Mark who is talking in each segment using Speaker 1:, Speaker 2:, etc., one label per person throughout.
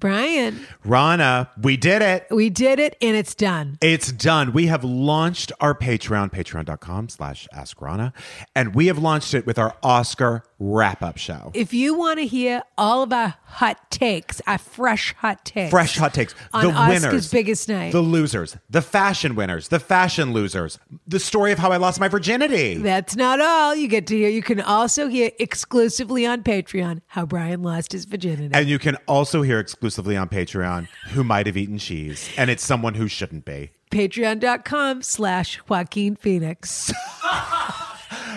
Speaker 1: Brian,
Speaker 2: Rana, we did it.
Speaker 1: we did it and it's done.
Speaker 2: It's done. We have launched our Patreon, patreon.com slash ask Rana, and we have launched it with our Oscar wrap-up show.
Speaker 1: If you want to hear all of our hot takes, our fresh hot takes,
Speaker 2: Fresh hot takes.
Speaker 1: on
Speaker 2: the
Speaker 1: Oscar's
Speaker 2: winners.
Speaker 1: biggest night.
Speaker 2: The losers. The fashion winners. The fashion losers. The story of how I lost my virginity.
Speaker 1: That's not all you get to hear. You can also hear exclusively on Patreon how Brian lost his virginity.
Speaker 2: and you can also hear exclusively on Patreon who might have eaten cheese, and it's someone who shouldn't be.
Speaker 1: Patreon.com slash Joaquin Phoenix.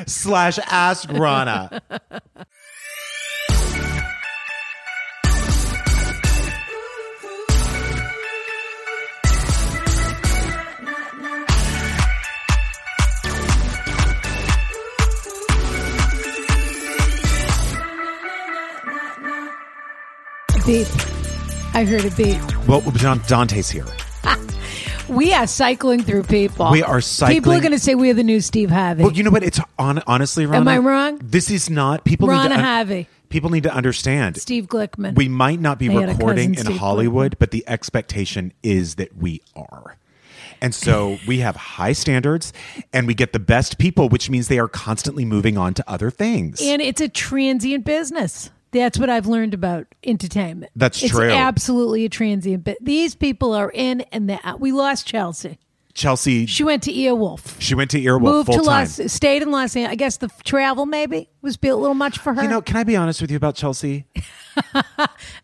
Speaker 2: Slash ask Rana.
Speaker 1: Beep. I heard a beep.
Speaker 2: well, John Dante's here.
Speaker 1: We are cycling through people.
Speaker 2: We are cycling-
Speaker 1: People are going to say we are the new Steve Harvey.
Speaker 2: Well, you know what? It's on, honestly, Rana.
Speaker 1: I wrong?
Speaker 2: This is not people. need
Speaker 1: Rana
Speaker 2: to un-
Speaker 1: Harvey.
Speaker 2: People need to understand.
Speaker 1: Steve Glickman.
Speaker 2: We might not be
Speaker 1: I had a
Speaker 2: recording
Speaker 1: cousin,
Speaker 2: in
Speaker 1: Steve
Speaker 2: Hollywood, but the expectation is that we are. And so we have high standards and we get the best people, which means they are constantly moving on to other things.
Speaker 1: and it's a transient business. That's what I've learned about entertainment.
Speaker 2: That's
Speaker 1: It's
Speaker 2: true.
Speaker 1: absolutely a transient. But these people are in and they're out. We lost Chelsea.
Speaker 2: Chelsea,
Speaker 1: She went to Earwolf.
Speaker 2: she went to Earwolf
Speaker 1: moved
Speaker 2: full
Speaker 1: to
Speaker 2: time.
Speaker 1: Los, stayed in Los Angeles. I guess the f- travel maybe was be a little much for her.
Speaker 2: You know, can I be honest with you about Chelsea?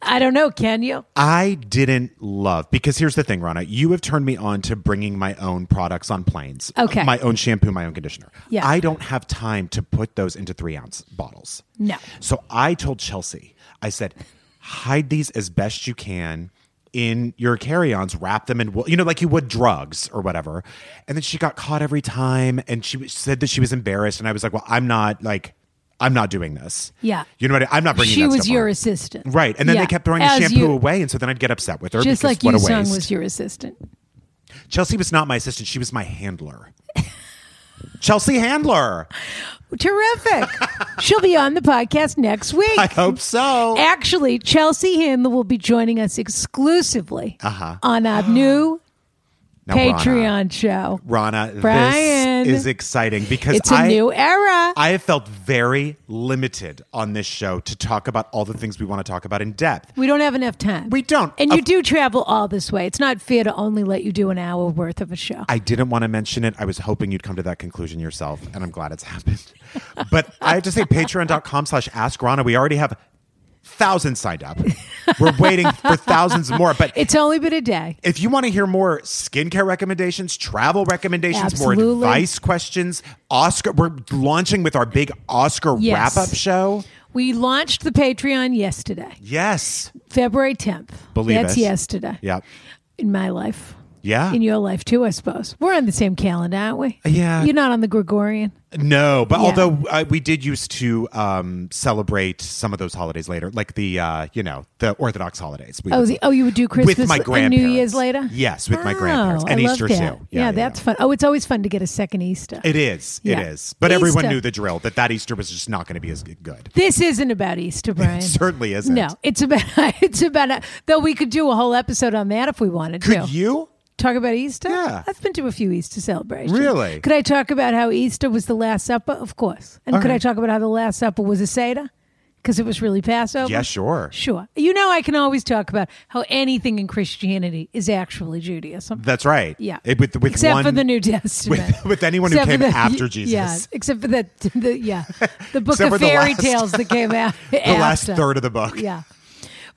Speaker 1: I don't know. Can you?
Speaker 2: I didn't love because here's the thing, Rana. You have turned me on to bringing my own products on planes.
Speaker 1: Okay.
Speaker 2: My own shampoo, my own conditioner.
Speaker 1: Yeah.
Speaker 2: I don't have time to put those into three ounce bottles.
Speaker 1: No.
Speaker 2: So I told Chelsea, I said, hide these as best you can in your carry-ons, wrap them in wool, you know, like you would drugs or whatever. And then she got caught every time, and she was- said that she was embarrassed. And I was like, well, I'm not like. I'm not doing this.
Speaker 1: Yeah.
Speaker 2: you know what? I, I'm not bringing.
Speaker 1: She
Speaker 2: that
Speaker 1: was
Speaker 2: stuff
Speaker 1: your
Speaker 2: on.
Speaker 1: assistant,
Speaker 2: right? And then
Speaker 1: Yeah.
Speaker 2: they kept throwing the
Speaker 1: As
Speaker 2: shampoo
Speaker 1: you-
Speaker 2: away, and so then I'd get upset with her.
Speaker 1: Just like
Speaker 2: because what
Speaker 1: you,
Speaker 2: a
Speaker 1: Sung
Speaker 2: waste.
Speaker 1: was your assistant.
Speaker 2: Chelsea was not my assistant; she was my handler. Chelsea handler.
Speaker 1: Terrific. She'll be on the podcast next week.
Speaker 2: I hope so.
Speaker 1: Actually, Chelsea Handler will be joining us exclusively on our new
Speaker 2: Uh-huh. Now, Rana.
Speaker 1: Patreon show.
Speaker 2: Rana,
Speaker 1: Brian.
Speaker 2: this is exciting because
Speaker 1: It's a
Speaker 2: I-
Speaker 1: new era.
Speaker 2: I have felt very limited on this show to talk about all the things we want to talk about in depth.
Speaker 1: we don't have enough time.
Speaker 2: We don't.
Speaker 1: And you
Speaker 2: Of-
Speaker 1: do travel all this way. It's not fair to only let you do an hour worth of a show.
Speaker 2: I didn't want to mention it. I was hoping you'd come to that conclusion yourself, and I'm glad it's happened. But I have to say, patreon.com slash ask Rana, we already have thousands signed up. We're waiting for thousands more. But
Speaker 1: it's only been a day.
Speaker 2: if you want to hear more skincare recommendations, travel recommendations, more
Speaker 1: Absolutely.
Speaker 2: advice questions, Oscar, we're launching with our big Oscar
Speaker 1: Yes.
Speaker 2: wrap up show.
Speaker 1: We launched the Patreon yesterday,
Speaker 2: Yes.
Speaker 1: February 10th.
Speaker 2: Believe
Speaker 1: That's
Speaker 2: us. Ah.
Speaker 1: yesterday
Speaker 2: Yep.
Speaker 1: in my life.
Speaker 2: Yeah.
Speaker 1: In your life too, I suppose. We're on the same calendar, aren't we?
Speaker 2: Yeah.
Speaker 1: You're not on the Gregorian.
Speaker 2: No, but
Speaker 1: Yeah.
Speaker 2: although uh, we did used to um, celebrate some of those holidays later, like the uh, you know the Orthodox holidays. We
Speaker 1: Oh,
Speaker 2: would-
Speaker 1: the, oh, you would do Christmas
Speaker 2: with my
Speaker 1: and
Speaker 2: grandparents
Speaker 1: New Year's later.
Speaker 2: Yes, with my
Speaker 1: Oh,
Speaker 2: grandparents and
Speaker 1: I love
Speaker 2: Easter
Speaker 1: that.
Speaker 2: too.
Speaker 1: Yeah, that's fun. Oh, it's always fun to get a second Easter.
Speaker 2: It is.
Speaker 1: Yeah.
Speaker 2: It is. But everyone
Speaker 1: Easter.
Speaker 2: knew the drill that that Easter was just not going to be as good.
Speaker 1: this isn't about Easter, Brian.
Speaker 2: It certainly isn't.
Speaker 1: no, it's about it's about a, though. We could do a whole episode on that if we wanted
Speaker 2: Could
Speaker 1: to.
Speaker 2: you?
Speaker 1: talk about Easter?
Speaker 2: Yeah.
Speaker 1: I've been to a few Easter celebrations.
Speaker 2: Really?
Speaker 1: Could I talk about how Easter was the Last Supper? Of course. And could I talk about how the Last Supper was a Seder? Because it was really Passover?
Speaker 2: Yeah, sure.
Speaker 1: Sure. You know, I can always talk about how anything in Christianity is actually Judaism.
Speaker 2: That's right.
Speaker 1: Yeah.
Speaker 2: It, Eh, with with
Speaker 1: except
Speaker 2: one,
Speaker 1: for the New Testament.
Speaker 2: with- with anyone who
Speaker 1: for
Speaker 2: came after
Speaker 1: Yeah,
Speaker 2: Jesus.
Speaker 1: except for the, the yeah, the book
Speaker 2: Except
Speaker 1: of
Speaker 2: for the
Speaker 1: fairy
Speaker 2: last-
Speaker 1: tales that came out.
Speaker 2: the last third of the book.
Speaker 1: Yeah.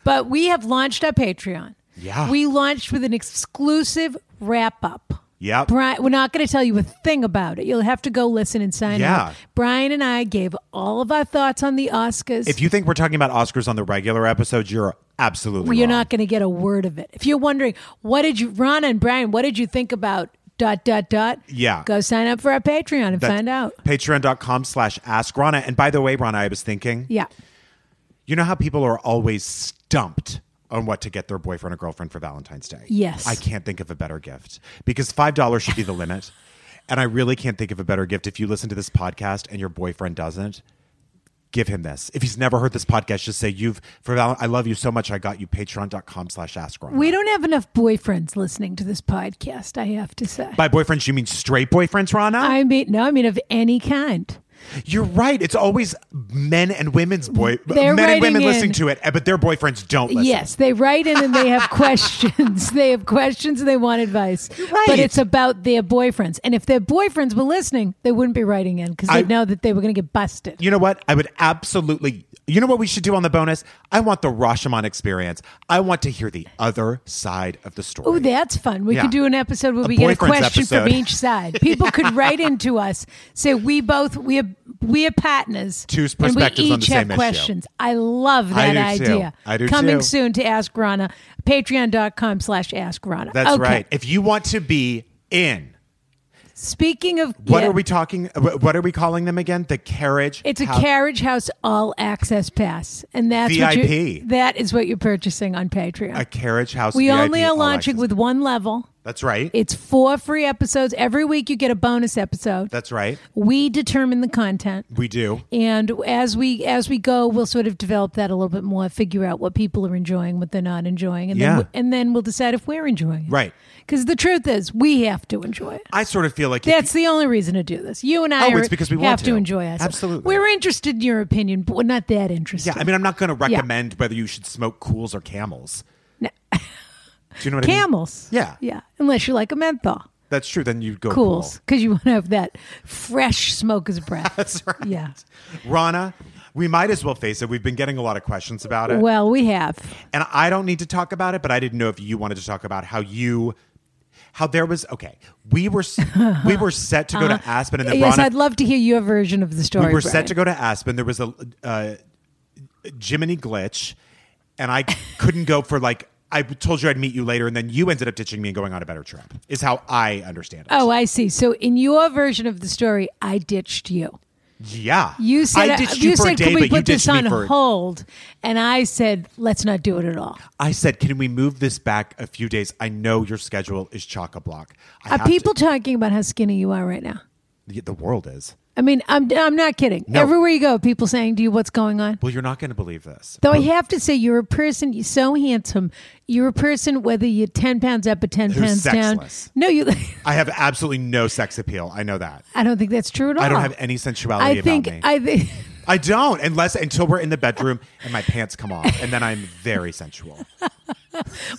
Speaker 1: But we have launched our Patreon.
Speaker 2: Yeah.
Speaker 1: We launched with an exclusive wrap up
Speaker 2: Yep.
Speaker 1: Brian, we're not going to tell you a thing about it. You'll have to go listen and sign
Speaker 2: Yeah.
Speaker 1: up. Brian and I gave all of our thoughts on the Oscars.
Speaker 2: if you think we're talking about Oscars on the regular episodes, you're absolutely
Speaker 1: you're
Speaker 2: wrong.
Speaker 1: not going to get a word of it. If you're wondering, what did you, Ron and Brian, what did you think about dot, dot, dot?
Speaker 2: Yeah.
Speaker 1: Go sign up for our Patreon and
Speaker 2: That's
Speaker 1: find out.
Speaker 2: Patreon.com slash ask Rana. And by the way, Rana, I was thinking,
Speaker 1: Yeah.
Speaker 2: you know how people are always stumped on what to get their boyfriend or girlfriend for Valentine's Day?
Speaker 1: Yes.
Speaker 2: I can't think of a better gift because $5 should be the limit. And I really can't think of a better gift. If you listen to this podcast and your boyfriend doesn't, give him this. If he's never heard this podcast, just say, You've, for Val- I love you so much. I got you. Patreon.com slash ask Rana.
Speaker 1: We don't have enough boyfriends listening to this podcast, I have to say.
Speaker 2: By boyfriends, you mean straight boyfriends, Rana?
Speaker 1: I mean, no, I mean of any kind.
Speaker 2: You're right. It's always men and women's boy,
Speaker 1: They're
Speaker 2: men and women
Speaker 1: writing in.
Speaker 2: listening to it, eh, but their boyfriends don't listen.
Speaker 1: Yes, they write in and they have questions. they have questions and they want advice.
Speaker 2: Right.
Speaker 1: But it's about their boyfriends. And if their boyfriends were listening, they wouldn't be writing in because
Speaker 2: I-
Speaker 1: they'd know that they were going to get busted.
Speaker 2: You know what? I would absolutely. You know what we should do on the bonus? I want the Rashomon experience. I want to hear the other side of the story.
Speaker 1: Oh, that's fun. We
Speaker 2: Yeah.
Speaker 1: could do an episode where
Speaker 2: A
Speaker 1: we get a
Speaker 2: boyfriends
Speaker 1: question from
Speaker 2: episode.
Speaker 1: each side. People could write into us, say we both we are we are partners.
Speaker 2: Two
Speaker 1: and
Speaker 2: perspectives
Speaker 1: we
Speaker 2: on the
Speaker 1: each have
Speaker 2: same issue.
Speaker 1: questions. I love
Speaker 2: I
Speaker 1: that
Speaker 2: do too.
Speaker 1: idea.
Speaker 2: I do
Speaker 1: Coming
Speaker 2: too.
Speaker 1: soon to Ask Rana, patreon.com slash ask Rana.
Speaker 2: That's
Speaker 1: Okay.
Speaker 2: right. If you want to be in,
Speaker 1: Speaking of
Speaker 2: what
Speaker 1: yeah.
Speaker 2: are we talking? wh- What are we calling them again? The carriage.
Speaker 1: It's a
Speaker 2: house-
Speaker 1: carriage house all access pass, and that's What
Speaker 2: VIP.
Speaker 1: you, that is what you're purchasing on Patreon.
Speaker 2: A carriage house.
Speaker 1: we
Speaker 2: VIP
Speaker 1: only are
Speaker 2: all
Speaker 1: launching
Speaker 2: access.
Speaker 1: with one level.
Speaker 2: Oh, That's right.
Speaker 1: It's four free episodes every week. You get a bonus episode.
Speaker 2: That's right.
Speaker 1: we determine the content,
Speaker 2: We do.
Speaker 1: and as we as we go, we'll sort of develop that a little bit more, figure out what people are enjoying, what they're not enjoying, and
Speaker 2: Yeah.
Speaker 1: then we- and then we'll decide if we're enjoying it.
Speaker 2: Right.
Speaker 1: Because the truth is, we have to enjoy it.
Speaker 2: I sort of feel like if
Speaker 1: That's the only reason to do this. You and I
Speaker 2: Oh,
Speaker 1: are,
Speaker 2: it's because we
Speaker 1: have
Speaker 2: want
Speaker 1: to.
Speaker 2: to.
Speaker 1: enjoy ourselves.
Speaker 2: Absolutely.
Speaker 1: We're interested in your opinion, but we're not that interested.
Speaker 2: Yeah, I mean, I'm not going to recommend whether you should smoke cools or camels. Do you know what I mean?
Speaker 1: Camels.
Speaker 2: Yeah.
Speaker 1: Yeah. Unless you like a menthol.
Speaker 2: That's true. Then you go
Speaker 1: Cools.
Speaker 2: cools.
Speaker 1: Because you want to have that fresh smoker's breath. That's right. Yeah.
Speaker 2: Rana, we might as well face it. We've been getting a lot of questions about it,
Speaker 1: Well, we have.
Speaker 2: and I don't need to talk about it. But I didn't know if you wanted to talk about how you, how there was. Okay, we were s- we were set to go to Aspen, and then
Speaker 1: Uh-huh. yes,
Speaker 2: Rana,
Speaker 1: I'd love to hear your version of the story.
Speaker 2: we were set
Speaker 1: Brian.
Speaker 2: to go to Aspen. There was a uh, Jiminy glitch, and I couldn't go for like. I told you I'd meet you later, and then you ended up ditching me and going on a better trip. Is how I understand it.
Speaker 1: Oh, I see. So in your version of the story, I ditched you.
Speaker 2: Yeah.
Speaker 1: You said
Speaker 2: I ditched you, for
Speaker 1: said
Speaker 2: a day,
Speaker 1: can we
Speaker 2: but you
Speaker 1: put
Speaker 2: ditched
Speaker 1: this on
Speaker 2: me for
Speaker 1: hold? And I said, let's not do it at all.
Speaker 2: I said, can we move this back a few days? I know your schedule is chock a block. I
Speaker 1: Are
Speaker 2: have to-
Speaker 1: people talking about how skinny you are right now?
Speaker 2: the, the world is.
Speaker 1: I mean, I'm I'm not kidding.
Speaker 2: No.
Speaker 1: Everywhere you go, people saying to you, "What's going on?"
Speaker 2: Well, you're not going to believe this.
Speaker 1: Though I have to say, you're a person. You're so handsome. You're a person. Whether you're ten pounds up or ten
Speaker 2: Who's
Speaker 1: pounds
Speaker 2: sexless.
Speaker 1: down. No, you.
Speaker 2: I have absolutely no sex appeal. I know that.
Speaker 1: I don't think that's true at all.
Speaker 2: I don't have any sensuality
Speaker 1: I think.
Speaker 2: about me. I,
Speaker 1: I think.
Speaker 2: don't unless until we're in the bedroom and my pants come off, and then I'm very sensual.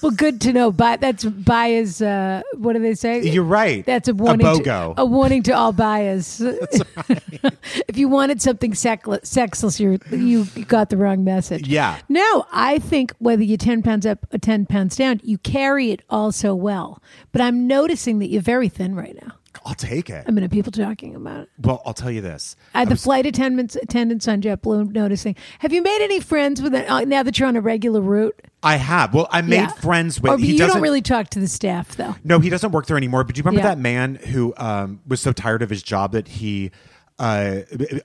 Speaker 1: Well, good to know. But that's bias. Uh, what do they say?
Speaker 2: You're right.
Speaker 1: That's a
Speaker 2: A
Speaker 1: warning.
Speaker 2: BOGO.
Speaker 1: To, a warning to all bias. if you wanted something sexless, sexless you you you got the wrong message.
Speaker 2: Yeah.
Speaker 1: No, I think whether you're ten pounds up or ten pounds down, you carry it all so well. But I'm noticing that you're very thin right now.
Speaker 2: I'll take it.
Speaker 1: I mean, are people talking about it?
Speaker 2: Well, I'll tell you this.
Speaker 1: Uh, the flight attendants attendants on JetBlue noticing. Have you made any friends with uh, now that you're on a regular route?
Speaker 2: I have. Well, I made
Speaker 1: Yeah.
Speaker 2: friends
Speaker 1: Or
Speaker 2: with. he
Speaker 1: you
Speaker 2: doesn't
Speaker 1: don't really talk to the staff though.
Speaker 2: No, he doesn't work there anymore. But do you remember
Speaker 1: Yeah.
Speaker 2: that man who um, was so tired of his job that he uh,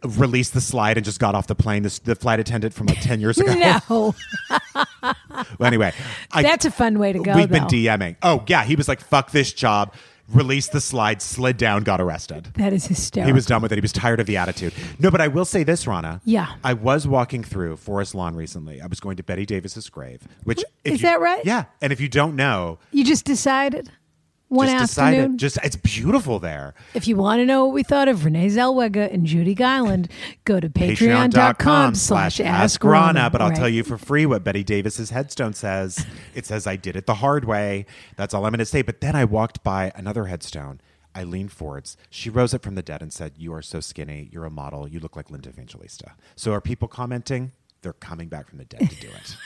Speaker 2: released the slide and just got off the plane? This, the flight attendant from like 10 years ago.
Speaker 1: No,
Speaker 2: Well, anyway, I,
Speaker 1: that's a fun way to go.
Speaker 2: we've
Speaker 1: though.
Speaker 2: been DMing. Oh, yeah. He was like, fuck this job, released the slide, slid down, got arrested.
Speaker 1: That is hysterical.
Speaker 2: He was done with it. He was tired of the attitude. No, but I will say this, Rana.
Speaker 1: Yeah.
Speaker 2: I was walking through Forest Lawn recently. I was going to Betty Davis's grave, which if
Speaker 1: Is
Speaker 2: you-
Speaker 1: that right?
Speaker 2: Yeah. And if you don't know,
Speaker 1: You just decided one
Speaker 2: just decide
Speaker 1: afternoon.
Speaker 2: it. Just it's beautiful there.
Speaker 1: if you want to know what we thought of Renee Zellweger and Judy Garland, go to
Speaker 2: patreon.com
Speaker 1: patreon.com
Speaker 2: slash
Speaker 1: slash
Speaker 2: ask Rana. But I'll
Speaker 1: Right.
Speaker 2: tell you for free what Betty Davis's headstone says. It says, I did it the hard way. That's all I'm going to say. But then I walked by another headstone, Eileen Ford's. She rose up from the dead and said, You are so skinny. You're a model. You look like Linda Evangelista. So are people commenting? They're coming back from the dead to do it.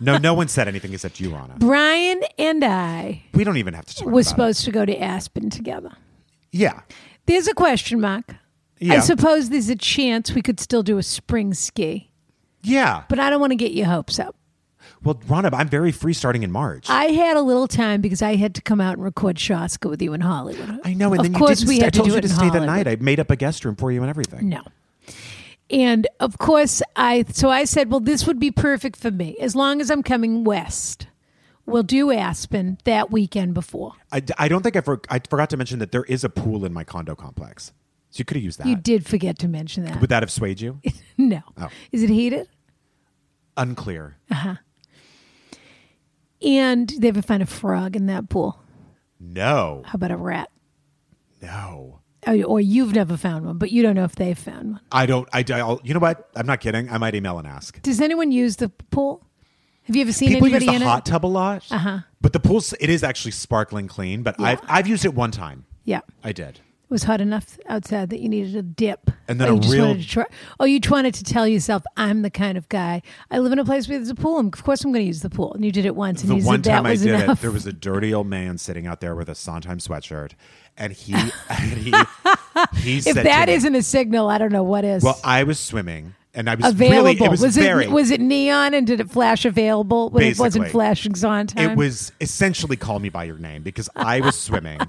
Speaker 2: no, no one said anything except you, Rana.
Speaker 1: Brian and I
Speaker 2: We don't even have to talk
Speaker 1: were
Speaker 2: about it.
Speaker 1: supposed to go to Aspen together.
Speaker 2: Yeah.
Speaker 1: There's a question mark. I
Speaker 2: Yeah.
Speaker 1: suppose there's a chance we could still do a spring ski,
Speaker 2: Yeah.
Speaker 1: but I don't want to get your hopes up.
Speaker 2: Well, Rana, I'm very free starting in March.
Speaker 1: I had a little time because I had to come out and record Shaska with you in Hollywood.
Speaker 2: I know, and
Speaker 1: of
Speaker 2: then
Speaker 1: course
Speaker 2: you didn't
Speaker 1: we
Speaker 2: stay.
Speaker 1: had
Speaker 2: I told
Speaker 1: to do
Speaker 2: you
Speaker 1: it
Speaker 2: to
Speaker 1: in
Speaker 2: stay
Speaker 1: Hollywood.
Speaker 2: that night. I made up a guest room for you and everything.
Speaker 1: No. And of course, I so I said, well, this would be perfect for me as long as I'm coming west. We'll do Aspen that weekend before.
Speaker 2: I, I don't think I, for, I forgot to mention that there is a pool in my condo complex, so you could have used that.
Speaker 1: You did forget to mention that.
Speaker 2: Would that have swayed you?
Speaker 1: no.
Speaker 2: Oh.
Speaker 1: Is it heated?
Speaker 2: Unclear.
Speaker 1: And they ever find a frog in that pool?
Speaker 2: No,
Speaker 1: How about a rat?
Speaker 2: no.
Speaker 1: Oh, Or you've never found one, but you don't know if they've found one.
Speaker 2: I don't. I. I'll, you know what? I'm not kidding. I might email and ask.
Speaker 1: Does anyone use the pool? Have you ever seen
Speaker 2: People use
Speaker 1: anybody
Speaker 2: the
Speaker 1: in
Speaker 2: hot
Speaker 1: it?
Speaker 2: tub a lot, uh-huh. but the pool's it is actually sparkling clean. But I've I've used it one time.
Speaker 1: Yeah.
Speaker 2: I did.
Speaker 1: It was hot enough outside that you needed a dip.
Speaker 2: And then
Speaker 1: or you
Speaker 2: a
Speaker 1: just
Speaker 2: real-
Speaker 1: wanted to try, or you wanted to tell yourself, "I'm the kind of guy. I live in a place where there's a pool. And of course, I'm going to use the pool." And you did it once, and
Speaker 2: The
Speaker 1: you
Speaker 2: one
Speaker 1: said
Speaker 2: time
Speaker 1: that
Speaker 2: I
Speaker 1: was
Speaker 2: did
Speaker 1: enough.
Speaker 2: it, there was a dirty old man sitting out there with a Sondheim sweatshirt, and he and he he
Speaker 1: if
Speaker 2: said
Speaker 1: that
Speaker 2: to me-
Speaker 1: isn't a signal, I don't know what is.
Speaker 2: Well, I was swimming, and I was
Speaker 1: available
Speaker 2: really. It was, very.
Speaker 1: it was it neon and did it flash available when it wasn't
Speaker 2: Basically.
Speaker 1: flashing on time?
Speaker 2: It was essentially call me by your name because I was swimming,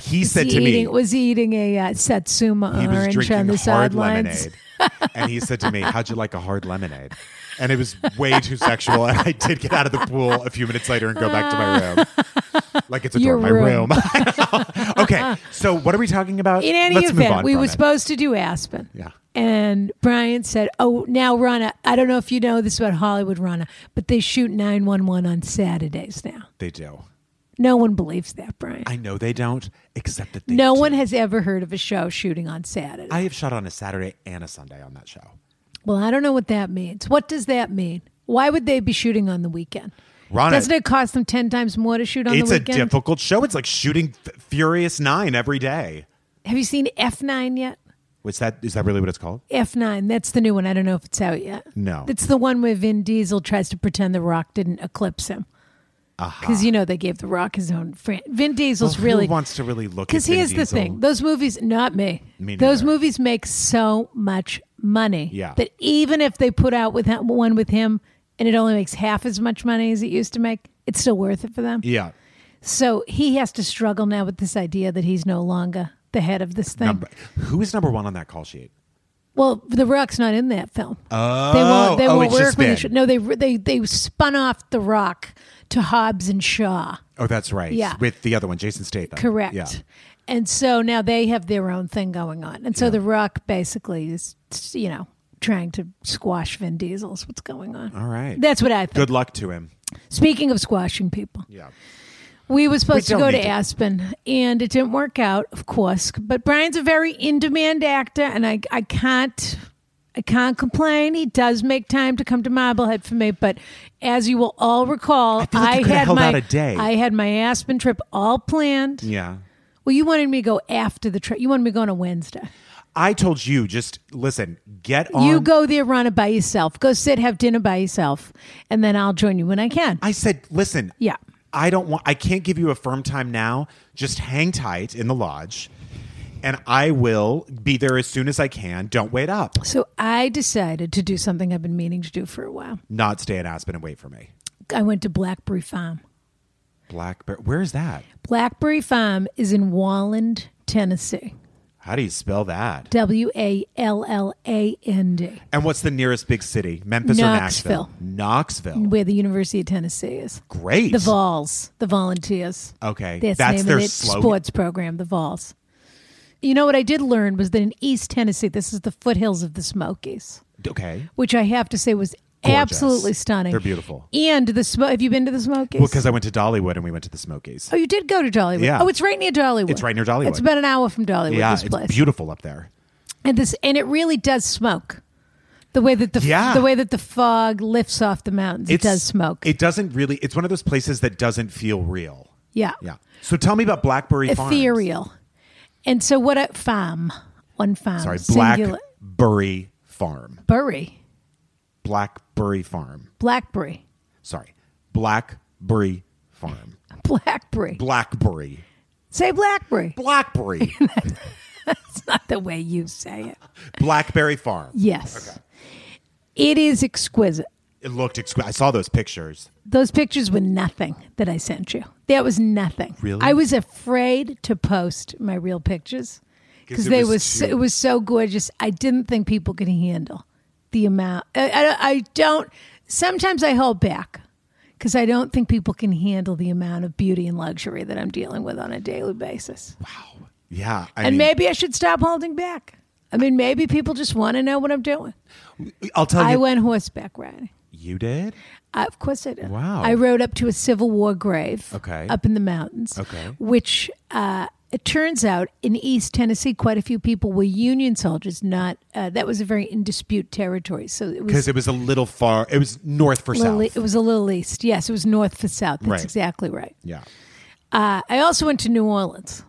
Speaker 2: he said
Speaker 1: he
Speaker 2: to me,
Speaker 1: eating, was he eating a uh, Satsuma
Speaker 2: he was
Speaker 1: orange on
Speaker 2: drinking
Speaker 1: the
Speaker 2: hard
Speaker 1: sidelines?
Speaker 2: lemonade, and he said to me, "How'd you like a hard lemonade?" And it was way too sexual, and I did get out of the pool a few minutes later and go back to my room, like it's a
Speaker 1: Your
Speaker 2: door, my
Speaker 1: room.
Speaker 2: room. okay, so what are we talking about?
Speaker 1: In any
Speaker 2: Let's move
Speaker 1: event,
Speaker 2: on
Speaker 1: we
Speaker 2: from
Speaker 1: were
Speaker 2: it.
Speaker 1: supposed to do Aspen.
Speaker 2: Yeah.
Speaker 1: And Brian said, "Oh, now Rana, I don't know if you know this about Hollywood, Rana, but they shoot 911 on Saturdays now.
Speaker 2: They do.
Speaker 1: No one believes that, Brian.
Speaker 2: I know they don't, except that they
Speaker 1: no
Speaker 2: do.
Speaker 1: one has ever heard of a show shooting on Saturday.
Speaker 2: I have shot on a Saturday and a Sunday on that show.
Speaker 1: well, I don't know what that means. What does that mean? Why would they be shooting on the weekend?
Speaker 2: Rana,
Speaker 1: Doesn't it cost them 10 times more to shoot on
Speaker 2: it's
Speaker 1: the
Speaker 2: a
Speaker 1: weekend?
Speaker 2: difficult show. It's like shooting F- Furious Nine every day.
Speaker 1: Have you seen F9 yet?
Speaker 2: What's that? Is that really what it's called?
Speaker 1: F9, that's the new one. I don't know if it's out yet.
Speaker 2: No.
Speaker 1: It's the one where Vin Diesel tries to pretend The Rock didn't eclipse him. Because, you know, they gave The Rock his own. Fran- Vin Diesel's
Speaker 2: Well, who
Speaker 1: really.
Speaker 2: wants to really look?
Speaker 1: Because
Speaker 2: at Vin
Speaker 1: here's the
Speaker 2: Diesel?
Speaker 1: thing those movies, not me,
Speaker 2: Me
Speaker 1: those
Speaker 2: neither.
Speaker 1: movies make so much money
Speaker 2: Yeah.
Speaker 1: that even if they put out with him, one with him and it only makes half as much money as it used to make, it's still worth it for them.
Speaker 2: Yeah,
Speaker 1: So he has to struggle now with this idea that he's no longer the head of this thing.
Speaker 2: number, who is number one on that call sheet?
Speaker 1: Well, The Rock's not in that film.
Speaker 2: Oh,
Speaker 1: they won't. They
Speaker 2: oh,
Speaker 1: won't
Speaker 2: it's
Speaker 1: work
Speaker 2: just
Speaker 1: with
Speaker 2: Vin.
Speaker 1: each other. No, they they they spun off The Rock to Hobbs and Shaw.
Speaker 2: Oh, that's right.
Speaker 1: Yeah.
Speaker 2: with the other one, Jason Statham.
Speaker 1: Correct.
Speaker 2: Yeah,
Speaker 1: And so now they have their own thing going on. And so The Rock basically is, you know, trying to squash Vin Diesel's what's going on.
Speaker 2: all right.
Speaker 1: That's what I think.
Speaker 2: Good luck to him.
Speaker 1: Speaking of squashing people,
Speaker 2: Yeah,
Speaker 1: we were supposed
Speaker 2: We
Speaker 1: to
Speaker 2: don't
Speaker 1: go to
Speaker 2: need to-
Speaker 1: Aspen and it didn't work out, of course. But Brian's a very in demand actor and I I can't I can't complain. He does make time to come to Marblehead for me, but as you will all recall, I,
Speaker 2: feel like you could have
Speaker 1: had
Speaker 2: held
Speaker 1: my
Speaker 2: out a day.
Speaker 1: I had my Aspen trip all planned.
Speaker 2: yeah.
Speaker 1: Well, you wanted me to go after the trip. You wanted me to go on a Wednesday.
Speaker 2: I told you, just listen. Get on.
Speaker 1: you go there, run it by yourself. Go sit, have dinner by yourself, and then I'll join you when I can.
Speaker 2: I said, listen.
Speaker 1: Yeah.
Speaker 2: I don't want. I can't give you a firm time now. Just hang tight in the lodge, and I will be there as soon as I can. Don't wait up.
Speaker 1: so I decided to do something I've been meaning to do for a while.
Speaker 2: Not stay in Aspen and wait for me.
Speaker 1: I went to Blackberry Farm.
Speaker 2: Blackberry. Where is that?
Speaker 1: Blackberry Farm is in Walland, Tennessee.
Speaker 2: How do you spell that?
Speaker 1: W A L L A N D,
Speaker 2: And what's the nearest big city? Memphis
Speaker 1: Knoxville.
Speaker 2: or Nashville? Knoxville.
Speaker 1: where the University of Tennessee is.
Speaker 2: Great.
Speaker 1: The Vols, the Volunteers.
Speaker 2: Okay.
Speaker 1: That's,
Speaker 2: That's
Speaker 1: the name
Speaker 2: their
Speaker 1: of the
Speaker 2: slogan?
Speaker 1: sports program, the Vols. You know what I did learn was that in East Tennessee, this is the foothills of the Smokies,
Speaker 2: okay.
Speaker 1: which I have to say was
Speaker 2: Gorgeous.
Speaker 1: absolutely stunning.
Speaker 2: They're beautiful.
Speaker 1: And the Smo- have you been to the Smokies?
Speaker 2: Well, because I went to Dollywood and we went to the Smokies.
Speaker 1: oh, you did go to Dollywood.
Speaker 2: Yeah.
Speaker 1: Oh, it's right near Dollywood.
Speaker 2: It's right near Dollywood.
Speaker 1: It's about an hour from Dollywood.
Speaker 2: yeah,
Speaker 1: this
Speaker 2: it's
Speaker 1: place.
Speaker 2: beautiful up there.
Speaker 1: and this and it really does smoke. The way that the
Speaker 2: Yeah.
Speaker 1: the way that the fog lifts off the mountains, it
Speaker 2: It's-
Speaker 1: does smoke.
Speaker 2: It doesn't really. It's one of those places that doesn't feel real.
Speaker 1: yeah.
Speaker 2: Yeah. So tell me about Blackberry Farm.
Speaker 1: Ethereal. And so what a farm. One farm.
Speaker 2: Sorry,
Speaker 1: singular-
Speaker 2: Blackberry Farm.
Speaker 1: Burry.
Speaker 2: Blackberry Farm.
Speaker 1: Blackberry.
Speaker 2: sorry, Blackberry Farm.
Speaker 1: Blackberry.
Speaker 2: Blackberry.
Speaker 1: Say Blackberry.
Speaker 2: Blackberry.
Speaker 1: That's not the way you say it.
Speaker 2: Blackberry Farm.
Speaker 1: Yes. It is exquisite.
Speaker 2: It looked exquisite. I saw those pictures.
Speaker 1: Those pictures were nothing that I sent you. That was nothing.
Speaker 2: Really?
Speaker 1: I was afraid to post my real pictures
Speaker 2: 'Cause
Speaker 1: because
Speaker 2: it
Speaker 1: they
Speaker 2: was
Speaker 1: was so,
Speaker 2: too-
Speaker 1: it was so gorgeous. I didn't think people could handle the amount. I, I, I don't. Sometimes I hold back because I don't think people can handle the amount of beauty and luxury that I'm dealing with on a daily basis.
Speaker 2: Wow. Yeah. I
Speaker 1: and
Speaker 2: mean,
Speaker 1: maybe I should stop holding back. I mean, maybe people just want to know what I'm doing.
Speaker 2: I'll tell
Speaker 1: I
Speaker 2: you.
Speaker 1: went horseback riding.
Speaker 2: you did?
Speaker 1: Uh, of course I did.
Speaker 2: Wow.
Speaker 1: I rode up to a Civil War grave
Speaker 2: Okay.
Speaker 1: up in the mountains,
Speaker 2: Okay.
Speaker 1: which uh, it turns out in East Tennessee, quite a few people were Union soldiers, not, uh, that was a very in dispute territory. So it was
Speaker 2: Because it was a little far. It was north for
Speaker 1: little, e
Speaker 2: south.
Speaker 1: it was a little east. Yes, it was north for south. That's
Speaker 2: Right.
Speaker 1: exactly right.
Speaker 2: yeah.
Speaker 1: Uh, I also went to New Orleans.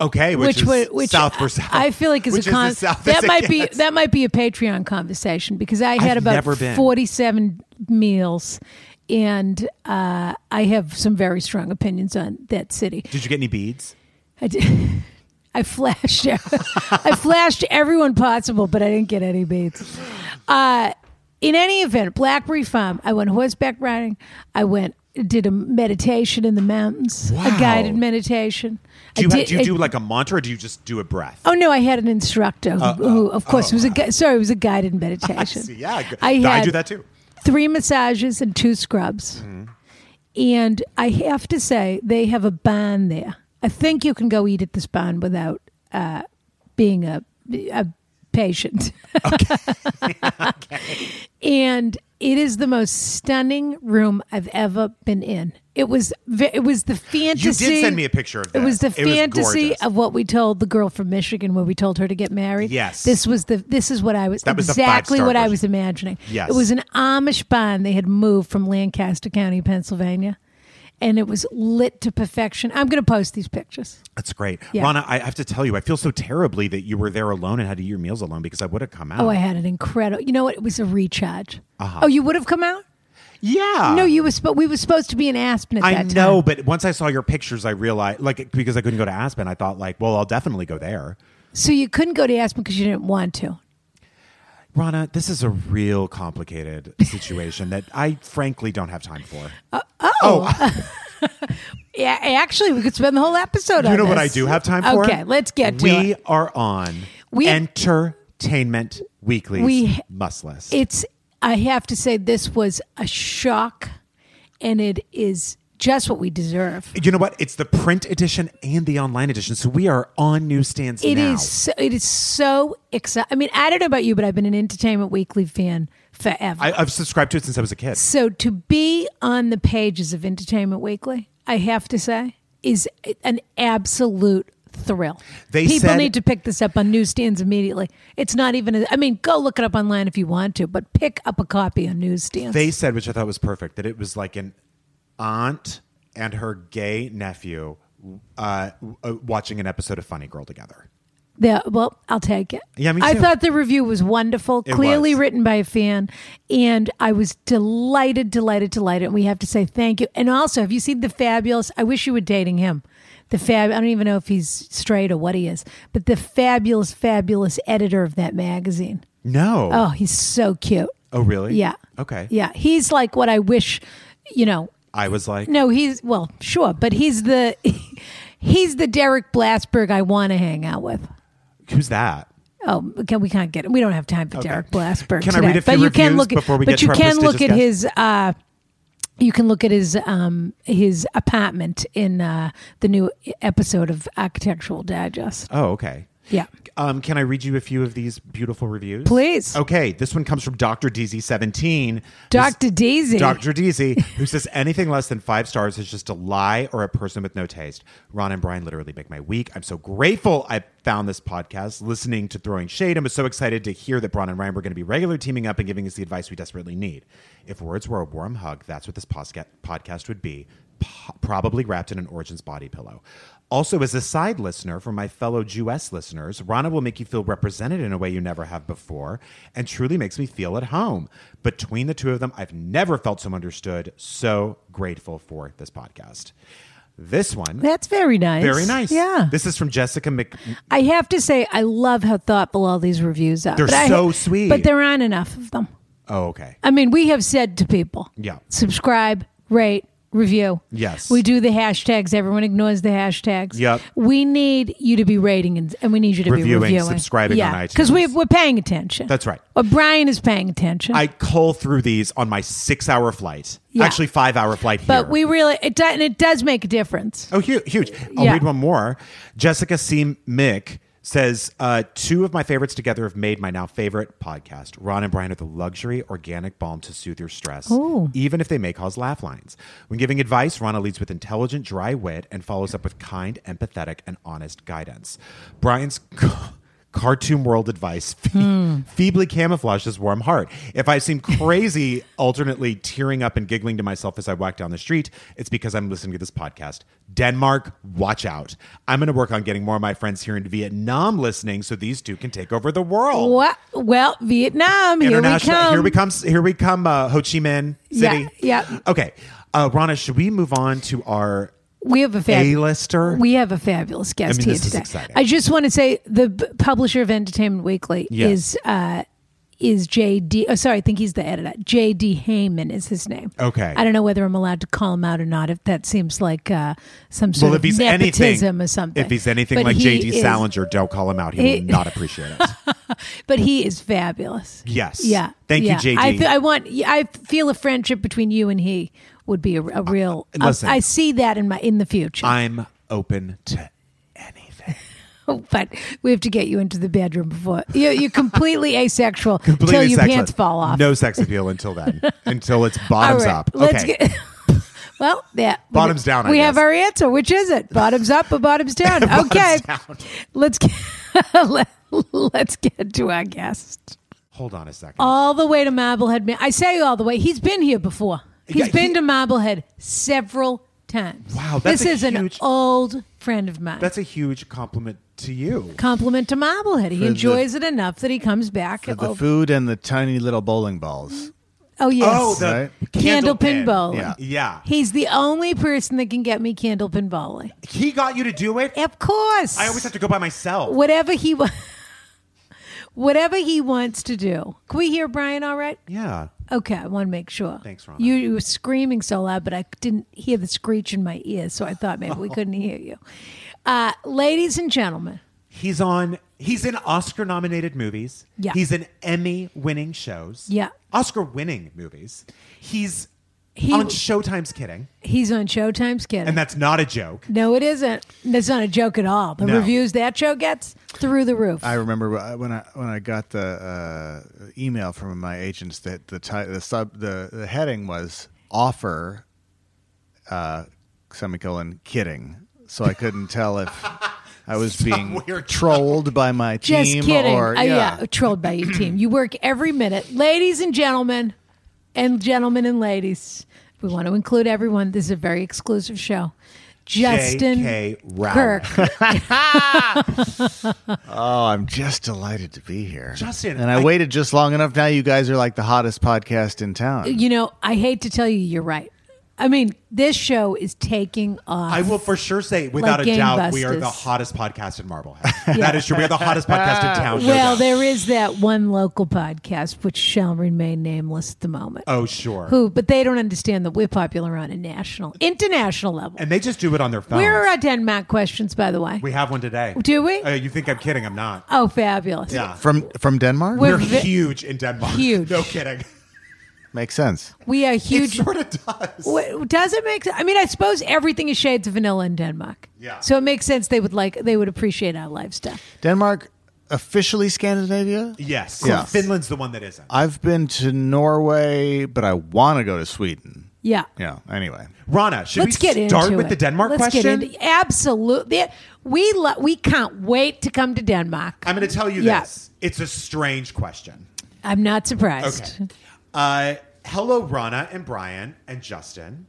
Speaker 2: Okay, which,
Speaker 1: wa-
Speaker 2: is south for
Speaker 1: I-
Speaker 2: south.
Speaker 1: I feel like is
Speaker 2: Which
Speaker 1: a
Speaker 2: the
Speaker 1: con-
Speaker 2: south as
Speaker 1: that
Speaker 2: it
Speaker 1: might be
Speaker 2: gets.
Speaker 1: that might be a Patreon conversation because I had
Speaker 2: I've never
Speaker 1: about
Speaker 2: been.
Speaker 1: forty seven meals, and uh, I have some very strong opinions on that city.
Speaker 2: Did you get any beads?
Speaker 1: I did. I flashed. I flashed everyone possible, but I didn't get any beats. Uh, in any event, Blackberry Farm. I went horseback riding. I went did a meditation in the mountains,
Speaker 2: Wow.
Speaker 1: a guided meditation.
Speaker 2: Do you,
Speaker 1: I
Speaker 2: ha-
Speaker 1: did-
Speaker 2: do, you
Speaker 1: I-
Speaker 2: do like a mantra or do you just do a breath?
Speaker 1: Oh no, I had an instructor who, who of course, was a gui- sorry, it was a guided meditation.
Speaker 2: See, yeah, Uh, oh. I,
Speaker 1: Oh, I
Speaker 2: I,
Speaker 1: had
Speaker 2: do that Mm-hmm. too.
Speaker 1: three massages and two scrubs, and I have to say they have a barn there. I think you can go eat at this barn without uh, being a, a patient. and it is the most stunning room I've ever been in. It was ve- it was the fantasy.
Speaker 2: You did send me a picture of
Speaker 1: It was the
Speaker 2: this. It was
Speaker 1: fantasy
Speaker 2: gorgeous.
Speaker 1: of what we told the girl from Michigan when we told her to get married.
Speaker 2: Yes.
Speaker 1: This was the this is what I was
Speaker 2: That was the
Speaker 1: exactly
Speaker 2: five-star
Speaker 1: what I
Speaker 2: version.
Speaker 1: was imagining.
Speaker 2: Yes.
Speaker 1: It was an Amish bond they had moved from Lancaster County, Pennsylvania. And it was lit to perfection. I'm gonna post these pictures.
Speaker 2: That's great.
Speaker 1: Yeah.
Speaker 2: Rana, I have to tell you, I feel so terribly that you were there alone and had to eat your meals alone because I would have come out.
Speaker 1: Oh, I had an incredible you know what? It was a recharge.
Speaker 2: Uh-huh.
Speaker 1: Oh, you would have come out?
Speaker 2: yeah.
Speaker 1: No, you were spo- we were supposed to be in Aspen at
Speaker 2: Uh-huh. I
Speaker 1: that time.
Speaker 2: know, but once I saw your pictures, I realized, like, because I couldn't go to Aspen, I thought, like, well, I'll definitely go there.
Speaker 1: So you couldn't go to Aspen because you didn't want to.
Speaker 2: Rana, this is a real complicated situation that I frankly don't have time for.
Speaker 1: Uh,
Speaker 2: Oh,
Speaker 1: oh, Yeah, actually, we could spend the whole episode on
Speaker 2: you know what I
Speaker 1: this.
Speaker 2: do have time for?
Speaker 1: Okay, let's get to
Speaker 2: we
Speaker 1: it.
Speaker 2: are on
Speaker 1: We-
Speaker 2: Entertainment Weekly's
Speaker 1: We-
Speaker 2: must list.
Speaker 1: It's I have to say this was a shock and it is just what we deserve.
Speaker 2: you know what? It's the print edition and the online edition. So we are on newsstands
Speaker 1: It is.
Speaker 2: now.
Speaker 1: so, it is so exciting. I mean, I don't know about you, but I've been an Entertainment Weekly fan forever.
Speaker 2: I, I've subscribed to it since I was a kid.
Speaker 1: so to be on the pages of Entertainment Weekly, I have to say, is an absolute thrill.
Speaker 2: They
Speaker 1: People
Speaker 2: said-
Speaker 1: need to pick this up on newsstands immediately. It's not even. A, I mean, go look it up online if you want to, but pick up a copy on newsstands.
Speaker 2: They said, which I thought was perfect, that it was like an aunt and her gay nephew uh, w- uh, watching an episode of Funny Girl together.
Speaker 1: Yeah, well, I'll take it.
Speaker 2: Yeah, me
Speaker 1: I
Speaker 2: too.
Speaker 1: thought the review was wonderful,
Speaker 2: It
Speaker 1: clearly
Speaker 2: was.
Speaker 1: written by a fan, and I was delighted, delighted, delighted. And we have to say thank you. And also, have you seen the fabulous? I wish you were dating him. The fab. I don't even know if he's straight or what he is, but the fabulous, fabulous editor of that magazine.
Speaker 2: No.
Speaker 1: Oh, he's so cute.
Speaker 2: Oh, really?
Speaker 1: Yeah.
Speaker 2: Okay.
Speaker 1: Yeah, he's like what I wish. You know,
Speaker 2: I was like,
Speaker 1: no, he's well, sure, but he's the he's the Derek Blasberg I want to hang out with.
Speaker 2: who's that?
Speaker 1: Oh, can, we can't get. We don't have time for Derek Blasberg.
Speaker 2: Can I
Speaker 1: today.
Speaker 2: read a
Speaker 1: but
Speaker 2: few
Speaker 1: you can
Speaker 2: reviews
Speaker 1: look at,
Speaker 2: before we
Speaker 1: But
Speaker 2: get
Speaker 1: you
Speaker 2: to our
Speaker 1: can look at
Speaker 2: prestigious
Speaker 1: his. Uh, you can look at his um, his apartment in uh, the new episode of Architectural Digest.
Speaker 2: Oh, okay.
Speaker 1: Yeah.
Speaker 2: Um, can I read you a few of these beautiful reviews?
Speaker 1: Please.
Speaker 2: Okay. This one comes from Dr. DZ17.
Speaker 1: Dr. Daisy.
Speaker 2: Dr. DZ, who says anything less than five stars is just a lie or a person with no taste. Ron and Brian literally make my week. I'm so grateful I found this podcast. Listening to Throwing Shade, I was so excited to hear that Brian and Ryan were going to be regular teaming up and giving us the advice we desperately need. If words were a warm hug, that's what this posca- podcast would be. po- probably wrapped in an Origins body pillow. Also, as a side listener for my fellow Jewess listeners, Rana will make you feel represented in a way you never have before and truly makes me feel at home. Between the two of them, I've never felt so understood. So grateful for this podcast. This one,
Speaker 1: That's very nice.
Speaker 2: very nice.
Speaker 1: Yeah.
Speaker 2: This is from Jessica Mc-
Speaker 1: I have to say, I love how thoughtful all these reviews are.
Speaker 2: They're
Speaker 1: But I-
Speaker 2: so sweet.
Speaker 1: But there aren't enough of them.
Speaker 2: Oh, okay.
Speaker 1: I mean, we have said to people,
Speaker 2: Yeah.
Speaker 1: subscribe, rate, review.
Speaker 2: Yes.
Speaker 1: We do the hashtags. Everyone ignores the hashtags.
Speaker 2: Yep.
Speaker 1: We need you to be rating and, and we need you to
Speaker 2: Reviewing,
Speaker 1: be reviewing.
Speaker 2: subscribing
Speaker 1: yeah,
Speaker 2: on iTunes.
Speaker 1: Because we, we're paying attention.
Speaker 2: That's right.
Speaker 1: Or Brian is paying attention.
Speaker 2: I cull through these on my six hour flight.
Speaker 1: Yeah.
Speaker 2: Actually, five hour flight here.
Speaker 1: but we really, it, does, and it does make a difference.
Speaker 2: Oh, huge. huge. I'll
Speaker 1: Yeah.
Speaker 2: read one more. Jessica C. Mick says, uh, two of my favorites together have made my now favorite podcast. Ron and Brian are the luxury organic balm to soothe your stress, even if they may cause laugh lines. When giving advice, Rana leads with intelligent, dry wit and follows up with kind, empathetic, and honest guidance. Brian's cartoon world advice fe- feebly camouflaged his warm heart. If I seem crazy, alternately tearing up and giggling to myself as I walk down the street, it's because I'm listening to this podcast. Denmark, watch out. I'm going to work on getting more of my friends here in Vietnam listening so these two can take over the world.
Speaker 1: What? Well, Vietnam, here we
Speaker 2: Oh. International.
Speaker 1: come.
Speaker 2: Here we come. Here we come. Uh, Ho Chi Minh City.
Speaker 1: Yeah, yeah.
Speaker 2: Okay. Uh, Rana, should we move on to our
Speaker 1: We have a
Speaker 2: A
Speaker 1: fabulous.
Speaker 2: lister?
Speaker 1: We have a fabulous guest
Speaker 2: I mean,
Speaker 1: here
Speaker 2: this is
Speaker 1: today.
Speaker 2: exciting.
Speaker 1: I just want to say the b- publisher of Entertainment Weekly
Speaker 2: Yeah.
Speaker 1: is uh, is JD. Oh, sorry, I think he's the editor. JD Heyman is his name.
Speaker 2: Okay.
Speaker 1: I don't know whether I'm allowed to call him out or not. If that seems like uh, some sort
Speaker 2: well,
Speaker 1: of
Speaker 2: if he's
Speaker 1: nepotism
Speaker 2: anything,
Speaker 1: or something.
Speaker 2: if he's anything
Speaker 1: But
Speaker 2: like
Speaker 1: he
Speaker 2: J.D.
Speaker 1: is-
Speaker 2: Salinger, don't call him out. He
Speaker 1: He-
Speaker 2: will not appreciate it.
Speaker 1: but he is fabulous.
Speaker 2: Yes.
Speaker 1: Yeah.
Speaker 2: Thank you,
Speaker 1: yeah.
Speaker 2: JD.
Speaker 1: I, fe- I want. I feel a friendship between you and he would be a, a real. I-
Speaker 2: listen.
Speaker 1: I see that in my in the future.
Speaker 2: I'm open to anything.
Speaker 1: but Oh, we have to get you into the bedroom before you, you're completely asexual until
Speaker 2: Completely
Speaker 1: your
Speaker 2: sexless.
Speaker 1: pants fall off.
Speaker 2: No sex appeal until then. until it's bottoms up.
Speaker 1: let's
Speaker 2: okay.
Speaker 1: get. Well, yeah.
Speaker 2: Bottoms down, I
Speaker 1: we have
Speaker 2: guess.
Speaker 1: our answer. Which is it? Bottoms up or bottoms down? okay. Let's get let, let's get to our guest.
Speaker 2: Hold on a second.
Speaker 1: All the way to Marblehead. Ma- I say all the way. He's been here before. He's
Speaker 2: Yeah,
Speaker 1: been
Speaker 2: he-
Speaker 1: to Marblehead several times.
Speaker 2: Wow, that's
Speaker 1: this
Speaker 2: a
Speaker 1: is
Speaker 2: huge-
Speaker 1: an old friend of mine.
Speaker 2: That's a huge compliment to you.
Speaker 1: compliment to Marblehead. He
Speaker 3: the-
Speaker 1: enjoys it enough that he comes back.
Speaker 3: The
Speaker 1: over-
Speaker 3: food and the tiny little bowling balls.
Speaker 1: Oh yes.
Speaker 2: Oh, the
Speaker 3: Right?
Speaker 1: candle pin
Speaker 2: pin.
Speaker 1: bowling.
Speaker 3: Yeah.
Speaker 2: Yeah.
Speaker 1: He's the only person that can get me candle pin bowling.
Speaker 2: He got you to do it.
Speaker 1: Of course.
Speaker 2: I always have to go by myself.
Speaker 1: whatever he wa- whatever he wants to do. Can we hear Brian all right?
Speaker 2: Yeah.
Speaker 1: Okay, I want to make sure.
Speaker 2: Thanks, Rhonda.
Speaker 1: Ron. You, you were screaming so loud, but I didn't hear the screech in my ears, so I thought maybe we couldn't hear you. Uh, ladies and gentlemen,
Speaker 2: He's on he's in Oscar nominated movies.
Speaker 1: Yeah.
Speaker 2: He's in Emmy winning shows.
Speaker 1: Yeah.
Speaker 2: Oscar winning movies. He's
Speaker 1: He-
Speaker 2: on Showtime's kidding.
Speaker 1: he's on Showtime's Kidding.
Speaker 2: And that's not a joke.
Speaker 1: no, it isn't. That's not a joke at all. The
Speaker 2: No.
Speaker 1: reviews that show gets through the roof.
Speaker 3: I remember wh- when I when I got the uh, email from my agents that the ti- the sub the, the heading was offer uh, semicolon kidding, so I couldn't tell if I was being
Speaker 2: weird-
Speaker 3: trolled by my team
Speaker 1: Just kidding.
Speaker 3: or
Speaker 1: Uh,
Speaker 3: yeah.
Speaker 1: trolled by your team. You work every minute, ladies and gentlemen, and gentlemen and ladies. We want to include everyone. This is a very exclusive show. Justin
Speaker 2: J.K. Rowling.
Speaker 1: Kirk.
Speaker 3: Oh, I'm just delighted to be here,
Speaker 2: Justin,
Speaker 3: And I,
Speaker 2: I-
Speaker 3: waited just long enough. Now you guys are like the hottest podcast in town.
Speaker 1: You know, I hate to tell you, you're right. I mean, this show is taking off.
Speaker 2: I will for sure say, without
Speaker 1: Like
Speaker 2: a doubt, we are
Speaker 1: gangbusters.
Speaker 2: the hottest podcast in Marblehead. That is true. We are the hottest podcast in town. no
Speaker 1: well,
Speaker 2: doubt.
Speaker 1: there is that one local podcast which shall remain nameless at the moment.
Speaker 2: oh sure.
Speaker 1: Who? But they don't understand that we're popular on a national, international level.
Speaker 2: And they just do it on their phones.
Speaker 1: Where are our Denmark questions, by the way?
Speaker 2: we have one today.
Speaker 1: uh, Do we?
Speaker 2: Uh, you think I'm kidding? I'm not.
Speaker 1: Oh, fabulous.
Speaker 2: Yeah.
Speaker 3: from from Denmark
Speaker 1: We're-
Speaker 2: We're
Speaker 1: vi-
Speaker 2: huge in Denmark.
Speaker 1: Huge.
Speaker 2: No kidding.
Speaker 3: makes sense.
Speaker 1: We are
Speaker 2: It
Speaker 1: huge.
Speaker 2: sort of does.
Speaker 1: Wait, does it make sense? I mean, I suppose everything is shades of vanilla in Denmark.
Speaker 2: Yeah.
Speaker 1: So it makes sense they would like, they would appreciate our lifestyle.
Speaker 3: Denmark officially Scandinavia.
Speaker 2: Yes.
Speaker 3: Yeah.
Speaker 2: Finland's the one that isn't.
Speaker 3: I've been to Norway, but I want to go to Sweden.
Speaker 1: Yeah.
Speaker 3: Yeah. Anyway,
Speaker 2: Rana, should
Speaker 1: Let's
Speaker 2: we
Speaker 1: get
Speaker 2: start
Speaker 1: into
Speaker 2: with
Speaker 1: it.
Speaker 2: the Denmark
Speaker 1: Let's
Speaker 2: question?
Speaker 1: Get into, absolutely. We lo- we can't wait to come to Denmark.
Speaker 2: I'm going to tell you
Speaker 1: Yeah.
Speaker 2: this. It's a strange question.
Speaker 1: I'm not surprised.
Speaker 2: Okay. Uh, hello, Rana and Brian and Justin.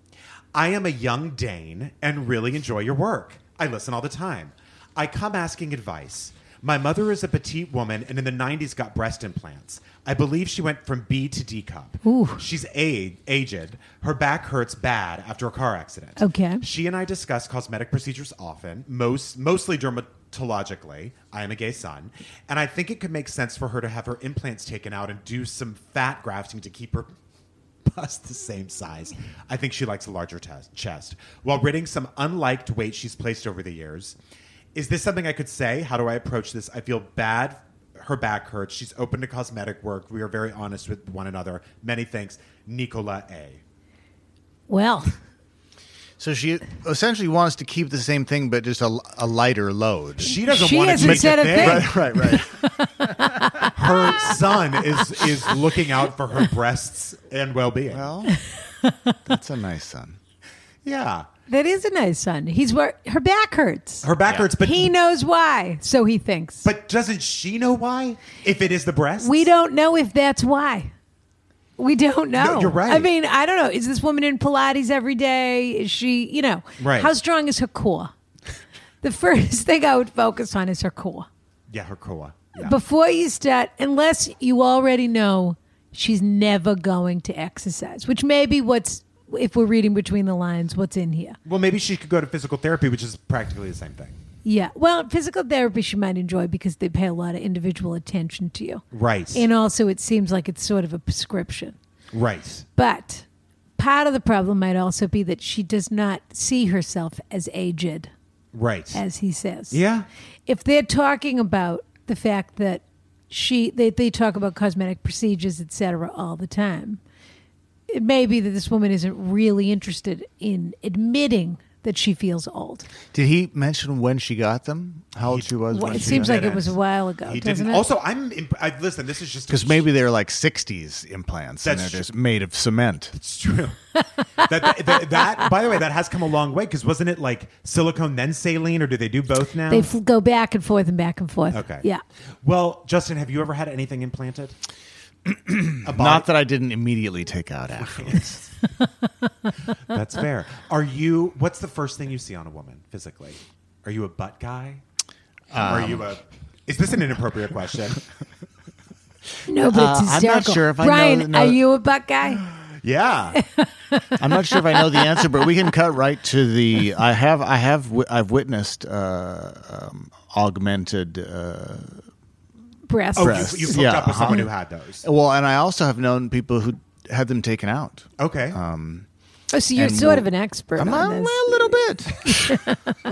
Speaker 2: I am a young Dane and really enjoy your work. I listen all the time. I come asking advice. My mother is a petite woman and in the 90s got breast implants. I believe she went from B to D cup. She's a- aged. Her back hurts bad after a car accident.
Speaker 1: Okay.
Speaker 2: She and I discuss cosmetic procedures often, most mostly dermatologically. I am a gay son, and I think it could make sense for her to have her implants taken out and do some fat grafting to keep her bust the same size. I think she likes a larger tes- chest, while ridding some unliked weight she's placed over the years. Is this something I could say? How do I approach this? I feel bad. Her back hurts. She's open to cosmetic work. We are very honest with one another. Many thanks, Nicola A.
Speaker 1: Well,
Speaker 3: So she essentially wants to keep the same thing, but just a, a lighter load.
Speaker 2: She doesn't
Speaker 1: She
Speaker 2: want to
Speaker 1: hasn't
Speaker 2: make
Speaker 1: said a
Speaker 2: it big.
Speaker 1: thing.
Speaker 3: right, right, right.
Speaker 2: her son is is looking out for her breasts and well-being.
Speaker 3: well, that's a nice son.
Speaker 2: yeah,
Speaker 1: that is a nice son. He's where her back hurts.
Speaker 2: her back hurts, but
Speaker 1: he knows why, so he thinks.
Speaker 2: but doesn't she know why? If it is the breasts,
Speaker 1: We don't know if that's why. We don't know.
Speaker 2: you're right.
Speaker 1: I mean, I don't know. Is this woman in Pilates every day? Is she, you know,
Speaker 2: Right.
Speaker 1: how strong is her core? The first thing I would focus on is her core.
Speaker 2: Yeah, her koa. Yeah.
Speaker 1: Before you start, unless you already know she's never going to exercise, which may be what's, if we're reading between the lines, what's in here.
Speaker 2: well, maybe she could go to physical therapy, which is practically the same thing.
Speaker 1: Yeah. Well, physical therapy she might enjoy because they pay a lot of individual attention to you.
Speaker 2: Right.
Speaker 1: And also, it seems like it's sort of a prescription.
Speaker 2: Right.
Speaker 1: But part of the problem might also be that she does not see herself as aged,
Speaker 2: Right.
Speaker 1: as he says.
Speaker 2: yeah.
Speaker 1: If they're talking about the fact that she they, they talk about cosmetic procedures, etc., all the time, it may be that this woman isn't really interested in admitting that she feels old.
Speaker 3: Did he mention when she got them? How old she was?
Speaker 1: Well,
Speaker 3: when
Speaker 1: it
Speaker 3: she
Speaker 1: seems
Speaker 3: got
Speaker 1: like it was a while ago,
Speaker 2: He
Speaker 1: doesn't
Speaker 2: didn't.
Speaker 1: it?
Speaker 2: Also, I'm. Imp- I, listen, this is just
Speaker 3: Because maybe they're like '60s implants, and
Speaker 2: That's
Speaker 3: they're just made of cement.
Speaker 2: It's true. that, that, that, that- by the way, that has come a long way because wasn't it like silicone then saline, or do they do both now?
Speaker 1: they fl- go back and forth and back and forth.
Speaker 2: um, okay.
Speaker 1: Yeah.
Speaker 2: Well, Justin, have you ever had anything implanted? A body-
Speaker 3: Not that I didn't immediately take out afterwards.
Speaker 1: Uh,
Speaker 2: That's fair. Are you? What's the first thing you see on a woman physically? Are you a butt guy? are
Speaker 3: Um,
Speaker 2: you a? Is this an inappropriate question?
Speaker 1: No, but it's
Speaker 3: Uh, I'm not
Speaker 1: hysterical.
Speaker 3: sure if I know-
Speaker 1: Brian,
Speaker 3: know-
Speaker 1: are you a butt guy?
Speaker 2: yeah.
Speaker 3: I'm not sure if I know the answer, but we can cut right to the. I have, I have, wi- I've witnessed uh, um, augmented. Uh,
Speaker 1: Breasts.
Speaker 2: Oh,
Speaker 3: Breasts.
Speaker 2: you, you hooked
Speaker 3: Yeah,
Speaker 2: up with
Speaker 3: uh-huh.
Speaker 2: someone who had those.
Speaker 3: well, and I also have known people who had them taken out.
Speaker 2: Okay.
Speaker 3: Um,
Speaker 1: Oh, so you're
Speaker 3: And
Speaker 1: sort
Speaker 3: we'll-
Speaker 1: of an expert
Speaker 3: I'm
Speaker 1: on
Speaker 3: a,
Speaker 1: this.
Speaker 3: a little bit.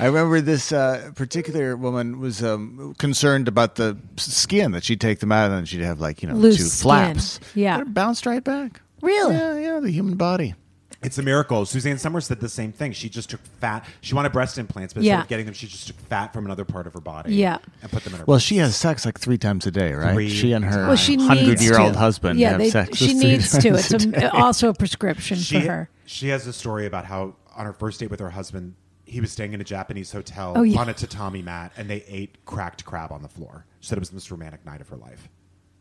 Speaker 3: I remember this uh, particular woman was um, concerned about the s- skin that she'd take them out and then she'd have like you know
Speaker 1: Loose
Speaker 3: two
Speaker 1: skin.
Speaker 3: flaps.
Speaker 1: Yeah.
Speaker 3: they bounced right back.
Speaker 1: Really?
Speaker 3: Yeah, yeah. The human body.
Speaker 2: It's a miracle. Suzanne Summers said the same thing. She just took fat. She wanted breast implants, but instead
Speaker 1: Yeah.
Speaker 2: of getting them, she just took fat from another part of her body.
Speaker 1: Yeah.
Speaker 2: And put them in her.
Speaker 3: Well, she has sex like three times a day, right?
Speaker 2: Three
Speaker 3: she and her
Speaker 1: Well, she needs
Speaker 3: hundred-year-old
Speaker 1: to.
Speaker 3: husband
Speaker 1: Yeah,
Speaker 3: have
Speaker 1: they-
Speaker 3: sex.
Speaker 1: She
Speaker 3: just three
Speaker 1: needs to.
Speaker 3: times
Speaker 1: It's
Speaker 3: a
Speaker 1: a,
Speaker 3: day.
Speaker 1: also a prescription
Speaker 2: she,
Speaker 1: for her.
Speaker 2: she has a story about how on her first date with her husband, he was staying in a Japanese hotel
Speaker 1: Oh, yeah.
Speaker 2: on a tatami mat, and they ate cracked crab on the floor. She said it was the most romantic night of her life.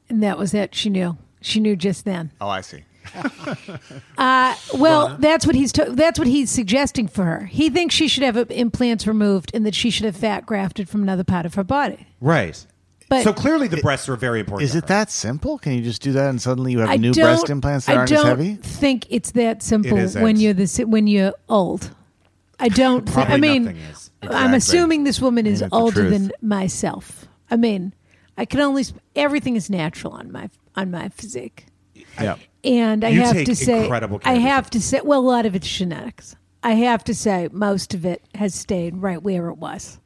Speaker 1: And that was it. She knew. She knew just then. Uh,
Speaker 3: Oh, I see.
Speaker 1: Well, that's what he's to- that's what he's suggesting for her. He thinks she should have uh, implants removed and that she should have fat grafted from another part of her body.
Speaker 2: Right.
Speaker 1: But-
Speaker 2: so clearly, the breasts are very important.
Speaker 3: Is
Speaker 2: to
Speaker 3: it
Speaker 2: her.
Speaker 3: that simple? Can you just do that and suddenly you have
Speaker 1: I
Speaker 3: new
Speaker 1: don't,
Speaker 3: breast implants that
Speaker 1: I
Speaker 3: aren't
Speaker 1: don't
Speaker 3: as heavy?
Speaker 1: think it's that simple
Speaker 2: It isn't.
Speaker 1: when you're this when you're old. I don't. thi-
Speaker 2: Probably
Speaker 1: I mean,
Speaker 2: nothing is.
Speaker 1: I'm
Speaker 3: Exactly.
Speaker 1: assuming this woman is
Speaker 3: Ain't it the
Speaker 1: older
Speaker 3: truth?
Speaker 1: than myself. I mean, I can only sp- everything is natural on my on my physique,
Speaker 3: Yeah.
Speaker 1: and I
Speaker 2: You
Speaker 1: have
Speaker 2: take
Speaker 1: to say,
Speaker 2: incredible care
Speaker 1: I
Speaker 2: of
Speaker 1: have to say, well, a lot of it's genetics. I have to say, most of it has stayed right where it was.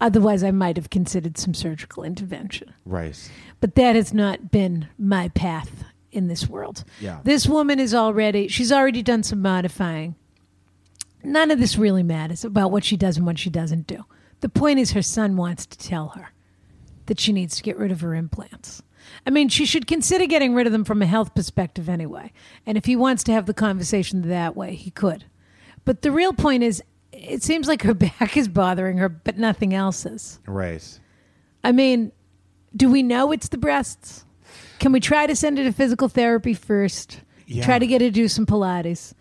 Speaker 1: Otherwise, I might have considered some surgical intervention
Speaker 2: Right.
Speaker 1: but that has not been my path in this world.
Speaker 2: Yeah.
Speaker 1: This woman is already she's already done some modifying. None of this really matters about what she does and what she doesn't do. The point is her son wants to tell her that she needs to get rid of her implants. I mean, she should consider getting rid of them from a health perspective anyway. And if he wants to have the conversation that way, he could. But the real point is it seems like her back is bothering her, but nothing else is.
Speaker 2: Right.
Speaker 1: I mean, do we know it's the breasts? Can we try to send her to physical therapy first?
Speaker 2: Yeah.
Speaker 1: Try to get her to do some Pilates.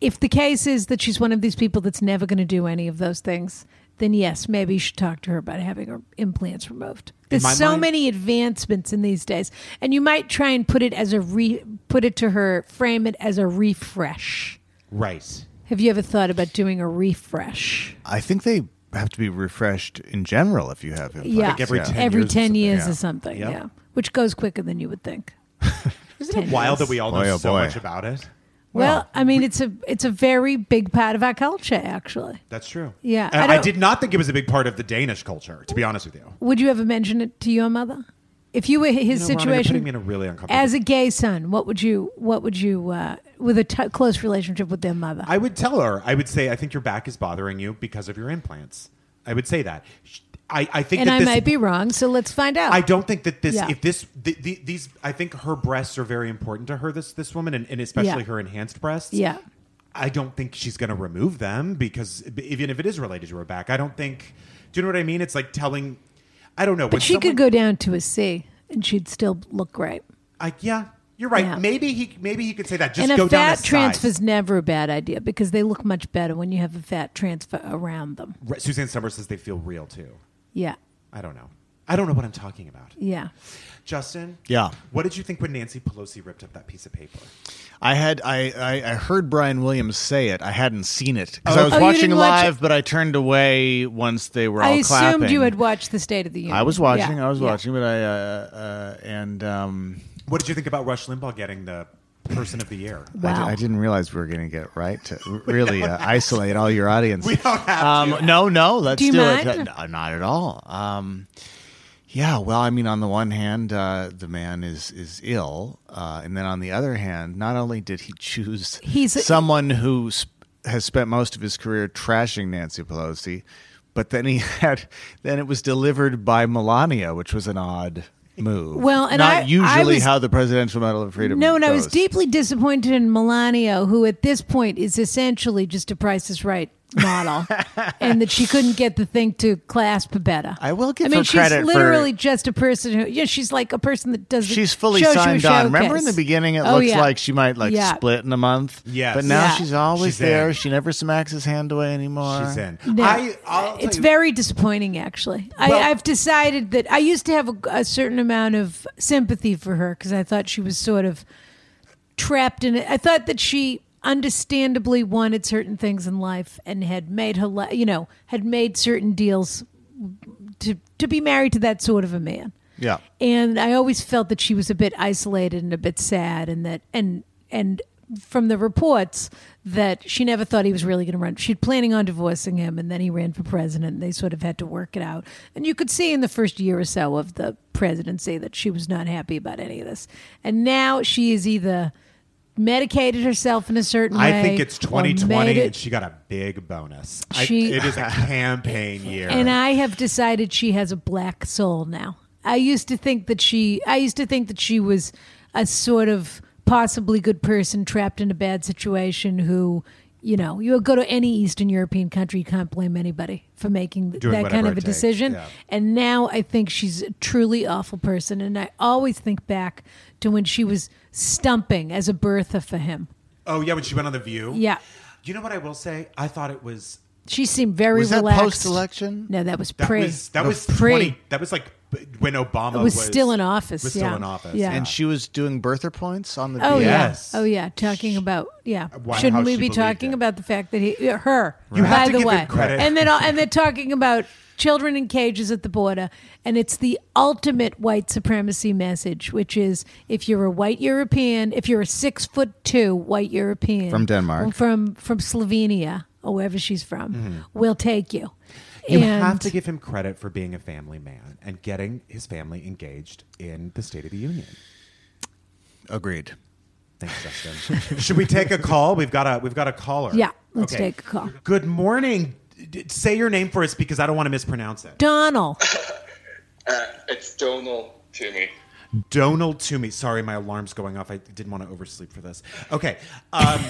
Speaker 1: if the case is that she's one of these people that's never going to do any of those things, then yes, maybe you should talk to her about having her implants removed. There's
Speaker 2: my
Speaker 1: so
Speaker 2: mind-
Speaker 1: many advancements in these days, and you might try and put it as a re put it to her, frame it as a refresh.
Speaker 2: Right.
Speaker 1: Have you ever thought about doing a refresh?
Speaker 3: I think they have to be refreshed in general if you have implants.
Speaker 1: yeah,
Speaker 2: every 10
Speaker 1: every
Speaker 2: years or
Speaker 1: 10
Speaker 2: something.
Speaker 1: years
Speaker 3: Yeah.
Speaker 1: or something.
Speaker 2: Yep.
Speaker 1: Yeah, which goes quicker than you would think. Isn't it
Speaker 2: Wild that we all know
Speaker 3: Boy, oh,
Speaker 2: so
Speaker 3: boy.
Speaker 2: much about it.
Speaker 1: Well, I mean, it's a it's a very big part of our culture, actually.
Speaker 2: That's true.
Speaker 1: Yeah,
Speaker 2: And
Speaker 1: I
Speaker 2: I,
Speaker 1: don't-
Speaker 2: did not think it was a big part of the Danish culture, to be honest with you.
Speaker 1: Would you ever mention it to your mother? If you were his
Speaker 2: You know, Ronnie, you're
Speaker 1: situation
Speaker 2: putting me in a really uncomfortable
Speaker 1: as a gay son, what would you what would you uh, with a t- close relationship with their mother?
Speaker 2: I would tell her. I would say, I think your back is bothering you because of your implants. I would say that. Sh- I, I think
Speaker 1: and
Speaker 2: that
Speaker 1: I
Speaker 2: this,
Speaker 1: might be wrong, so let's find out.
Speaker 2: I don't think that this.
Speaker 1: Yeah.
Speaker 2: If this, th- th- these, I think her breasts are very important to her. This, this woman, and, and especially
Speaker 1: Yeah.
Speaker 2: her enhanced breasts.
Speaker 1: Yeah.
Speaker 2: I don't think she's going to remove them because b- even if it is related to her back, I don't think. Do you know what I mean? It's like telling. I don't know.
Speaker 1: but she could go down to a C, and she'd still look great.
Speaker 2: I, yeah, you're right.
Speaker 1: Yeah.
Speaker 2: Maybe he. Maybe he could say that. Just
Speaker 1: and
Speaker 2: go
Speaker 1: a
Speaker 2: down a
Speaker 1: fat
Speaker 2: size.
Speaker 1: transfer's never a bad idea because they look much better when you have a fat transfer around them.
Speaker 2: Right, Suzanne Summers says they feel real too.
Speaker 1: Yeah,
Speaker 2: I don't know. I don't know what I'm talking about.
Speaker 1: yeah.
Speaker 2: Justin?
Speaker 3: Yeah.
Speaker 2: What did you think when Nancy Pelosi ripped up that piece of paper?
Speaker 3: I had I, I I heard Brian Williams say it. I hadn't seen it because I was
Speaker 1: Oh, you
Speaker 3: watching
Speaker 1: didn't watch
Speaker 3: live, but I turned away once they were all
Speaker 1: I assumed
Speaker 3: clapping.
Speaker 1: you had watched the State of the Union.
Speaker 3: I was watching.
Speaker 1: Yeah,
Speaker 3: I was
Speaker 1: yeah.
Speaker 3: watching, but I uh, uh, and um,
Speaker 2: What did you think about Rush Limbaugh getting the person of the year?
Speaker 3: I di-
Speaker 1: Wow.
Speaker 3: I didn't realize we were going to get right to r- really uh, isolate all your audience.
Speaker 2: We don't have
Speaker 3: um, No, no, let's
Speaker 1: Do you
Speaker 3: it. Uh,
Speaker 1: mind?
Speaker 3: No, not at all. Um, yeah, well, I mean, on the one hand, uh, the man is is ill, uh, and then on the other hand, not only did he choose
Speaker 1: He's-
Speaker 3: someone who sp- has spent most of his career trashing Nancy Pelosi, but then he had then it was delivered by Melania, which was an odd move.
Speaker 1: Well, and
Speaker 3: not
Speaker 1: I- I
Speaker 3: usually
Speaker 1: was-
Speaker 3: how the Presidential Medal of Freedom.
Speaker 1: No, and I was
Speaker 3: goes.
Speaker 1: deeply disappointed in Melania, who at this point is essentially just a Price is Right model, and that she couldn't get the thing to clasp better.
Speaker 3: I will give
Speaker 1: I mean,
Speaker 3: her
Speaker 1: she's
Speaker 3: credit for-
Speaker 1: literally just a person who, yeah, she's like a person that does.
Speaker 3: She's fully signed on. Remember in the beginning, it
Speaker 1: Oh,
Speaker 3: looks
Speaker 1: yeah.
Speaker 3: like she might like
Speaker 1: Yeah.
Speaker 3: split in a month.
Speaker 2: Yes.
Speaker 3: but now
Speaker 1: Yeah.
Speaker 3: she's always
Speaker 2: She's
Speaker 3: there.
Speaker 2: in.
Speaker 3: She never smacks his hand away anymore.
Speaker 2: She's in.
Speaker 1: No,
Speaker 2: I, I'll tell
Speaker 1: it's
Speaker 2: you-
Speaker 1: very disappointing, actually.
Speaker 2: Well-
Speaker 1: I, I've decided that I used to have a, a certain amount of sympathy for her because I thought she was sort of trapped in it. I thought that she understandably wanted certain things in life and had made her, li- you know, had made certain deals to to be married to that sort of a man.
Speaker 3: Yeah.
Speaker 1: And I always felt that she was a bit isolated and a bit sad, and that and and from the reports that she never thought he was really going to run. She'd planning on divorcing him, and then he ran for president. And they sort of had to work it out, and you could see in the first year or so of the presidency that she was not happy about any of this. And now she is either medicated herself in a certain way.
Speaker 2: I think it's
Speaker 1: or made
Speaker 2: 2020
Speaker 1: it-
Speaker 2: and she got a big bonus. I-
Speaker 1: She-
Speaker 2: it is a campaign year.
Speaker 1: And I have decided she has a black soul now. I used to think that she I used to think that she was a sort of possibly good person trapped in a bad situation who you know, you go to any Eastern European country, you can't blame anybody for making th-
Speaker 2: Doing
Speaker 1: that kind of a
Speaker 2: whatever it takes,
Speaker 1: decision.
Speaker 2: yeah.
Speaker 1: And now I think she's a truly awful person. And I always think back to when she was stumping as a Bertha for him.
Speaker 2: oh, yeah, when she went on The View.
Speaker 1: Yeah.
Speaker 2: You know what I will say? I thought it was.
Speaker 1: She seemed very
Speaker 3: Was that
Speaker 1: relaxed.
Speaker 3: post-election?
Speaker 1: No, that was
Speaker 2: That
Speaker 1: pre.
Speaker 2: was that
Speaker 1: No,
Speaker 2: was
Speaker 1: pre.
Speaker 2: 20, that was like b- when Obama
Speaker 1: was still in office,
Speaker 2: Was still
Speaker 1: yeah.
Speaker 2: in office.
Speaker 1: Yeah.
Speaker 3: and she was doing birther points on the.
Speaker 1: Oh
Speaker 3: VA.
Speaker 2: Yes.
Speaker 1: yeah. Oh yeah. Talking about yeah.
Speaker 2: Why- how
Speaker 1: Shouldn't we
Speaker 2: she
Speaker 1: be
Speaker 2: believed
Speaker 1: talking
Speaker 2: it.
Speaker 1: about the fact that he yeah, her
Speaker 2: You
Speaker 1: by
Speaker 2: have to
Speaker 1: the
Speaker 2: give
Speaker 1: way,
Speaker 2: him credit.
Speaker 1: and then all- and they're talking about children in cages at the border, and it's the ultimate white supremacy message, which is if you're a white European, if you're a six foot two white European
Speaker 3: From Denmark.
Speaker 1: or from from Slovenia or wherever she's from, we'll take you.
Speaker 2: Mm-hmm. You
Speaker 1: and
Speaker 2: have to give him credit for being a family man and getting his family engaged in the State of the Union.
Speaker 3: agreed.
Speaker 2: Thanks, Justin. Should we take a call? We've got a we've got a caller.
Speaker 1: yeah, let's
Speaker 2: Okay.
Speaker 1: take a call.
Speaker 2: Good morning. D- Say your name for us because I don't want to mispronounce it.
Speaker 1: Donald.
Speaker 4: Uh, it's Donal to me.
Speaker 2: Donald Toomey. Sorry, my alarm's going off. I didn't want to oversleep for this. Okay. Um,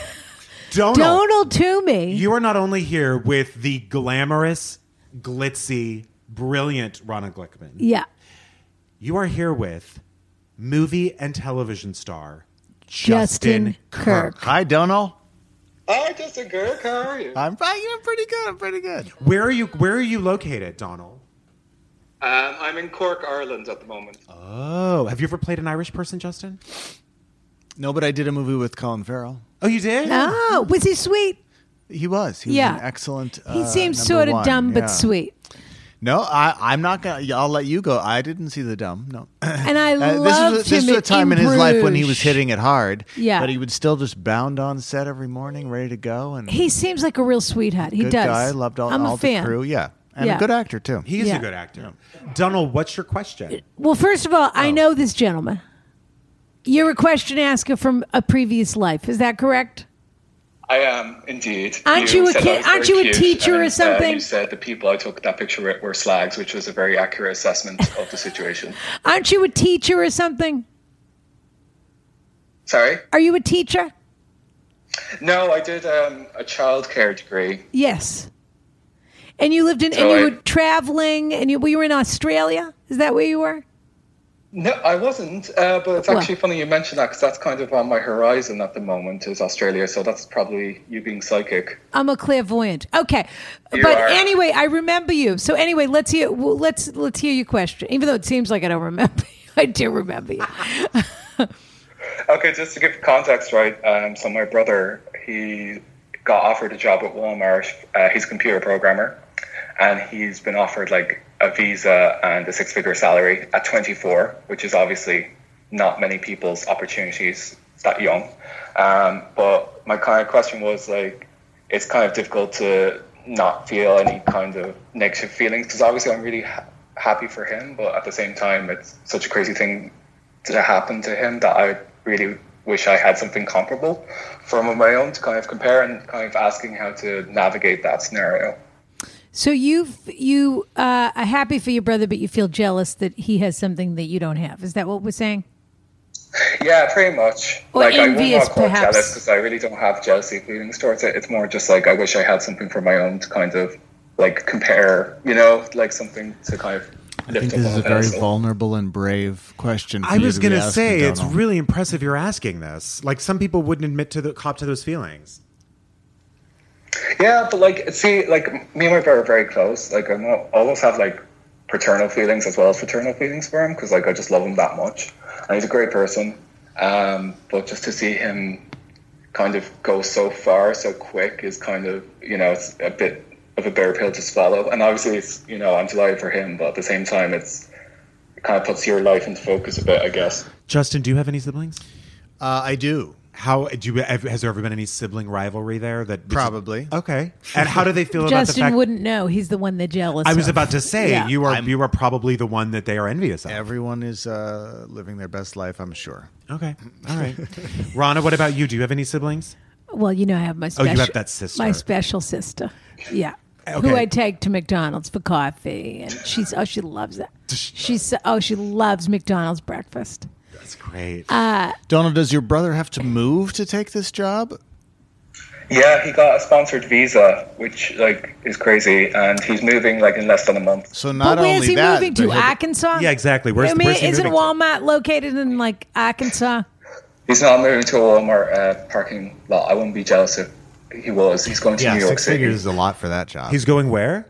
Speaker 2: Donald,
Speaker 1: Donald Toomey.
Speaker 2: you are not only here with the glamorous, glitzy, brilliant Ronna Glickman.
Speaker 1: yeah.
Speaker 2: You are here with movie and television star
Speaker 1: Justin
Speaker 2: Justin, Kirk.
Speaker 1: Kirk.
Speaker 3: Hi, Donald.
Speaker 4: Hi, Justin Kirk. How are you?
Speaker 3: I'm fine. I'm pretty good. I'm pretty good.
Speaker 2: Where are you? Where are you located, Donald?
Speaker 4: Um, I'm in Cork, Ireland at the moment.
Speaker 2: Oh, have you ever played an Irish person, Justin?
Speaker 3: No, but I did a movie with Colin Farrell.
Speaker 2: Oh, you did.
Speaker 1: Oh, was he sweet?
Speaker 3: He was. He was
Speaker 1: Yeah.
Speaker 3: an excellent.
Speaker 1: He
Speaker 3: uh,
Speaker 1: seems
Speaker 3: number
Speaker 1: sort of
Speaker 3: one.
Speaker 1: dumb
Speaker 3: Yeah.
Speaker 1: but sweet.
Speaker 3: No, I, I'm not gonna. I'll let you go. I didn't see the dumb. No,
Speaker 1: And I
Speaker 3: Uh,
Speaker 1: loved
Speaker 3: this was this
Speaker 1: him
Speaker 3: was a
Speaker 1: at
Speaker 3: time in his life when he was
Speaker 1: Bruges.
Speaker 3: hitting it hard.
Speaker 1: Yeah.
Speaker 3: but he would still just bound on set every morning, ready to go. And
Speaker 1: He seems like a real sweetheart. He
Speaker 3: good
Speaker 1: does.
Speaker 3: guy, loved all,
Speaker 1: I'm
Speaker 3: all
Speaker 1: a fan.
Speaker 3: the crew. Yeah, and
Speaker 1: Yeah.
Speaker 3: a good actor too.
Speaker 2: He is
Speaker 1: Yeah.
Speaker 2: a good actor. Donald, what's your question?
Speaker 1: Well, first of all,
Speaker 3: Oh.
Speaker 1: I know this gentleman. You're a question asker from a previous life. Is that correct?
Speaker 4: I am indeed.
Speaker 1: Aren't you a
Speaker 4: said I
Speaker 1: kid-
Speaker 4: was very
Speaker 1: aren't you a
Speaker 4: cute,
Speaker 1: teacher or
Speaker 4: and, uh,
Speaker 1: something?
Speaker 4: you said the people I took that picture with were slags, which was a very accurate assessment of the situation.
Speaker 1: Aren't you a teacher or something?
Speaker 4: Sorry.
Speaker 1: Are you a teacher?
Speaker 4: No, I did um, a childcare degree.
Speaker 1: Yes. And you lived in,
Speaker 4: So
Speaker 1: and you
Speaker 4: I-
Speaker 1: were traveling, and you, we were in Australia. Is that where you were?
Speaker 4: No, I wasn't. Uh, but it's actually
Speaker 1: Well-
Speaker 4: funny you mentioned that because that's kind of on my horizon at the moment is Australia. So that's probably you being psychic.
Speaker 1: I'm a clairvoyant. Okay,
Speaker 4: You
Speaker 1: but
Speaker 4: are.
Speaker 1: anyway, I remember you. So anyway, let's hear well, let's let's hear your question. Even though it seems like I don't remember, you, I do remember you.
Speaker 4: Okay, just to give context, right? Um, so my brother, he got offered a job at Walmart. Uh, he's a computer programmer, and he's been offered like a visa and a six-figure salary at 24, which is obviously not many people's opportunities that young. Um, but my kind of question was like, it's kind of difficult to not feel any kind of negative feelings because obviously I'm really ha- happy for him, but at the same time, it's such a crazy thing to happen to him that I really wish I had something comparable from of my own to kind of compare and kind of asking how to navigate that scenario.
Speaker 1: So you you uh, are happy for your brother, but you feel jealous that he has something that you don't have. Is that what we're saying?
Speaker 4: Yeah, pretty much.
Speaker 1: Or
Speaker 4: like I
Speaker 1: envious,
Speaker 4: would not call it
Speaker 1: perhaps.
Speaker 4: jealous because I really don't have jealousy feelings towards it. It's more just like I wish I had something for my own to kind of like compare, you know, like something to kind of
Speaker 3: I think this is a very vulnerable and brave question. for
Speaker 2: I
Speaker 3: you
Speaker 2: was
Speaker 3: to be
Speaker 2: gonna
Speaker 3: asking,
Speaker 2: say it's
Speaker 3: Donald.
Speaker 2: really impressive you're asking this. Like some people wouldn't admit to the cop to those feelings.
Speaker 4: Yeah, but like, see, like me and my brother are very close. Like, I know- always have like paternal feelings as well as fraternal feelings for him because like I just love him that much, and he's a great person. Um, but just to see him kind of go so far so quick is kind of you know it's a bit of a bitter pill to swallow. And obviously, it's you know I'm delighted for him, but at the same time, it's it kind of puts your life into focus a bit, I guess.
Speaker 2: Justin, do you have any siblings?
Speaker 3: Uh, I do.
Speaker 2: How do you, have- has there ever been any sibling rivalry there? That
Speaker 3: Probably.
Speaker 2: okay. And how do they feel about the
Speaker 1: Justin
Speaker 2: fact?
Speaker 1: wouldn't know. He's the one they're jealous.
Speaker 2: I was
Speaker 1: of.
Speaker 2: about to say
Speaker 1: Yeah.
Speaker 2: you are you are probably the one that they are envious of.
Speaker 3: Everyone is uh, living their best life. I'm sure.
Speaker 2: Okay, all right. Rana, what about you? Do you have any siblings?
Speaker 1: Well, you know, I have my special.
Speaker 2: Oh, you have that sister.
Speaker 1: My special sister. Yeah.
Speaker 2: Okay.
Speaker 1: Who I take to McDonald's for coffee, and she's oh she loves it. She's oh she loves McDonald's breakfast.
Speaker 2: That's great.
Speaker 3: Donald, does your brother have to move to take this job?
Speaker 4: Yeah, he got a sponsored visa, which like is crazy, and he's moving like in less than a month.
Speaker 3: So
Speaker 1: But
Speaker 3: not
Speaker 1: where's
Speaker 3: only
Speaker 1: he
Speaker 3: that,
Speaker 1: moving
Speaker 3: but
Speaker 1: to
Speaker 3: he'll-
Speaker 1: Arkansas?
Speaker 2: Yeah, exactly. Where's-
Speaker 1: I mean,
Speaker 2: where's he
Speaker 1: isn't
Speaker 2: moving to?
Speaker 1: Walmart located in like Arkansas?
Speaker 4: He's not moving to a Walmart uh, parking lot. I wouldn't be jealous if he was. He's going to
Speaker 3: yeah,
Speaker 4: New York
Speaker 3: six
Speaker 4: City.
Speaker 3: figures is a lot for that job.
Speaker 2: He's going where?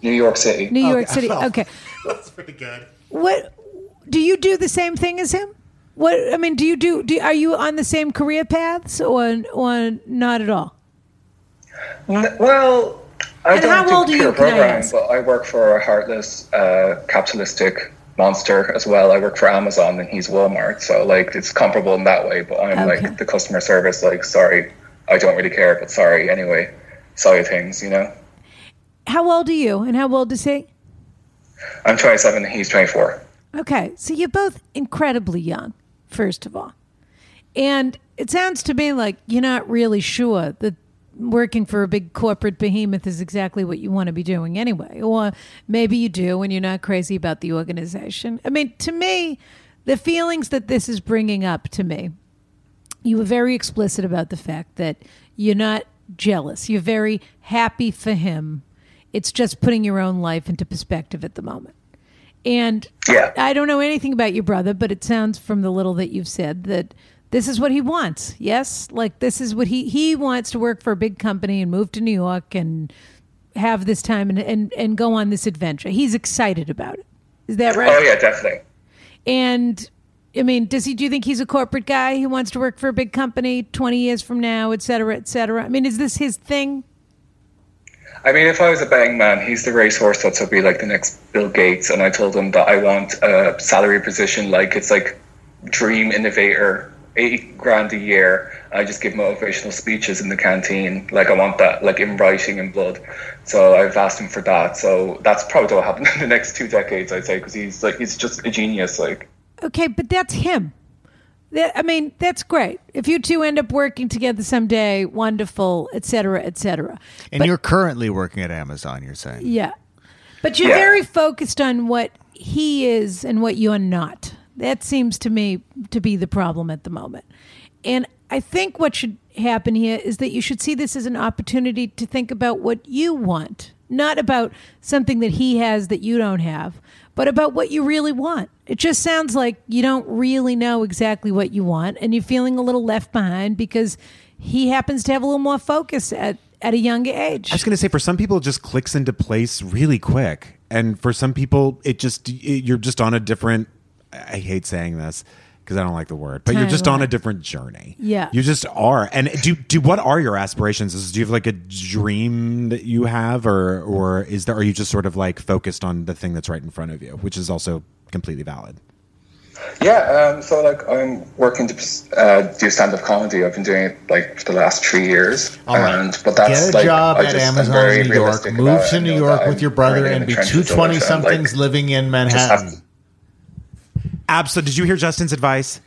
Speaker 4: New York City.
Speaker 2: Oh,
Speaker 1: New York City. Okay.
Speaker 2: That's pretty good.
Speaker 1: What do you do the same thing as him? What I mean, do you do, do are you on the same career paths or or not at all?
Speaker 4: N- well, I
Speaker 1: And
Speaker 4: don't
Speaker 1: how
Speaker 4: do
Speaker 1: old are you,
Speaker 4: pure
Speaker 1: can I
Speaker 4: programming,
Speaker 1: ask?
Speaker 4: but I work for a heartless, uh, capitalistic monster as well. I work for Amazon, and he's Walmart. So like, it's comparable in that way. But I'm
Speaker 1: Okay.
Speaker 4: like the customer service. Like, sorry, I don't really care, but sorry anyway. Sorry things, you know.
Speaker 1: How old are you and how old is he?
Speaker 4: I'm 27, and he's 24.
Speaker 1: Okay, so you're both incredibly young, first of all. And it sounds to me like you're not really sure that working for a big corporate behemoth is exactly what you want to be doing anyway. Or maybe you do and you're not crazy about the organization. I mean, to me, the feelings that this is bringing up to me, you were very explicit about the fact that you're not jealous, you're very happy for him. It's just putting your own life into perspective at the moment. And
Speaker 4: Yeah.
Speaker 1: I don't know anything about your brother, but it sounds from the little that you've said that this is what he wants. Yes, like this is what he he wants to work for a big company and move to New York and have this time and and, and go on this adventure. He's excited about it. Is that right?
Speaker 4: Oh yeah, definitely.
Speaker 1: And I mean, does he? Do you think he's a corporate guy who wants to work for a big company twenty years from now, et cetera, et cetera? I mean, is this his thing?
Speaker 4: I mean, if I was a betting man, he's the racehorse that's will be like the next Bill Gates, and I told him that I want a salary position like it's like dream innovator, eight grand a year. I just give motivational speeches in the canteen, like I want that, like in writing in blood. So I've asked him for that. So that's probably what will happen in the next two decades, I'd say, because he's like he's just a genius, like.
Speaker 1: Okay, but that's him. That, I mean, that's great. If you two end up working together someday, wonderful, et cetera, et cetera.
Speaker 3: And you're currently working at Amazon, you're saying.
Speaker 1: Yeah. But you're
Speaker 4: Yeah.
Speaker 1: very focused on what he is and what you're not. That seems to me to be the problem at the moment. And I think what should happen here is that you should see this as an opportunity to think about what you want, not about something that he has that you don't have, but about what you really want. It just sounds like you don't really know exactly what you want and you're feeling a little left behind because he happens to have a little more focus at, at a younger age.
Speaker 2: I was going to say, for some people, it just clicks into place really quick, and for some people, it just it- you're just on a different. I hate saying this because I don't like the word, but you're just on a
Speaker 1: Timeline.
Speaker 2: different journey.
Speaker 1: Yeah.
Speaker 2: you just are. And do do what are your aspirations? Is do you have like a dream that you have, or or is there are you just sort of like focused on the thing that's right in front of you, which is also completely valid.
Speaker 4: Yeah, um, so like I'm working to uh, do stand up comedy. I've been doing it like for the last three years.
Speaker 3: All right.
Speaker 4: And but that's
Speaker 3: Get a
Speaker 4: like,
Speaker 3: job
Speaker 4: I
Speaker 3: at
Speaker 4: just, I'm
Speaker 3: Amazon
Speaker 4: very
Speaker 3: in New York.
Speaker 4: realistic
Speaker 3: Move
Speaker 4: about it.
Speaker 3: to
Speaker 4: I
Speaker 3: New
Speaker 4: know
Speaker 3: York
Speaker 4: that
Speaker 3: with
Speaker 4: I'm
Speaker 3: your brother
Speaker 4: already
Speaker 3: and
Speaker 4: in the
Speaker 3: be
Speaker 4: trenches
Speaker 3: two
Speaker 4: all the time,
Speaker 3: twenty somethings
Speaker 4: like-
Speaker 3: living in
Speaker 4: just have
Speaker 3: Manhattan.
Speaker 2: Absolutely. Did you hear Justin's advice?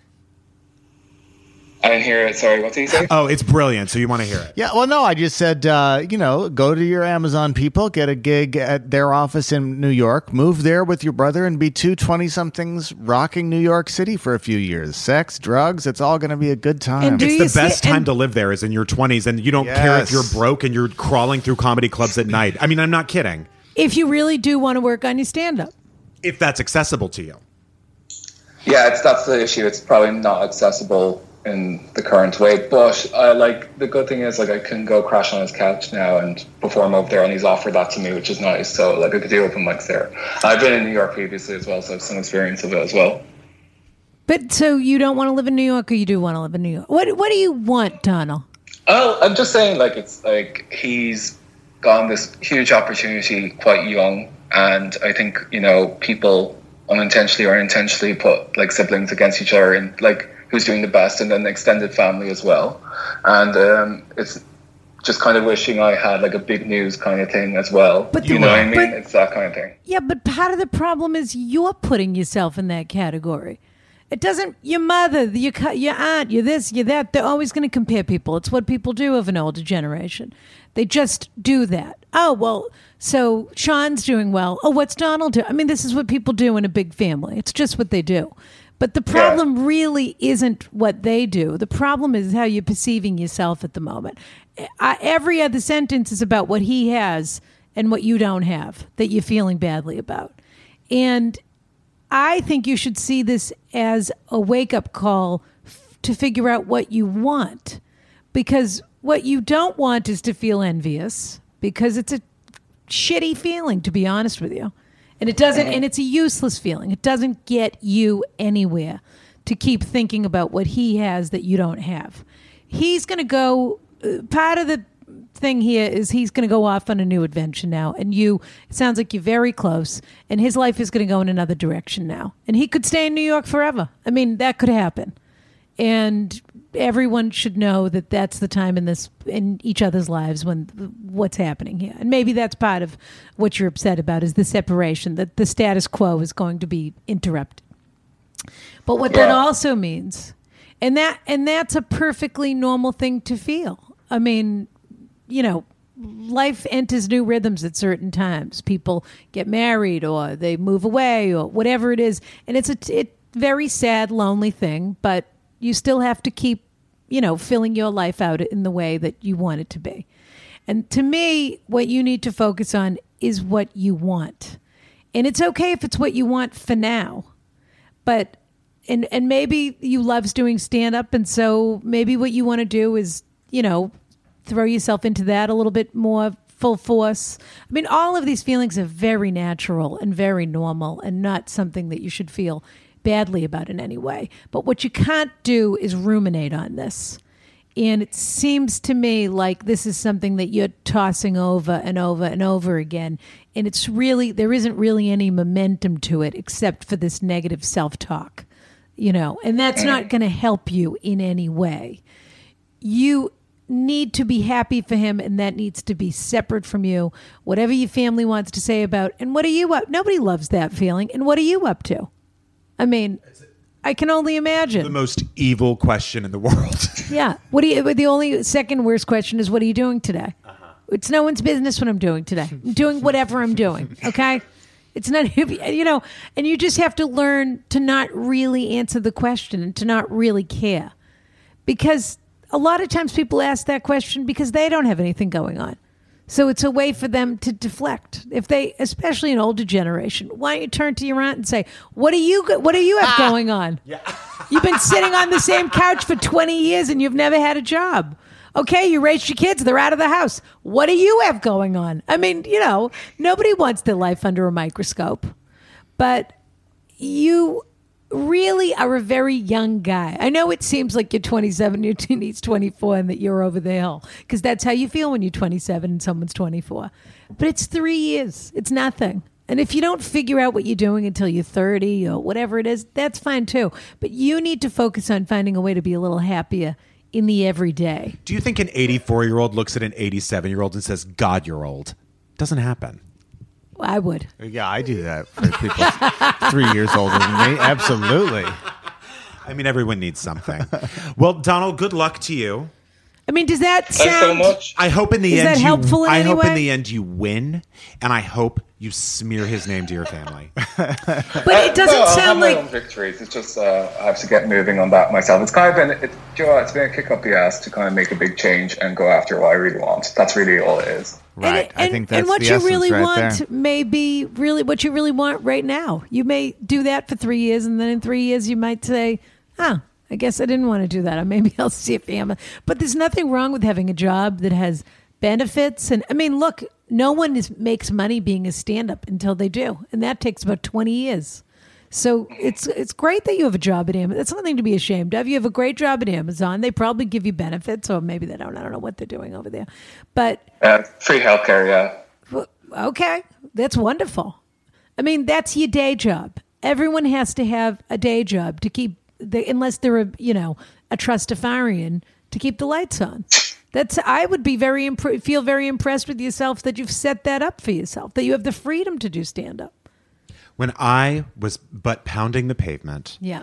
Speaker 4: I didn't hear it. Sorry, what did you say?
Speaker 2: Oh, it's brilliant. So you want to hear it?
Speaker 3: Yeah, well, no, I just said, uh, you know, go to your Amazon people, get a gig at their office in New York, move there with your brother, and be two 20 somethings rocking New York City for a few years. Sex, drugs, it's all going to be a good time.
Speaker 1: do you
Speaker 2: It's the
Speaker 1: say-
Speaker 2: best time
Speaker 1: and-
Speaker 2: to live there is in your 20s, and you don't care if
Speaker 3: Yes.
Speaker 2: you're broke and you're crawling through comedy clubs at night. I mean, I'm not kidding.
Speaker 1: if you really do want to work on your stand up.
Speaker 2: If that's accessible to you.
Speaker 4: Yeah, it's that's the issue. It's probably not accessible in the current way. But I like the good thing is like I can go crash on his couch now and perform over there, and he's offered that to me, which is nice. So like I could do open mics there. I've been in New York previously as well, so I have some experience of it as well.
Speaker 1: But so you don't want to live in New York, or you do want to live in New York? What What do you want, Donald?
Speaker 4: Oh, I'm just saying, like it's like he's gotten this huge opportunity quite young, and I think you know people unintentionally or intentionally put like siblings against each other, and like who's doing the best, and then the extended family as well, and um, it's just kind of wishing I had like a big news kind of thing as well.
Speaker 1: But
Speaker 4: you
Speaker 1: the-
Speaker 4: know what I mean?
Speaker 1: but-
Speaker 4: it's that kind of thing.
Speaker 1: Yeah, but part of the problem is you're putting yourself in that category. It doesn't. Your mother, your cu- your aunt, you're this, you're that. They're always going to compare people. It's what people do of an older generation. They just do that. Oh well, so Sean's doing well. Oh, what's Donald do? I mean, this is what people do in a big family. It's just what they do. But the problem really isn't what they do. The problem is how you're perceiving yourself at the moment. I, every other sentence is about what he has and what you don't have that you're feeling badly about. And I think you should see this as a wake up call f- to figure out what you want. Because what you don't want is to feel envious, because it's a shitty feeling, to be honest with you. And it doesn't, and it's a useless feeling. It doesn't get you anywhere to keep thinking about what he has that you don't have. He's going to go, uh, part of the thing here is he's going to go off on a new adventure now and you it sounds like you're very close and his life is going to go in another direction now and he could stay in new york forever i mean that could happen and everyone should know that that's the time in this in each other's lives when what's happening here and maybe that's part of what you're upset about is the separation that the status quo is going to be interrupted but what that
Speaker 4: Yeah.
Speaker 1: also means and that and that's a perfectly normal thing to feel i mean you know life enters new rhythms at certain times people get married or they move away or whatever it is and it's a it very sad lonely thing but you still have to keep you know filling your life out in the way that you want it to be and to me what you need to focus on is what you want and it's okay if it's what you want for now but and and maybe you loves doing stand up and so maybe what you want to do is you know throw yourself into that a little bit more full force i mean all of these feelings are very natural and very normal and not something that you should feel badly about in any way but what you can't do is ruminate on this and it seems to me like this is something that you're tossing over and over and over again. And it's really, there isn't really any momentum to it except for this negative self talk, you know, and that's not going to help you in any way. You need to be happy for him, and that needs to be separate from you. Whatever your family wants to say about, and what are you up? Nobody loves that feeling. And what are you up to? I mean, I can only imagine.
Speaker 2: The most evil question in the world.
Speaker 1: Yeah. What do you? The only second worst question is, what are you doing today? It's no one's business what I'm doing today. I'm doing whatever I'm doing. Okay. It's not you know, and you just have to learn to not really answer the question and to not really care, because a lot of times people ask that question because they don't have anything going on. So it's a way for them to deflect. If they, especially an older generation, why don't you turn to your aunt and say, "What are you? go- What do you have going on? You've been sitting on the same couch for twenty years and you've never had a job. Okay, you raised your kids; they're out of the house. What do you have going on? I mean, you know, nobody wants their life under a microscope, but you really are a very young guy. I know it seems like you're 27, your teenage's 24, and that you're over the hill because that's how you feel when you're 27 and someone's 24. But it's three years, it's nothing. And if you don't figure out what you're doing until you're 30 or whatever it is, that's fine too. But you need to focus on finding a way to be a little happier in the everyday.
Speaker 2: Do you think an 84 year old looks at an 87 year old and says, God, you're old? Doesn't happen.
Speaker 1: I would.
Speaker 3: Yeah, I do that for people three years older than me. Absolutely.
Speaker 2: I mean, everyone needs something. well, Donald, good luck to you.
Speaker 1: I mean, does that sound.
Speaker 4: Thanks so much.
Speaker 2: I hope in the
Speaker 1: Is
Speaker 2: end
Speaker 1: that
Speaker 2: you,
Speaker 1: helpful in
Speaker 2: I
Speaker 1: any
Speaker 2: hope in
Speaker 1: way?
Speaker 2: the end you win, and I hope you smear his name to your family.
Speaker 1: But it doesn't
Speaker 4: Uh, Well, I have
Speaker 1: sound
Speaker 4: my
Speaker 1: like.
Speaker 4: own victories. It's just uh, I have to get moving on that myself. It's kind of been it, do you know, what? it's been a kick up the ass to kind of make a big change and go after what I really want. That's really all it is.
Speaker 1: And-
Speaker 3: Right.
Speaker 1: And,
Speaker 3: I think that's
Speaker 1: and what
Speaker 3: the
Speaker 1: you
Speaker 3: essence
Speaker 1: really
Speaker 3: right
Speaker 1: want
Speaker 3: there.
Speaker 1: may be really what you really want right now. You may do that for three years, and then in three years you might say, "Huh, I guess I didn't want to do that. Or maybe I'll see a family." But there's nothing wrong with having a job that has benefits. And I mean, look, no one is, makes money being a stand-up until they do, and that takes about 20 years. So it's it's great that you have a job at Amazon. That's nothing to be ashamed of. You have a great job at Amazon. They probably give you benefits, or maybe they don't. I don't know what they're doing over there, but
Speaker 4: Uh, free healthcare, yeah.
Speaker 1: well, okay, that's wonderful. I mean, that's your day job. Everyone has to have a day job to keep the unless they're a you know a trustafarian to keep the lights on. That's I would be very impre- feel very impressed with yourself that you've set that up for yourself that you have the freedom to do stand up.
Speaker 2: when I was but pounding the pavement,
Speaker 1: Yeah.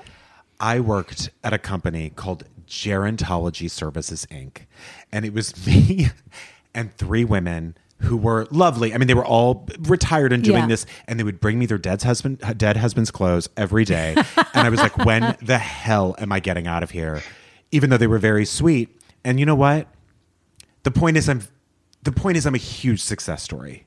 Speaker 2: I worked at a company called Gerontology Services Inc. And it was me and three women who were lovely. I mean, they were all retired and doing
Speaker 1: Yeah.
Speaker 2: this, and they would bring me their dead husband, uh, dead husband's clothes every day. and I was like, when the hell am I getting out of here? Even though they were very sweet. And you know what? The point is, I'm the point is, I'm a huge success story.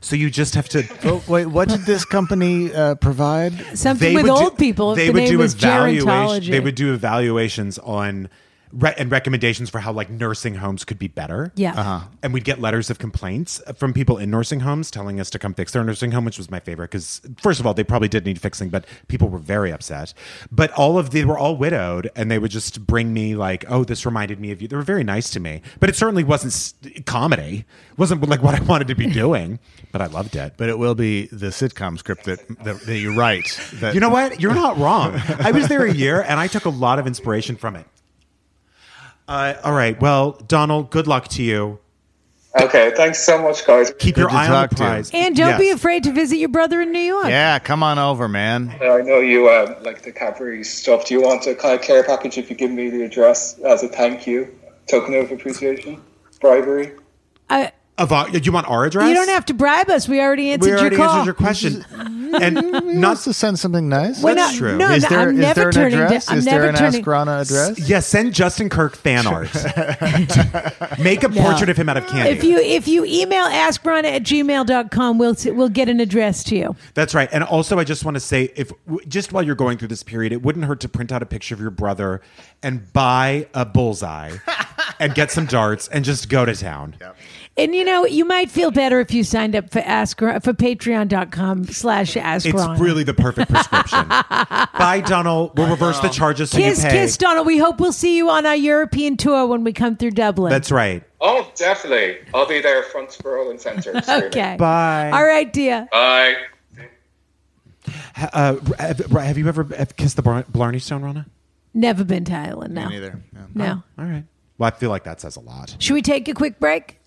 Speaker 2: So you just have to
Speaker 3: Oh, wait, what did this company uh, provide?
Speaker 1: Something with old people. if
Speaker 2: They
Speaker 1: the
Speaker 2: would
Speaker 1: name
Speaker 2: do
Speaker 1: is
Speaker 2: evaluations.
Speaker 1: gerontology.
Speaker 2: They would do evaluations on re- and recommendations for how like nursing homes could be better.
Speaker 1: Yeah. Uh-huh.
Speaker 2: And we'd get letters of complaints from people in nursing homes telling us to come fix their nursing home, which was my favorite because first of all, they probably did need fixing, but people were very upset. But all of they were all widowed, and they would just bring me like, "Oh, this reminded me of you." They were very nice to me, but it certainly wasn't s- comedy. It wasn't like what I wanted to be doing, but I loved it.
Speaker 3: But it will be the sitcom script that that, that you write. That,
Speaker 2: You know what? You're not wrong. I was there a year and I took a lot of inspiration from it. Uh, all right. Well, Donald, good luck to you.
Speaker 4: Okay, thanks so much, guys.
Speaker 2: Keep your
Speaker 3: to
Speaker 2: eye on
Speaker 3: talk
Speaker 2: the
Speaker 3: to you.
Speaker 2: prize.
Speaker 1: and don't
Speaker 3: Yes.
Speaker 1: be afraid to visit your brother in New York.
Speaker 3: Yeah, come on over, man.
Speaker 4: I know you uh, like the Cadbury stuff. Do you want a kind of care package if you give me the address as a thank you, token of appreciation, bribery?
Speaker 1: I,
Speaker 2: Ava- you want our address?
Speaker 1: you don't have to bribe us. We already answered
Speaker 2: We already
Speaker 1: your call.
Speaker 2: answered your question. and
Speaker 3: Wants
Speaker 2: not
Speaker 3: to send something nice.
Speaker 1: We're
Speaker 2: That's
Speaker 1: not-
Speaker 2: true.
Speaker 1: No,
Speaker 3: is
Speaker 1: no,
Speaker 3: there,
Speaker 1: I'm
Speaker 3: is
Speaker 1: never
Speaker 3: there an
Speaker 1: turning
Speaker 3: address?
Speaker 1: down- I'm
Speaker 3: is there
Speaker 1: never
Speaker 3: an
Speaker 1: turning-
Speaker 3: Askrana address?
Speaker 2: yeah, send Justin Kirk fan art. Make a
Speaker 1: No.
Speaker 2: portrait of him out of candy.
Speaker 1: If you if you email askbronna at gmail.com, we'll we'll get an address to you.
Speaker 2: That's right. And also, I just want to say, if w- just while you're going through this period, it wouldn't hurt to print out a picture of your brother and buy a bullseye and get some darts and just go to town.
Speaker 1: And you know, you might feel better if you signed up for ask for patreon.com slash ask
Speaker 2: It's
Speaker 1: Ron.
Speaker 2: really the perfect prescription. Bye, Donald. We'll reverse the charges so
Speaker 1: kiss
Speaker 2: you pay.
Speaker 1: kiss Donald. We hope we'll see you on our European tour when we come through Dublin.
Speaker 2: That's right.
Speaker 4: Oh, definitely. I'll be there front row and center. screaming.
Speaker 1: okay.
Speaker 2: Bye.
Speaker 1: All right, dear.
Speaker 4: Bye.
Speaker 2: Uh, have, have you ever have kissed the Blar- Blarney Stone, Rana?
Speaker 1: Never been to Ireland. No.
Speaker 3: Me neither. Yeah.
Speaker 1: No.
Speaker 2: All right. Well, I feel like that says a lot.
Speaker 1: Should we take a quick break?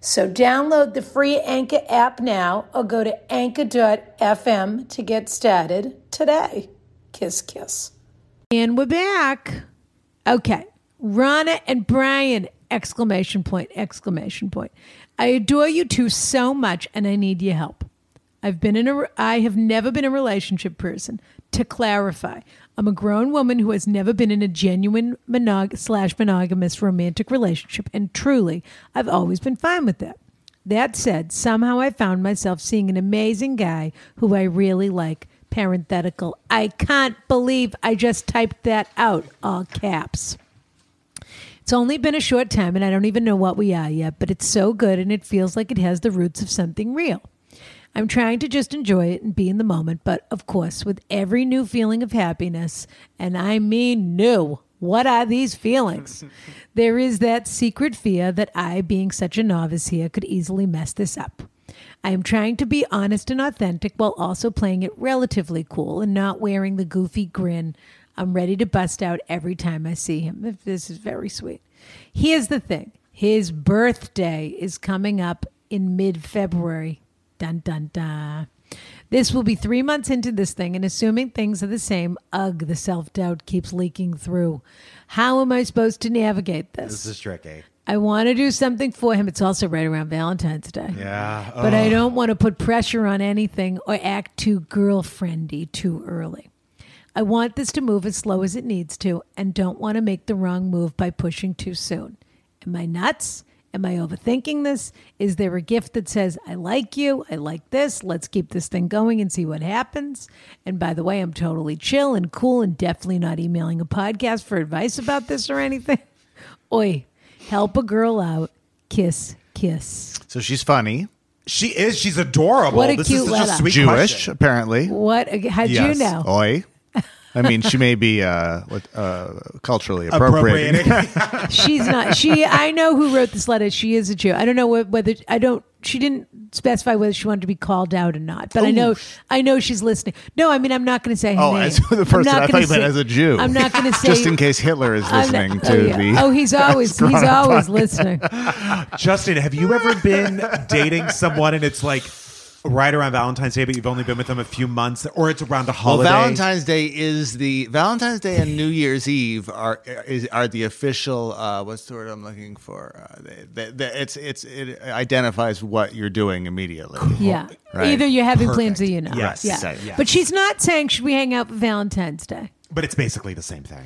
Speaker 1: So download the free Anchor app now or go to anchor.fm to get started today. Kiss, kiss. And we're back. Okay. Rana and Brian, exclamation point, exclamation point. I adore you two so much and I need your help. I've been in a I have never been a relationship person. To clarify, I'm a grown woman who has never been in a genuine monog slash monogamous romantic relationship, and truly, I've always been fine with that. That said, somehow I found myself seeing an amazing guy who I really like. Parenthetical. I can't believe I just typed that out. All caps. It's only been a short time and I don't even know what we are yet, but it's so good and it feels like it has the roots of something real. I'm trying to just enjoy it and be in the moment, but of course, with every new feeling of happiness, and I mean new, what are these feelings? there is that secret fear that I, being such a novice here, could easily mess this up. I am trying to be honest and authentic while also playing it relatively cool and not wearing the goofy grin I'm ready to bust out every time I see him. This is very sweet. Here's the thing his birthday is coming up in mid February. Dun, dun, dun. This will be three months into this thing, and assuming things are the same, ugh, the self doubt keeps leaking through. How am I supposed to navigate
Speaker 2: This is tricky.
Speaker 1: I want to do something for him. It's also right around Valentine's Day.
Speaker 2: Yeah.
Speaker 1: But I don't want to put pressure on anything or act too girlfriendy too early. I want this to move as slow as it needs to and don't want to make the wrong move by pushing too soon. Am I nuts? Am I overthinking this? Is there a gift that says, I like you, I like this, let's keep this thing going and see what happens? And by the way, I'm totally chill and cool and definitely not emailing a podcast for advice about this or anything. Oi, help a girl out. Kiss, kiss.
Speaker 3: So she's funny,
Speaker 2: She is. She's adorable.
Speaker 1: What a
Speaker 2: this
Speaker 1: cute
Speaker 2: is such a
Speaker 1: letter.
Speaker 2: sweet
Speaker 3: Jewish
Speaker 2: question.
Speaker 3: apparently.
Speaker 1: What? How'd
Speaker 2: Yes.
Speaker 1: you know?
Speaker 3: Oi. I mean, she may be uh, what, uh, culturally appropriating.
Speaker 2: Appropriating.
Speaker 1: She's not. She. I know who wrote this letter. She is a Jew. I don't know wh- whether I don't. She didn't specify whether she wanted to be called out or not. But I know. I know she's listening. No, I mean I'm not going to say. Her
Speaker 3: Oh,
Speaker 1: name.
Speaker 3: as the
Speaker 1: I'm
Speaker 3: person,
Speaker 1: not
Speaker 3: I thought
Speaker 1: gonna
Speaker 3: you meant
Speaker 1: say-
Speaker 3: as a Jew.
Speaker 1: I'm not going to say.
Speaker 3: Just in case Hitler is
Speaker 1: I'm not-
Speaker 3: listening
Speaker 1: oh,
Speaker 3: to
Speaker 1: yeah.
Speaker 3: the.
Speaker 1: oh, he's always he's always listening.
Speaker 2: Justin, have you ever been dating someone and it's like right around Valentine's Day, but you've only been with them a few months, or it's around a
Speaker 3: Well,
Speaker 2: holiday?
Speaker 3: Oh, Valentine's Day is the Valentine's Day and New Year's Eve are is are the official. Uh, what's the word I'm looking for? Uh, they, they, they, it's it's it identifies what you're doing immediately.
Speaker 1: Yeah.
Speaker 3: Right.
Speaker 1: Either you're having plans or you're not.
Speaker 2: Yes.
Speaker 1: Yeah.
Speaker 3: Exactly.
Speaker 1: But she's not saying should we hang out for Valentine's Day.
Speaker 2: But it's basically the same thing.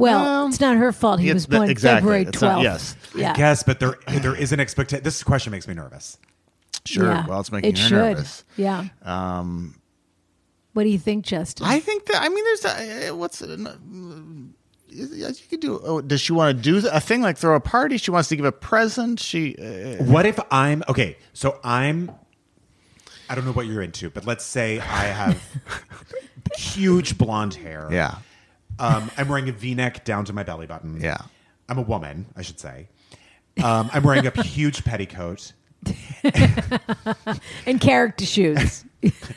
Speaker 1: Well, it's not her fault. He
Speaker 3: it's
Speaker 1: was
Speaker 3: the-
Speaker 1: born
Speaker 3: exactly.
Speaker 1: February
Speaker 3: It's not-
Speaker 1: twelfth.
Speaker 3: yes.
Speaker 1: Yeah.
Speaker 2: Yes, but there there is an expectation. This question makes me nervous.
Speaker 3: Sure.
Speaker 1: Yeah.
Speaker 3: Well, it's making
Speaker 1: it
Speaker 3: her
Speaker 1: should.
Speaker 3: nervous.
Speaker 1: Yeah. Um, what do you think, Justin?
Speaker 3: I think that I mean, there's uh, uh, what's uh, you could do. Oh, does she want to do a thing like throw a party? She wants to give a present. She uh,
Speaker 2: What if I'm okay? So I'm. I don't know what you're into, but let's say I have huge blonde hair.
Speaker 3: Yeah.
Speaker 2: Um, I'm wearing a V-neck down to my belly button.
Speaker 3: Yeah.
Speaker 2: I'm a woman, I should say. Um, I'm wearing a huge petticoat,
Speaker 1: and character shoes.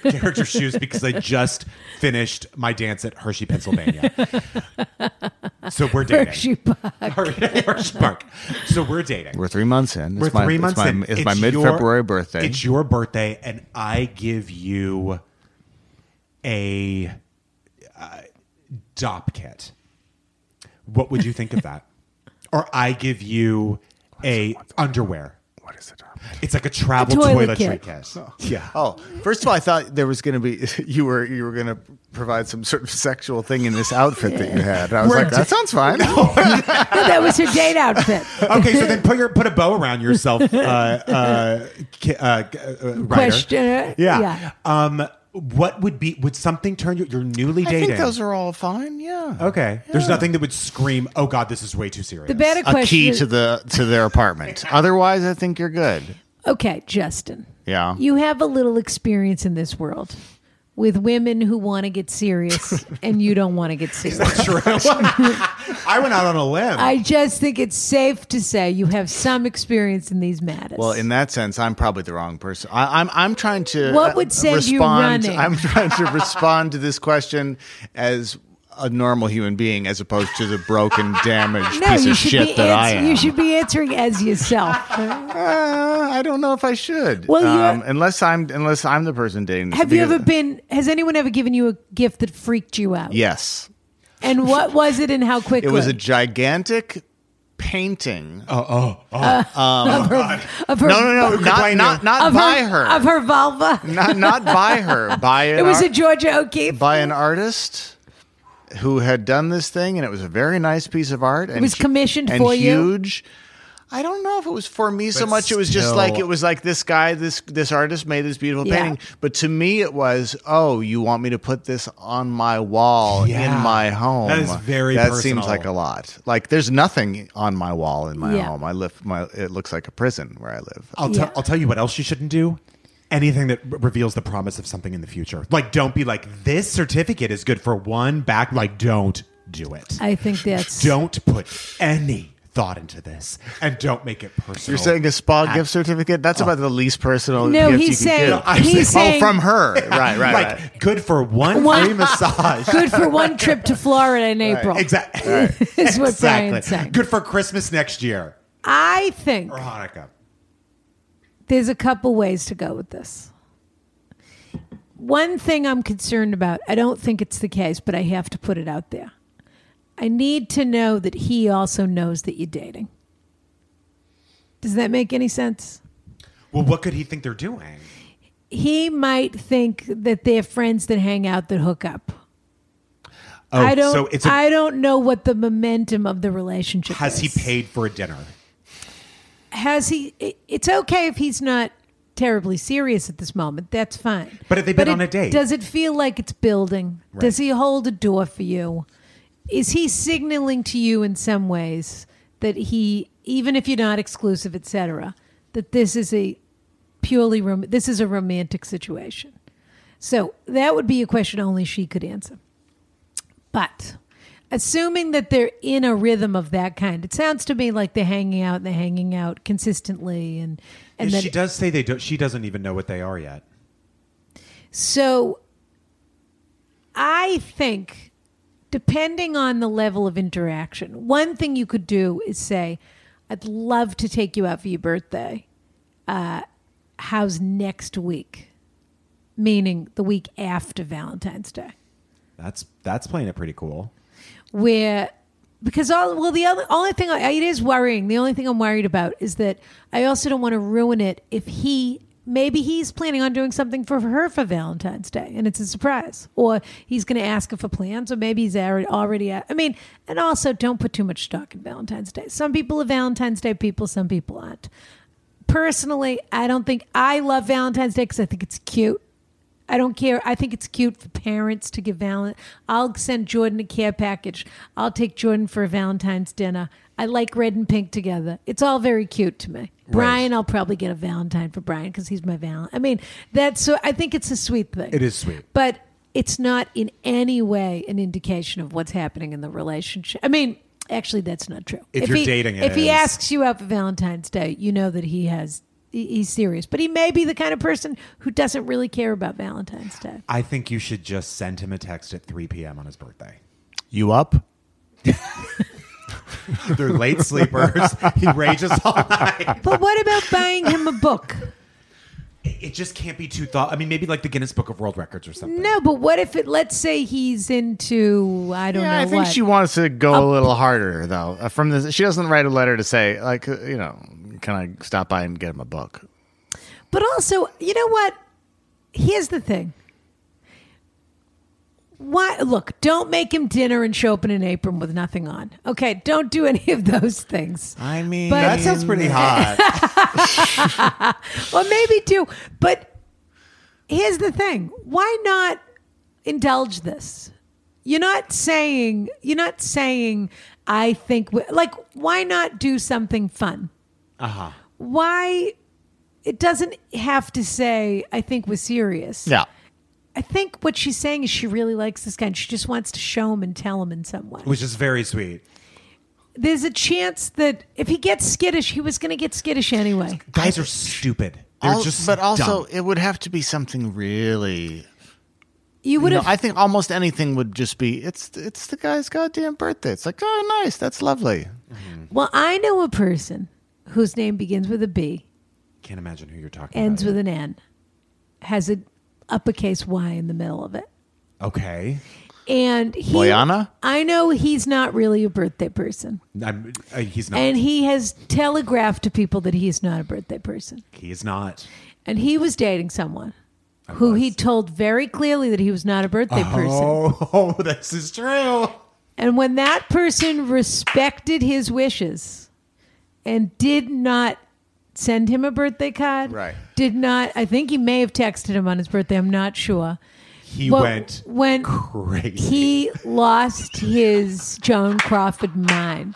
Speaker 2: character shoes because I just finished my dance at Hershey, Pennsylvania. So we're dating.
Speaker 1: Hershey Park.
Speaker 2: Hershey Park. So we're dating.
Speaker 3: We're three months in. It's
Speaker 2: We're
Speaker 3: my,
Speaker 2: three
Speaker 3: it's
Speaker 2: months
Speaker 3: my,
Speaker 2: in.
Speaker 3: It's, my
Speaker 2: your-
Speaker 3: mid-February birthday.
Speaker 2: It's your birthday, and I give you a uh, dop kit. What would you think of that? Or I give you a underwear.
Speaker 3: what is it?
Speaker 2: It's like a travel
Speaker 1: toilet
Speaker 2: toiletry
Speaker 1: kit.
Speaker 2: kit.
Speaker 3: Yeah. Oh, first of all, I thought there was going to be you were you were going to provide some sort of sexual thing in this outfit that you had. And I was
Speaker 2: We're
Speaker 3: like, that
Speaker 2: di-
Speaker 3: sounds fine.
Speaker 1: No, that was her date outfit.
Speaker 2: Okay, so then put your put a bow around yourself, uh, uh, ki- uh, g- uh, uh, writer.
Speaker 1: Question.
Speaker 2: Yeah. Um, what would be would something turn you? You're newly
Speaker 3: I
Speaker 2: dating.
Speaker 3: think those are all fine. Yeah.
Speaker 2: okay. There's nothing that would scream, "Oh God, this is way too serious."
Speaker 1: The better
Speaker 3: A
Speaker 1: question.
Speaker 3: key
Speaker 1: is-
Speaker 3: to the to their apartment. Otherwise, I think you're good.
Speaker 1: okay, Justin.
Speaker 3: Yeah.
Speaker 1: You have a little experience in this world with women who want to get serious and you don't want to get serious.
Speaker 2: true. I went out on a limb.
Speaker 1: I just think it's safe to say you have some experience in these matters.
Speaker 3: Well, in that sense, I'm probably the wrong person. I, I'm I'm trying to
Speaker 1: What
Speaker 3: uh,
Speaker 1: would send you
Speaker 3: respond-
Speaker 1: running?
Speaker 3: I'm trying to respond to this question as a normal human being, as opposed to the broken, damaged
Speaker 1: no,
Speaker 3: piece
Speaker 1: you
Speaker 3: of
Speaker 1: should
Speaker 3: shit
Speaker 1: be
Speaker 3: that I
Speaker 1: ans-
Speaker 3: am.
Speaker 1: you should be answering as yourself.
Speaker 3: Uh, I don't know if I should. um,
Speaker 1: Well, you're-
Speaker 3: unless I'm unless I'm the person dating. this,
Speaker 1: have you
Speaker 3: because-
Speaker 1: ever been? Has anyone ever given you a gift that freaked you out?
Speaker 3: Yes,
Speaker 1: And what was it, and how quickly?
Speaker 3: it was a gigantic painting. Oh,
Speaker 1: of her,
Speaker 3: no, no, no, not
Speaker 2: complain
Speaker 3: not
Speaker 2: to-
Speaker 3: not
Speaker 1: of
Speaker 3: by
Speaker 1: her,
Speaker 3: her.
Speaker 1: of her vulva.
Speaker 3: Not not by her. By an
Speaker 1: It was
Speaker 3: ar-
Speaker 1: a Georgia O'Keeffe.
Speaker 3: by an artist who had done this thing, and it was a very nice piece of art. And
Speaker 1: was
Speaker 3: hu-
Speaker 1: commissioned
Speaker 3: and
Speaker 1: for you?
Speaker 3: huge. I don't know if it was for me so
Speaker 2: But
Speaker 3: much. It was just
Speaker 2: still-
Speaker 3: like it was like this guy, this this artist made this beautiful
Speaker 1: Yeah.
Speaker 3: painting. But to me, it was oh, you want me to put this on my wall
Speaker 2: Yeah.
Speaker 3: in my home.
Speaker 2: That is very
Speaker 3: That
Speaker 2: personal.
Speaker 3: seems like a lot. Like there's nothing on my wall in my
Speaker 1: Yeah.
Speaker 3: home. I live my. It looks like a prison where I live.
Speaker 2: I'll,
Speaker 1: Yeah.
Speaker 2: tell. I'll tell you what else you shouldn't do. Anything that r- reveals the promise of something in the future. Like, don't be like, this certificate is good for one back. Like, don't do it.
Speaker 1: I think that's
Speaker 2: don't put any thought into this and don't make it personal.
Speaker 3: You're saying a spa
Speaker 2: Ah.
Speaker 3: gift certificate? That's about the least personal.
Speaker 1: No,
Speaker 3: gift
Speaker 1: he's
Speaker 3: you can
Speaker 1: saying-
Speaker 3: give.
Speaker 1: I'm he's saying-
Speaker 3: oh, from her, right? Right?
Speaker 2: like,
Speaker 3: right.
Speaker 2: good for one,
Speaker 1: One-
Speaker 2: free massage.
Speaker 1: good for one trip to Florida in April.
Speaker 2: Exactly.
Speaker 1: Is what Brian's
Speaker 2: exactly.
Speaker 1: saying.
Speaker 2: Good for Christmas next year
Speaker 1: I think
Speaker 2: or Hanukkah.
Speaker 1: there's a couple ways to go with this. One thing I'm concerned about, I don't think it's the case, but I have to put it out there. I need to know that he also knows that you're dating. Does that make any sense?
Speaker 2: Well, what could he think they're doing?
Speaker 1: He might think that they're friends that hang out that hook up.
Speaker 2: Oh,
Speaker 1: I don't
Speaker 2: so it's a
Speaker 1: I don't know what the momentum of the relationship
Speaker 2: Has he
Speaker 1: is.
Speaker 2: paid for a dinner?
Speaker 1: has he it- it's okay if he's not terribly serious at this moment that's fine
Speaker 2: But have they been on
Speaker 1: it-
Speaker 2: a date?
Speaker 1: does it feel like it's building does he hold a door for you is he signaling to you in some ways that he even if you're not exclusive etc that this is a purely rom- this is a romantic situation so that would be a question only she could answer but assuming that they're in a rhythm of that kind, it sounds to me like they're hanging out and they're hanging out consistently and and
Speaker 2: Yeah,
Speaker 1: then
Speaker 2: she does say they do, she doesn't even know what they are yet.
Speaker 1: so I think depending on the level of interaction, one thing you could do is say, I'd love to take you out for your birthday. Uh, how's next week? Meaning the week after Valentine's Day.
Speaker 2: That's that's playing it pretty cool.
Speaker 1: where because all well the other only thing I, it is worrying the only thing i'm worried about is that i also don't want to ruin it if he maybe he's planning on doing something for her for valentine's day and it's a surprise or he's going to ask her for plans or maybe he's already, already a- i mean and also don't put too much stock in valentine's day some people are valentine's day people some people aren't personally i don't think i love valentine's day because i think it's cute I don't care. I think it's cute for parents to give Valentine. I'll send Jordan a care package. I'll take Jordan for a Valentine's dinner. I like red and pink together. It's all very cute to me. Brian, I'll probably get a Valentine for Brian because he's my Valentine. I mean, that's so. I think it's a sweet thing.
Speaker 2: It is sweet.
Speaker 1: But it's not in any way an indication of what's happening in the relationship. I mean, actually, that's not true.
Speaker 2: If you're
Speaker 1: he,
Speaker 2: dating, it
Speaker 1: if he
Speaker 2: is.
Speaker 1: asks you out for Valentine's Day, you know that he has he- he's serious. But he may be the kind of person who doesn't really care about Valentine's Day.
Speaker 2: I think you should just send him a text at 3 p.m. on his birthday.
Speaker 3: You up?
Speaker 2: They're late sleepers. he rages all night.
Speaker 1: But what about buying him a book?
Speaker 2: It just can't be too thought. I mean, maybe like the Guinness Book of World Records or something.
Speaker 1: No, but what if it? Let's say he's into I don't
Speaker 3: Yeah,
Speaker 1: know.
Speaker 3: I think
Speaker 1: what.
Speaker 3: she wants to go a little harder though. Uh, From this, she doesn't write a letter to say like uh, you know, can I stop by and get him a book?
Speaker 1: But also, you know what? Here's the thing. Why look, don't make him dinner and show up in an apron with nothing on. Okay, don't do any of those things.
Speaker 3: I mean,
Speaker 1: But-
Speaker 2: That sounds pretty hot.
Speaker 1: Well, maybe do, but here's the thing. Why not indulge this? You're not saying, you're not saying I think we-" like why not do something fun?
Speaker 2: uh-huh.
Speaker 1: Why it doesn't have to say I think we're serious.
Speaker 3: yeah.
Speaker 1: I think what she's saying is she really likes this guy and she just wants to show him and tell him in some way.
Speaker 2: Which is very sweet.
Speaker 1: There's a chance that if he gets skittish, he was going to get skittish anyway.
Speaker 2: Guys are stupid. They're
Speaker 3: Al-
Speaker 2: just
Speaker 3: but also,
Speaker 2: dumb.
Speaker 3: it would have to be something really.
Speaker 1: You
Speaker 3: You
Speaker 1: would
Speaker 3: know,
Speaker 1: have.
Speaker 3: I think almost anything would just be it's it's the guy's goddamn birthday. It's like oh nice, that's lovely.
Speaker 1: well, I know a person whose name begins with a B,
Speaker 2: can't imagine who you're talking
Speaker 1: ends
Speaker 2: about.
Speaker 1: with an N, has an uppercase Y in the middle of it.
Speaker 2: okay.
Speaker 1: And he,
Speaker 3: Boyana?
Speaker 1: I know he's not really a birthday person.
Speaker 2: I'm, uh, he's not.
Speaker 1: And he has telegraphed to people that he's not a birthday person.
Speaker 2: he's not.
Speaker 1: and he was dating someone who he told very clearly that he was not a birthday person.
Speaker 2: Oh, this is true.
Speaker 1: And when that person respected his wishes and did not send him a birthday card,
Speaker 3: Right.
Speaker 1: Did not. I think he may have texted him on his birthday. I'm not sure.
Speaker 2: He
Speaker 1: But
Speaker 2: went
Speaker 1: when
Speaker 2: crazy.
Speaker 1: he lost his Joan Crawford mind.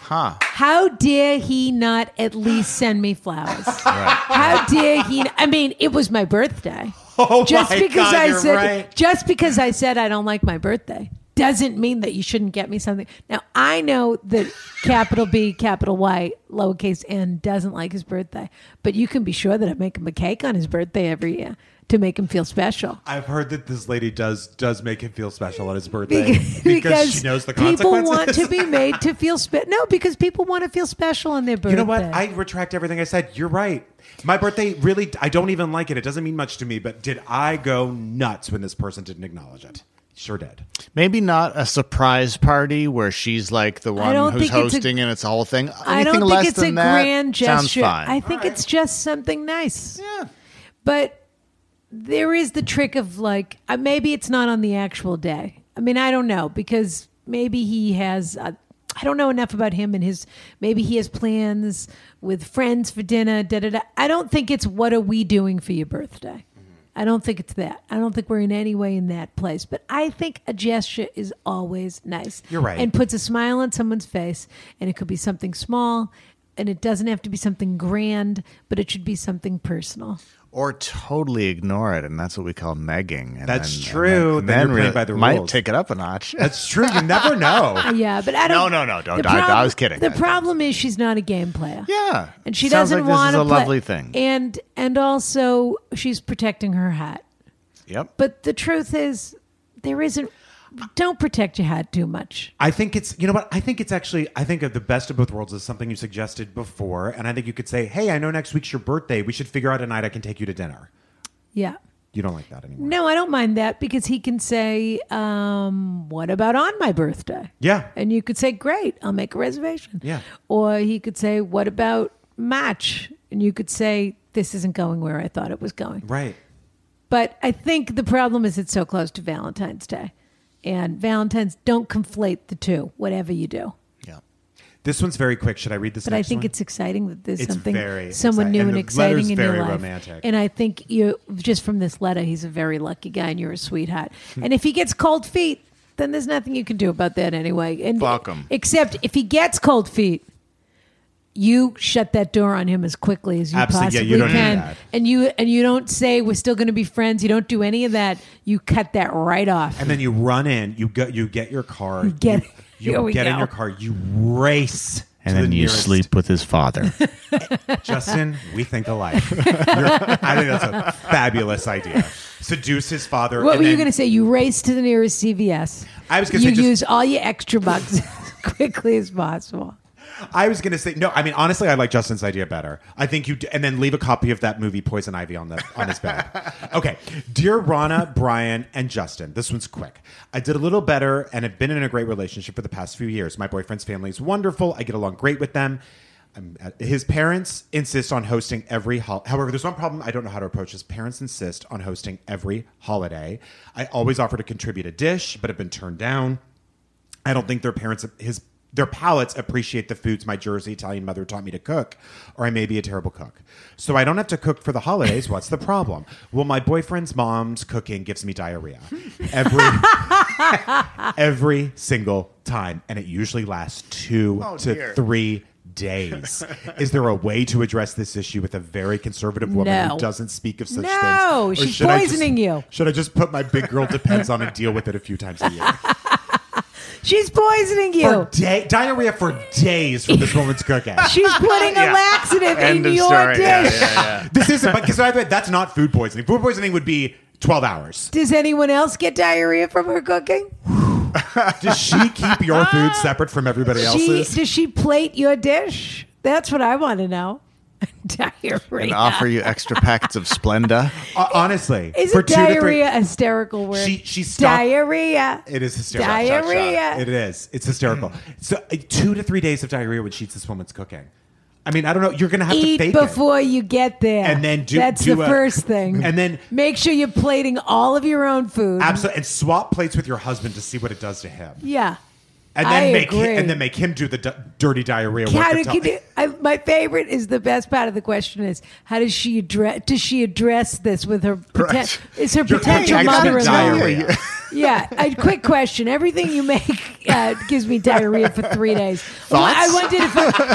Speaker 3: Huh.
Speaker 1: How dare he not at least send me flowers? How dare he? I mean, it was my birthday.
Speaker 2: Oh
Speaker 1: just
Speaker 2: my
Speaker 1: because
Speaker 2: God,
Speaker 1: I
Speaker 2: you're
Speaker 1: said
Speaker 2: right.
Speaker 1: just because I said I don't like my birthday doesn't mean that you shouldn't get me something. Now I know that capital B, capital Y, lowercase n doesn't like his birthday, but you can be sure that I make him a cake on his birthday every year to make him feel special.
Speaker 2: I've heard that this lady does does make him feel special on his birthday because, she knows the consequences.
Speaker 1: people want to be made to feel special. No, because people want to feel special on their birthday.
Speaker 2: You know what? I retract everything I said. You're right. My birthday really, I don't even like it. It doesn't mean much to me, but did I go nuts when this person didn't acknowledge it? Sure did.
Speaker 3: Maybe not a surprise party where she's like the one
Speaker 1: don't
Speaker 3: who's
Speaker 1: think it's a-
Speaker 3: hosting and it's a whole thing.
Speaker 1: I
Speaker 3: Anything
Speaker 1: don't
Speaker 3: less
Speaker 1: think it's
Speaker 3: than
Speaker 1: a
Speaker 3: that
Speaker 1: grand
Speaker 3: sounds
Speaker 1: gesture.
Speaker 3: fine.
Speaker 1: I think it's just something nice.
Speaker 3: yeah.
Speaker 1: But there is the trick of like, uh, maybe it's not on the actual day. I mean, I don't know because maybe he has, uh, I don't know enough about him and his, maybe he has plans with friends for dinner, da da da. I don't think it's what are we doing for your birthday.
Speaker 2: Mm-hmm.
Speaker 1: I don't think it's that. I don't think we're in any way in that place. But I think a gesture is always nice.
Speaker 2: You're right.
Speaker 1: And puts a smile on someone's face, and it could be something small, and it doesn't have to be something grand, but it should be something personal.
Speaker 3: Or totally ignore it, and that's what we call megging. And
Speaker 2: That's
Speaker 3: then-
Speaker 2: true. Then
Speaker 3: And then,
Speaker 2: you're playing
Speaker 3: really
Speaker 2: by the
Speaker 3: might
Speaker 2: rules.
Speaker 3: take it up a notch.
Speaker 2: That's true. You never know.
Speaker 1: Yeah, but I don't.
Speaker 3: No, no, no, don't-
Speaker 1: the
Speaker 3: I- I was kidding.
Speaker 1: The problem is she's not a game player.
Speaker 3: yeah,
Speaker 1: and she
Speaker 3: Sounds
Speaker 1: doesn't
Speaker 3: like
Speaker 1: want
Speaker 3: This
Speaker 1: to
Speaker 3: is a
Speaker 1: play.
Speaker 3: lovely thing.
Speaker 1: And and also she's protecting her hat.
Speaker 3: yep.
Speaker 1: But the truth is, there isn't. Don't protect your hat too much.
Speaker 2: I think it's you know what I think it's actually I think of the best of both worlds is something you suggested before, and I think you could say, "Hey, I know next week's your birthday. We should figure out a night I can take you to dinner."
Speaker 1: Yeah.
Speaker 2: You don't like that anymore.
Speaker 1: No, I don't mind that because he can say, um, "What about on my birthday?"
Speaker 2: Yeah.
Speaker 1: and you could say, "Great, I'll make a reservation."
Speaker 2: Yeah.
Speaker 1: or he could say, "What about match?" and you could say, "This isn't going where I thought it was going."
Speaker 2: Right.
Speaker 1: But I think the problem is it's so close to Valentine's Day. And Valentine's, don't conflate the two, whatever you do.
Speaker 3: Yeah.
Speaker 2: This one's very quick. Should I read this?
Speaker 1: But I
Speaker 2: next
Speaker 1: think
Speaker 2: one?
Speaker 1: it's exciting that there's
Speaker 2: It's
Speaker 1: something,
Speaker 2: very
Speaker 1: someone
Speaker 2: exciting.
Speaker 1: new
Speaker 2: And
Speaker 1: and,
Speaker 2: the letter's
Speaker 1: exciting in
Speaker 2: very
Speaker 1: your life.
Speaker 2: romantic.
Speaker 1: And I think you, just from this letter, he's a very lucky guy and you're a sweetheart.
Speaker 2: Hmm.
Speaker 1: and if he gets cold feet, then there's nothing you can do about that anyway. And
Speaker 3: Fuck 'em.
Speaker 1: Except if he gets cold feet, you shut that door on him as quickly as you
Speaker 2: Absolutely. Yeah,
Speaker 1: possibly
Speaker 2: you don't do
Speaker 1: can.
Speaker 2: that.
Speaker 1: And you and you don't say we're still going to be friends. You don't do any of that. You cut that right off.
Speaker 2: And then you run in, you go, you get your car, you
Speaker 1: get-
Speaker 2: you,
Speaker 1: here we
Speaker 2: get in
Speaker 1: go.
Speaker 2: your car, you race,
Speaker 3: And
Speaker 2: to
Speaker 3: then
Speaker 2: the
Speaker 3: you
Speaker 2: nearest-
Speaker 3: sleep with his father.
Speaker 2: Justin, we think alike. You're, I think that's a fabulous idea. Seduce his father.
Speaker 1: what
Speaker 2: and
Speaker 1: were you
Speaker 2: then-
Speaker 1: going to say? You race to the nearest CVS.
Speaker 2: I was gonna
Speaker 1: you
Speaker 2: say just-
Speaker 1: use all your extra bucks as quickly as possible.
Speaker 2: I was going to say no. I mean, honestly, I like Justin's idea better. I think you d- and then leave a copy of that movie Poison Ivy on the on his bed. okay, dear Rana, Brian, and Justin, this one's quick. I did a little better and have been in a great relationship for the past few years. My boyfriend's family is wonderful. I get along great with them. I'm, uh, his parents insist on hosting every holiday. However, there's one problem I don't know how to approach. His parents insist on hosting every holiday. I always offer to contribute a dish, but have been turned down. I don't think their parents his their palates appreciate the foods my Jersey Italian mother taught me to cook, or I may be a terrible cook. So I don't have to cook for the holidays. What's the problem? Well, my boyfriend's mom's cooking gives me diarrhea every every single time, and it usually lasts two
Speaker 3: Oh,
Speaker 2: to
Speaker 3: dear.
Speaker 2: three days. Is there a way to address this issue with a very conservative woman
Speaker 1: No.
Speaker 2: who doesn't speak of such things?
Speaker 1: No,
Speaker 2: Or
Speaker 1: she's
Speaker 2: should I just-
Speaker 1: poisoning you.
Speaker 2: Should I just put my big girl depends on and deal with it a few times a year?
Speaker 1: She's poisoning you.
Speaker 2: for day, diarrhea for days from this woman's cooking.
Speaker 1: She's putting a laxative
Speaker 3: End
Speaker 1: in
Speaker 3: of
Speaker 1: your
Speaker 3: story.
Speaker 1: dish.
Speaker 3: Yeah, yeah, yeah.
Speaker 2: this isn't because I bet that's not food poisoning. Food poisoning would be twelve hours.
Speaker 1: Does anyone else get diarrhea from her cooking?
Speaker 2: Does she keep your food separate from everybody
Speaker 1: She,
Speaker 2: else's?
Speaker 1: does she plate your dish? That's what I want to know.
Speaker 3: And
Speaker 1: diarrhea.
Speaker 3: offer you extra packets of Splenda.
Speaker 2: Uh, honestly,
Speaker 1: Is
Speaker 2: for
Speaker 1: it
Speaker 2: two to
Speaker 1: diarrhea
Speaker 2: three,
Speaker 1: a hysterical word?
Speaker 2: She- she stopped-
Speaker 1: diarrhea.
Speaker 2: it is hysterical.
Speaker 1: Diarrhea.
Speaker 2: It is. It's hysterical. So uh, two to three days of diarrhea when she eats this woman's cooking. I mean, I don't know. You're gonna have to
Speaker 1: Eat
Speaker 2: fake it.
Speaker 1: before you get there,
Speaker 2: And then do-
Speaker 1: that's
Speaker 2: do
Speaker 1: the
Speaker 2: a-
Speaker 1: first thing.
Speaker 2: and then-
Speaker 1: make sure you're plating all of your own food.
Speaker 2: Absolutely, and swap plates with your husband to see what it does to him,
Speaker 1: yeah.
Speaker 2: and then
Speaker 1: I
Speaker 2: make hi-
Speaker 1: agree.
Speaker 2: and then make him do the di- dirty diarrhea. work
Speaker 1: How
Speaker 2: of
Speaker 1: do,
Speaker 2: tell-
Speaker 1: can you, I, my favorite is the best part of the question is how does she address does she address this with her poten-
Speaker 3: Right.
Speaker 1: is her
Speaker 2: Your cooking
Speaker 1: potential
Speaker 2: gives me
Speaker 1: mother-in-law
Speaker 2: diarrhea.
Speaker 1: Yeah. A quick question. Everything you make uh, gives me diarrhea for three days. Well, I
Speaker 3: Thoughts?
Speaker 1: wondered if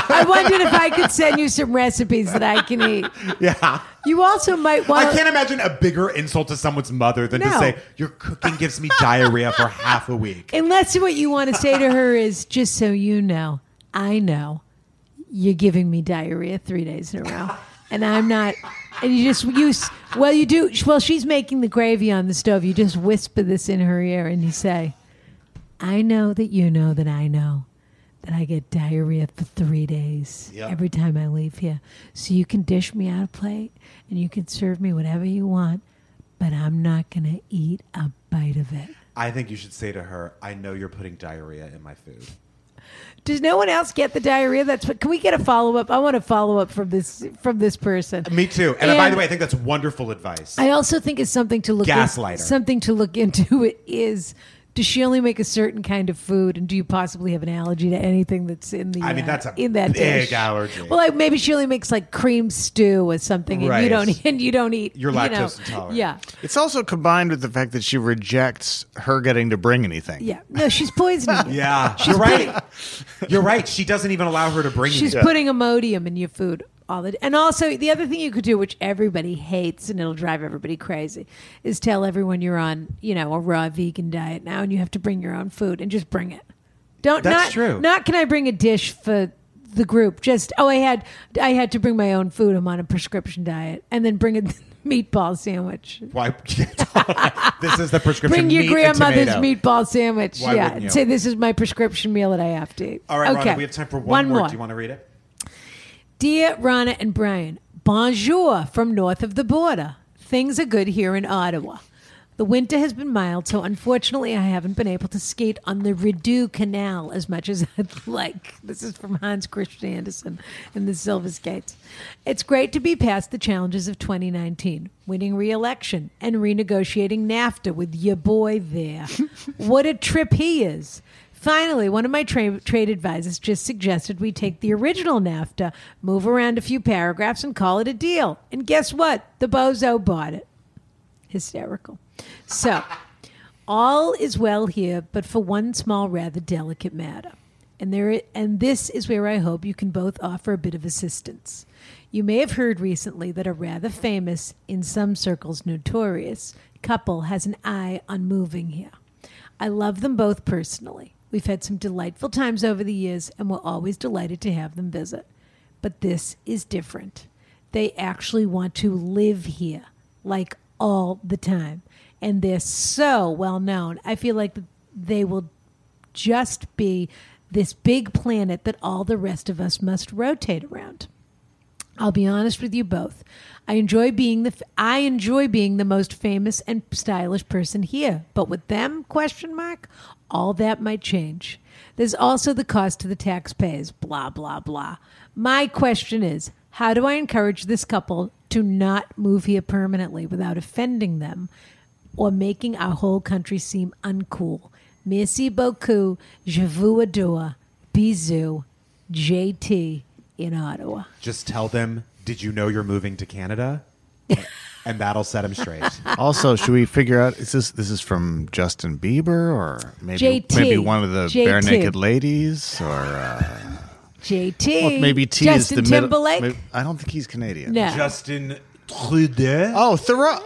Speaker 1: I, I wondered if I could send you some recipes that I can eat.
Speaker 2: yeah.
Speaker 1: You also might
Speaker 2: I
Speaker 1: want.
Speaker 2: can't imagine a bigger insult to someone's mother than to
Speaker 1: No.
Speaker 2: say, Your cooking gives me diarrhea for half a week.
Speaker 1: unless what you want to say to her is just so you know, I know you're giving me diarrhea three days in a row, and I'm not. And you just you s- well you do well she's making the gravy on the stove. You just whisper this in her ear and you say, "I know that you know that I know." That I get diarrhea for three days
Speaker 2: Yeah.
Speaker 1: every time I leave here. So you can dish me out a plate and you can serve me whatever you want, but I'm not going to eat a bite of it.
Speaker 2: I think you should say to her, I know you're putting diarrhea in my food.
Speaker 1: Does no one else get the diarrhea? That's what. Can we get a follow up? I want a follow up from this from this person.
Speaker 2: Me too. And, uh, by
Speaker 1: And-
Speaker 2: the way, I think that's wonderful advice.
Speaker 1: I also think it's something to look in-
Speaker 2: Gaslighter.
Speaker 1: something to look into. It is. Does she only make a certain kind of food, and do you possibly have an allergy to anything that's in the?
Speaker 2: I mean,
Speaker 1: uh,
Speaker 2: that's a
Speaker 1: in that
Speaker 2: big
Speaker 1: dish?
Speaker 2: allergy.
Speaker 1: Well, like maybe she only makes like cream stew or something, and you
Speaker 2: Right.
Speaker 1: don't and you don't eat.
Speaker 2: You're
Speaker 1: you know.
Speaker 2: lactose intolerant.
Speaker 1: Yeah,
Speaker 3: It's also combined with the fact that she rejects her getting to bring anything.
Speaker 1: yeah. No, she's poisoning. you.
Speaker 2: yeah. you're right. You're right. She doesn't even allow her to bring
Speaker 1: She's
Speaker 2: you.
Speaker 1: putting Imodium in your food all the And also, the other thing you could do, which everybody hates and it'll drive everybody crazy, is tell everyone you're on, you know, a raw vegan diet now and you have to bring your own food and just bring it. Don't
Speaker 2: That's
Speaker 1: not
Speaker 2: true.
Speaker 1: not can I bring a dish for the group? Just oh, I had I had to bring my own food. I'm on a prescription diet, and then bring a meatball sandwich.
Speaker 2: Why? this is the prescription.
Speaker 1: Bring your
Speaker 2: meat and
Speaker 1: grandmother's
Speaker 2: tomato.
Speaker 1: meatball sandwich.
Speaker 2: Why
Speaker 1: yeah,
Speaker 2: wouldn't you?
Speaker 1: say this is my prescription meal that I have to eat.
Speaker 2: All right, Rhonda, we have time for one, more. Do you want to read it?
Speaker 1: Dear Rana and Brian, bonjour from north of the border. Things are good here in Ottawa. The winter has been mild, so unfortunately, I haven't been able to skate on the Rideau Canal as much as I'd like. This is from Hans Christian Andersen and the Silver Skates. It's great to be past the challenges of 2019, winning re election and renegotiating NAFTA with your boy there. what a trip he is! Finally, one of my tra- trade advisors just suggested we take the original NAFTA, move around a few paragraphs, and call it a deal. And guess what? The bozo bought it. Hysterical. So, all is well here, but for one small, rather delicate matter. And there and this is where I hope you can both offer a bit of assistance. You may have heard recently that a rather famous, in some circles notorious, couple has an eye on moving here. I love them both personally. We've had some delightful times over the years and we're always delighted to have them visit. But this is different. They actually want to live here, like all the time. And they're so well known. I feel like they will just be this big planet that all the rest of us must rotate around. I'll be honest with you both. I enjoy being the f- I enjoy being the most famous and stylish person here, but with them question mark, all that might change. There's also the cost to the taxpayers, blah blah blah. My question is, how do I encourage this couple to not move here permanently without offending them or making our whole country seem uncool? Merci beaucoup, je vous adore, bisous, JT in Ottawa.
Speaker 2: Just tell them, did you know you're moving to Canada? and that'll set them straight.
Speaker 3: Also, should we figure out is this this is from Justin Bieber or maybe
Speaker 1: JT.
Speaker 3: maybe one of the
Speaker 1: JT.
Speaker 3: bare naked ladies or uh,
Speaker 1: JT.
Speaker 3: well, maybe T is the
Speaker 1: Justin
Speaker 3: middle-
Speaker 1: Timberlake.
Speaker 3: maybe- I don't think he's Canadian.
Speaker 1: no,
Speaker 2: Justin Trudeau.
Speaker 3: Oh, Thoreau.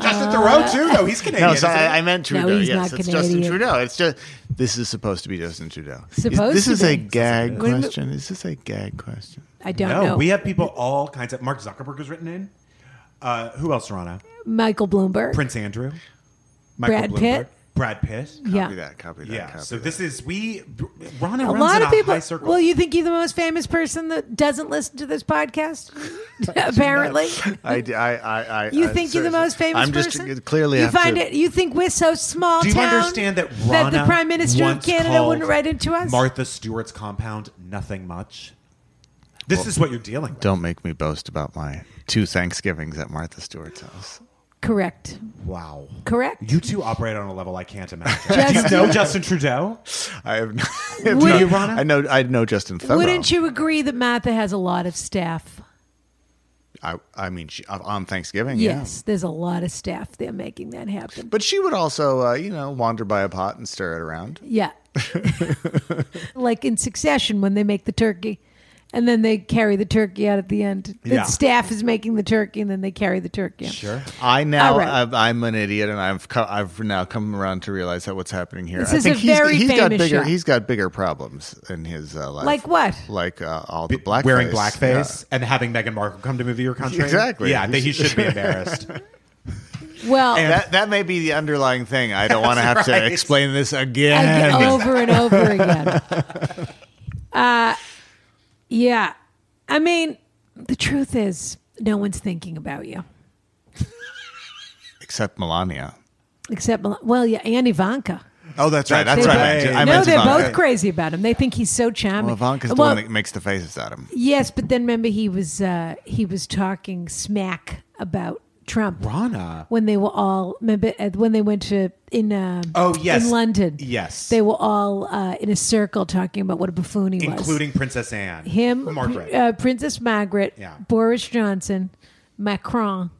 Speaker 2: Justin Thoreau too. No, he's Canadian.
Speaker 3: No, so
Speaker 2: isn't he?
Speaker 3: I, I meant Trudeau.
Speaker 1: he's
Speaker 3: yes,
Speaker 1: not
Speaker 3: it's Justin
Speaker 1: Canadian.
Speaker 3: Trudeau. It's just this is supposed to be Justin Trudeau. Is-
Speaker 1: Supposed
Speaker 3: this
Speaker 1: to
Speaker 3: is
Speaker 1: be.
Speaker 3: a gag
Speaker 1: Wait a minute.
Speaker 3: question. Is this a gag question?
Speaker 1: I don't
Speaker 2: no,
Speaker 1: know.
Speaker 2: we have people all kinds of. Mark Zuckerberg was written in. Uh, who else, Rana?
Speaker 1: Michael Bloomberg.
Speaker 2: Prince Andrew. Michael
Speaker 1: Brad
Speaker 2: Bloomberg.
Speaker 1: Pitt.
Speaker 2: Brad Pitt.
Speaker 1: yeah.
Speaker 3: Copy that. Copy that.
Speaker 2: Yeah.
Speaker 3: Copy
Speaker 2: So
Speaker 3: that.
Speaker 2: this is we. Rana
Speaker 1: A
Speaker 2: runs
Speaker 1: lot
Speaker 2: in
Speaker 1: of people.
Speaker 2: high circle.
Speaker 1: Well, you think you're the most famous person that doesn't listen to this podcast? Apparently.
Speaker 3: I, d- I- I- I-
Speaker 1: You
Speaker 3: I-
Speaker 1: think you're the
Speaker 3: seriously.
Speaker 1: most famous
Speaker 3: I'm just
Speaker 1: person?
Speaker 3: clearly.
Speaker 1: you
Speaker 3: have
Speaker 1: find
Speaker 3: to-
Speaker 1: it. You think we're so small.
Speaker 2: Do you
Speaker 1: town
Speaker 2: understand that
Speaker 1: that
Speaker 2: Rana
Speaker 1: the prime minister of
Speaker 2: once
Speaker 1: Canada
Speaker 2: called
Speaker 1: wouldn't write into us?
Speaker 2: Martha Stewart's compound, nothing much. This is what you're dealing with.
Speaker 3: Don't make me boast about my two Thanksgivings at Martha Stewart's house.
Speaker 1: Correct.
Speaker 2: Wow.
Speaker 1: Correct.
Speaker 2: You two operate on a level I can't imagine. Do you
Speaker 1: Justin-
Speaker 2: know Justin Trudeau?
Speaker 3: I have. No,
Speaker 1: Would-
Speaker 2: you, Rana?
Speaker 3: I know. I know Justin Thoreau.
Speaker 1: Wouldn't you agree that Martha has a lot of staff?
Speaker 3: I, I mean, she, on Thanksgiving.
Speaker 1: Yes,
Speaker 3: Yeah.
Speaker 1: there's a lot of staff there making that happen.
Speaker 3: But she would also, uh, you know, wander by a pot and stir it around.
Speaker 1: Yeah. like in succession when they make the turkey and then they carry the turkey out at the end. The
Speaker 2: Yeah.
Speaker 1: staff is making the turkey and then they carry the turkey out.
Speaker 2: Sure.
Speaker 3: I now
Speaker 1: All right.
Speaker 3: I've, I'm an idiot, and I've co- I've now come around to realize that what's happening here.
Speaker 1: This
Speaker 3: I
Speaker 1: is
Speaker 3: think
Speaker 1: a
Speaker 3: he's,
Speaker 1: very
Speaker 3: he's got
Speaker 1: famous
Speaker 3: bigger
Speaker 1: shot.
Speaker 3: he's got bigger problems in his uh, life.
Speaker 1: Like what?
Speaker 3: Like uh, all the blackface,
Speaker 2: Wearing
Speaker 3: Yeah.
Speaker 2: blackface and having Meghan Markle come to move to your country.
Speaker 3: Exactly.
Speaker 2: Yeah, that he should be embarrassed.
Speaker 1: Well,
Speaker 3: That that may be the underlying thing. I don't want to have
Speaker 2: right.
Speaker 3: to explain this
Speaker 1: again,
Speaker 3: again.
Speaker 1: over and over again. Uh, yeah. I mean, the truth is, no one's thinking about you.
Speaker 3: Except Melania.
Speaker 1: Except, Mel- well, yeah, and Ivanka.
Speaker 3: Oh, that's right. That's
Speaker 1: They
Speaker 3: right.
Speaker 1: both-
Speaker 3: I meant, to- I
Speaker 1: no,
Speaker 3: meant
Speaker 1: they're
Speaker 3: Ivanka.
Speaker 1: both crazy about him. They think he's so charming.
Speaker 3: Well, Ivanka's the
Speaker 1: Well,
Speaker 3: one that makes the faces at him.
Speaker 1: Yes, but then remember he was uh, he was talking smack about Trump.
Speaker 2: Rana.
Speaker 1: When they were all remember uh, when they went to in uh,
Speaker 2: Oh, yes.
Speaker 1: in London
Speaker 2: Yes.
Speaker 1: they were all uh, in a circle talking about what a buffoon he was
Speaker 2: Including Princess Anne.
Speaker 1: him
Speaker 2: Margaret.
Speaker 1: uh, Princess Margaret
Speaker 2: Yeah.
Speaker 1: Boris Johnson Macron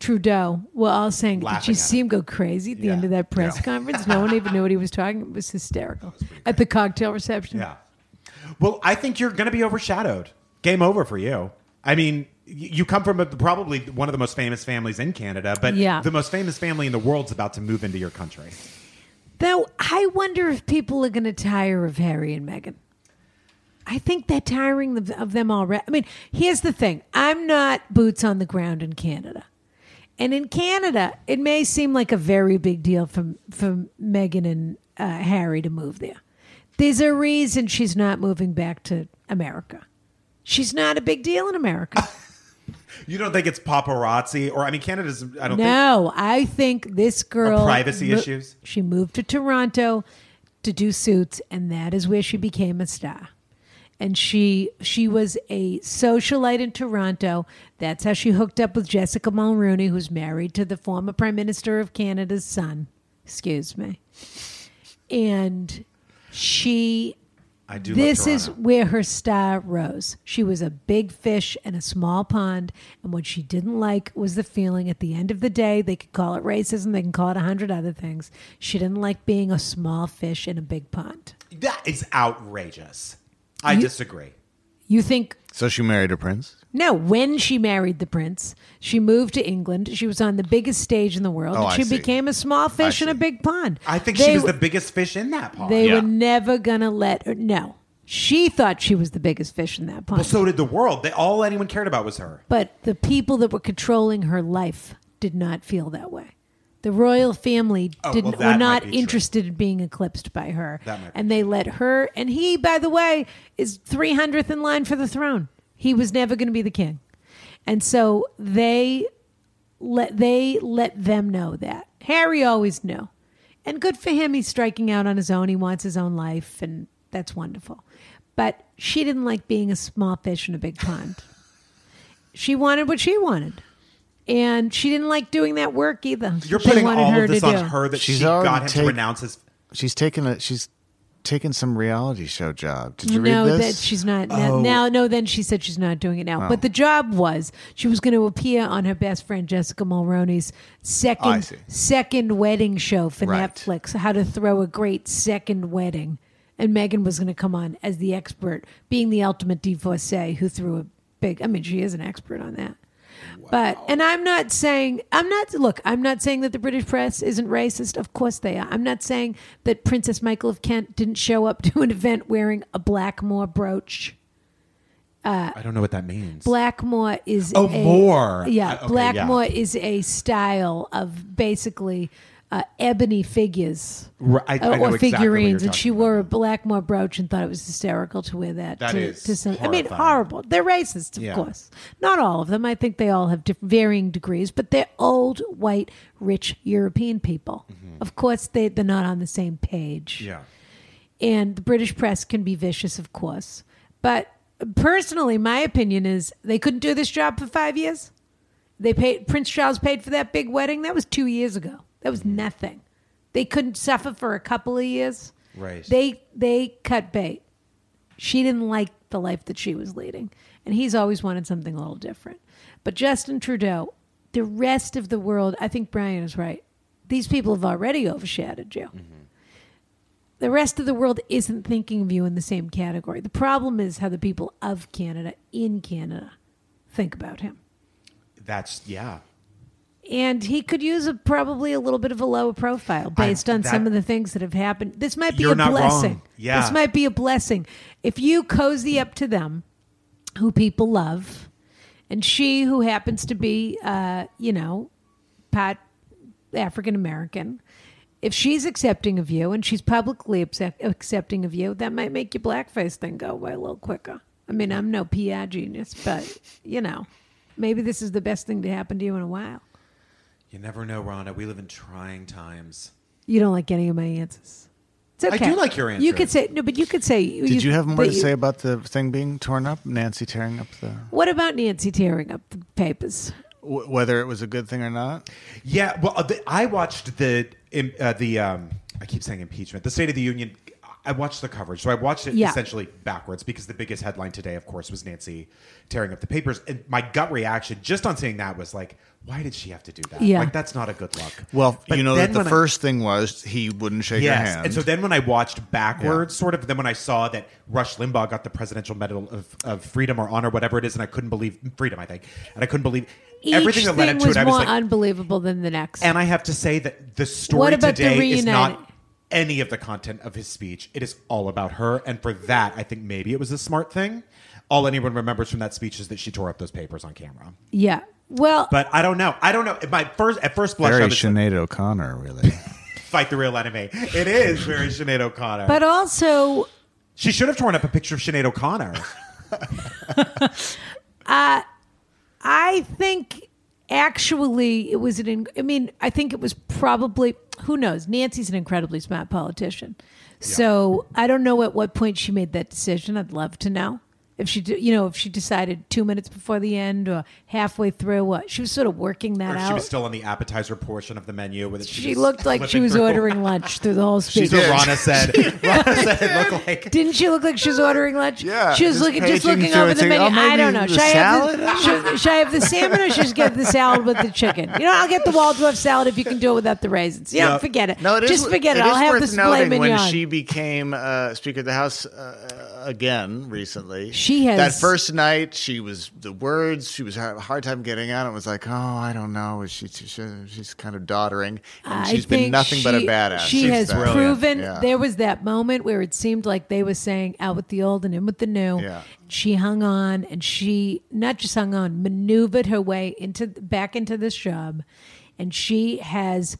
Speaker 1: Trudeau were all saying did
Speaker 2: Laughing
Speaker 1: you
Speaker 2: at
Speaker 1: see him go crazy at the
Speaker 2: Yeah.
Speaker 1: end of that press conference no one even knew what he was talking it was hysterical at the cocktail reception
Speaker 2: Yeah. Well, I think you're going to be overshadowed. Game over for you. I mean, y- you come from a, probably one of the most famous families in Canada, but
Speaker 1: Yeah.
Speaker 2: the most famous family in the world's about to move into your country.
Speaker 1: Though I wonder if people are going to tire of Harry and Meghan. I think they're tiring of, of them already. I mean, here's the thing I'm not boots on the ground in Canada. And in Canada, it may seem like a very big deal for, for Meghan and uh, Harry to move there. There's a reason she's not moving back to America. She's not a big deal in America.
Speaker 2: You don't think it's paparazzi, or I mean, Canada's. I don't think.
Speaker 1: No, I think this girl
Speaker 2: privacy issues?
Speaker 1: She moved to Toronto to do suits, and that is where she became a star. And she she was a socialite in Toronto. That's how she hooked up with Jessica Mulrooney, who's married to the former Prime Minister of Canada's son. Excuse me. And she
Speaker 2: I do.
Speaker 1: This
Speaker 2: love
Speaker 1: is
Speaker 2: Toronto.
Speaker 1: where her star rose. She was a big fish in a small pond, and what she didn't like was the feeling at the end of the day, they could call it racism, they can call it a hundred other things. She didn't like being a small fish in a big pond.
Speaker 2: that is outrageous. I disagree.
Speaker 1: You think
Speaker 3: So she married a prince.
Speaker 1: no, when she married the prince, she moved to England. She was on the biggest stage in the world.
Speaker 3: Oh,
Speaker 1: and
Speaker 3: I
Speaker 1: she
Speaker 3: see.
Speaker 1: became a small fish in a
Speaker 3: see.
Speaker 1: big pond.
Speaker 2: I think
Speaker 1: They-
Speaker 2: she was the biggest fish in that pond.
Speaker 1: They
Speaker 3: Yeah.
Speaker 1: were never gonna let her no. She thought she was the biggest fish in that pond.
Speaker 2: well, so did the world. They all anyone cared about was her.
Speaker 1: But the people that were controlling her life did not feel that way. The royal family
Speaker 2: Oh,
Speaker 1: didn't
Speaker 2: well, that
Speaker 1: were
Speaker 2: might
Speaker 1: not
Speaker 2: be true.
Speaker 1: interested in being eclipsed by her.
Speaker 2: That might be
Speaker 1: and they let her and he, by the way, is three hundredth in line for the throne. He was never gonna be the king. And so they let they let them know that. Harry always knew. And good for him, he's striking out on his own. He wants his own life, and that's wonderful. But she didn't like being a small fish in a big pond she wanted what she wanted. And she didn't like doing that work either.
Speaker 2: You're
Speaker 1: She
Speaker 2: putting
Speaker 1: wanted
Speaker 2: all
Speaker 1: her
Speaker 2: of this
Speaker 1: to
Speaker 2: on
Speaker 1: do.
Speaker 2: her that
Speaker 3: She's
Speaker 2: she
Speaker 3: already
Speaker 2: got him
Speaker 3: take-
Speaker 2: to renounce his.
Speaker 3: She's taken a she's taken some reality show job. Did you
Speaker 1: no,
Speaker 3: read
Speaker 1: that
Speaker 3: this?
Speaker 1: she's not now,
Speaker 2: Oh.
Speaker 1: now. No, then she said she's not doing it now. But the job was she was going to appear on her best friend Jessica Mulroney's
Speaker 3: I
Speaker 1: second
Speaker 3: see.
Speaker 1: second wedding show for
Speaker 3: Right.
Speaker 1: Netflix. How to throw a great second wedding, and Megan was going to come on as the expert, being the ultimate divorcee who threw a big. I mean, she is an expert on that. But and I'm not saying I'm not look, I'm not saying that the British press isn't racist. Of course they are. I'm not saying that Princess Michael of Kent didn't show up to an event wearing a Blackmore brooch.
Speaker 2: I don't know what that means.
Speaker 1: Blackmore is
Speaker 2: Oh,
Speaker 1: a,
Speaker 2: more.
Speaker 1: Yeah,
Speaker 2: Uh, okay,
Speaker 1: Blackmore is a style of basically uh, ebony figures
Speaker 2: Right,
Speaker 1: uh,
Speaker 2: I- I know
Speaker 1: or
Speaker 2: exactly what
Speaker 1: figurines,
Speaker 2: you're
Speaker 1: and she
Speaker 2: talking
Speaker 1: wore a Blackmore brooch and thought it was hysterical to wear that.
Speaker 2: That
Speaker 1: to,
Speaker 2: is
Speaker 1: to some, I mean,
Speaker 2: horrifying.
Speaker 1: horrible. They're racist, of
Speaker 2: Yeah.
Speaker 1: course. Not all of them. I think they all have diff- varying degrees, but they're old, white, rich European people. Of course, they they're not on the same page
Speaker 2: Mm-hmm. yeah.
Speaker 1: and the British press can be vicious, of course. But personally, my opinion is they couldn't do this job for five years. They paid Prince Charles paid for that big wedding. That was two years ago. That was nothing. They couldn't suffer for a couple of years.
Speaker 2: Right.
Speaker 1: They they cut bait. She didn't like the life that she was leading, and he's always wanted something a little different. But Justin Trudeau, the rest of the world, I think Brian is right. These people have already overshadowed you the rest of the world isn't thinking of you in the same category. The problem is how the people of Canada, in Canada, think about him.
Speaker 2: That's yeah.
Speaker 1: And he could use a, probably a little bit of a lower profile
Speaker 2: I-
Speaker 1: based on
Speaker 2: that-
Speaker 1: some of the things that have happened. This might be
Speaker 2: You're
Speaker 1: a
Speaker 2: not
Speaker 1: blessing.
Speaker 2: wrong. Yeah.
Speaker 1: This might be a blessing. If you cozy up to them, who people love, and she who happens to be, uh, you know, Pat African American, if she's accepting of you and she's publicly accept- accepting of you, that might make your blackface thing go away a little quicker. I mean, I'm no PR genius, but you know, maybe this is the best thing to happen to you in a while.
Speaker 2: You never know, Rhonda. We live in trying times.
Speaker 1: You don't like any of my answers. It's okay.
Speaker 2: do like your
Speaker 1: You
Speaker 2: answers.
Speaker 1: could say no, but you could say.
Speaker 3: Did you have more to
Speaker 1: that you-
Speaker 3: say about the thing being torn up? Nancy tearing up the
Speaker 1: What about Nancy tearing up the papers?
Speaker 3: wh- whether it was a good thing or not.
Speaker 2: Yeah. Well, uh, the, I watched the im- uh, the um, I keep saying impeachment. The State of the Union. I watched the coverage, so I watched it
Speaker 1: Yeah.
Speaker 2: essentially backwards because the biggest headline today, of course, was Nancy tearing up the papers. And my gut reaction just on seeing that was like, "Why did she have to do that?
Speaker 1: Yeah.
Speaker 2: Like, that's not a good look."
Speaker 3: Well,
Speaker 2: But
Speaker 3: you know
Speaker 2: then
Speaker 3: that the
Speaker 2: when I-
Speaker 3: first thing was he wouldn't shake her hand.
Speaker 2: And so then when I watched backwards, sort of, then when I saw that Rush Limbaugh got the Presidential Medal of, of Freedom or Honor, whatever it is, and I couldn't believe freedom, I think. And I couldn't believe
Speaker 1: Each
Speaker 2: everything that led
Speaker 1: thing
Speaker 2: up to
Speaker 1: was
Speaker 2: it. I
Speaker 1: more
Speaker 2: was like,
Speaker 1: unbelievable than the next.
Speaker 2: and I have to say that the story
Speaker 1: What about the
Speaker 2: today is
Speaker 1: reunited-
Speaker 2: not any of the content of his speech. It is all about her. And for that, I think maybe it was a smart thing. All anyone remembers from that speech is that she tore up those papers on camera.
Speaker 1: yeah. Well,
Speaker 2: But I don't know. I don't know. My first at first blush, I
Speaker 3: very
Speaker 2: was like,
Speaker 3: Sinead O'Connor, really.
Speaker 2: fight the real enemy. It is very Sinead O'Connor.
Speaker 1: but also
Speaker 2: She should have torn up a picture of Sinead O'Connor.
Speaker 1: I think actually it was an. in- I mean, I think it was probably who knows. Nancy's an incredibly smart politician, so I don't know at what point she made that decision. I'd love to know. if she, d- you know, if she decided two minutes before the end or halfway through, what she was sort of working that
Speaker 2: Or
Speaker 1: out.
Speaker 2: she was still on the appetizer portion of the menu. With it,
Speaker 1: she looked like she was ordering lunch through the whole speech.
Speaker 2: She's what Rana said. Rana said it looked like.
Speaker 1: Didn't she look like she was ordering lunch?
Speaker 3: Yeah,
Speaker 1: She was
Speaker 3: just
Speaker 1: looking, just
Speaker 3: paging
Speaker 1: looking
Speaker 3: through
Speaker 1: over
Speaker 3: and
Speaker 1: the
Speaker 3: saying,
Speaker 1: menu.
Speaker 3: "Oh,
Speaker 1: I don't know.
Speaker 3: maybe
Speaker 1: Should I, have the,
Speaker 3: the
Speaker 1: should, should I have the salmon or should I just get the salad with the chicken? You know, I'll get the Waldorf salad if you can do it without the raisins. Yeah,
Speaker 2: No.
Speaker 1: forget it.
Speaker 3: No, it is
Speaker 1: just forget it.
Speaker 3: is
Speaker 1: I'll have
Speaker 3: worth
Speaker 1: this filet
Speaker 3: noting
Speaker 1: mignon.
Speaker 3: when she became uh, Speaker of the House uh, again recently.
Speaker 1: She has-
Speaker 3: that first night. She was the words. She was having a hard time getting out. It was like, oh, I don't know. Is She, she, she- she's kind of doddering, and
Speaker 1: I
Speaker 3: she's been
Speaker 1: think
Speaker 3: nothing but a
Speaker 1: she-
Speaker 3: badass.
Speaker 1: She
Speaker 3: since
Speaker 1: has
Speaker 3: then.
Speaker 1: proven
Speaker 3: Yeah.
Speaker 1: there was that moment where it seemed like they were saying out with the old and in with the new.
Speaker 3: Yeah.
Speaker 1: She hung on and she not just hung on, maneuvered her way into back into this job, and she has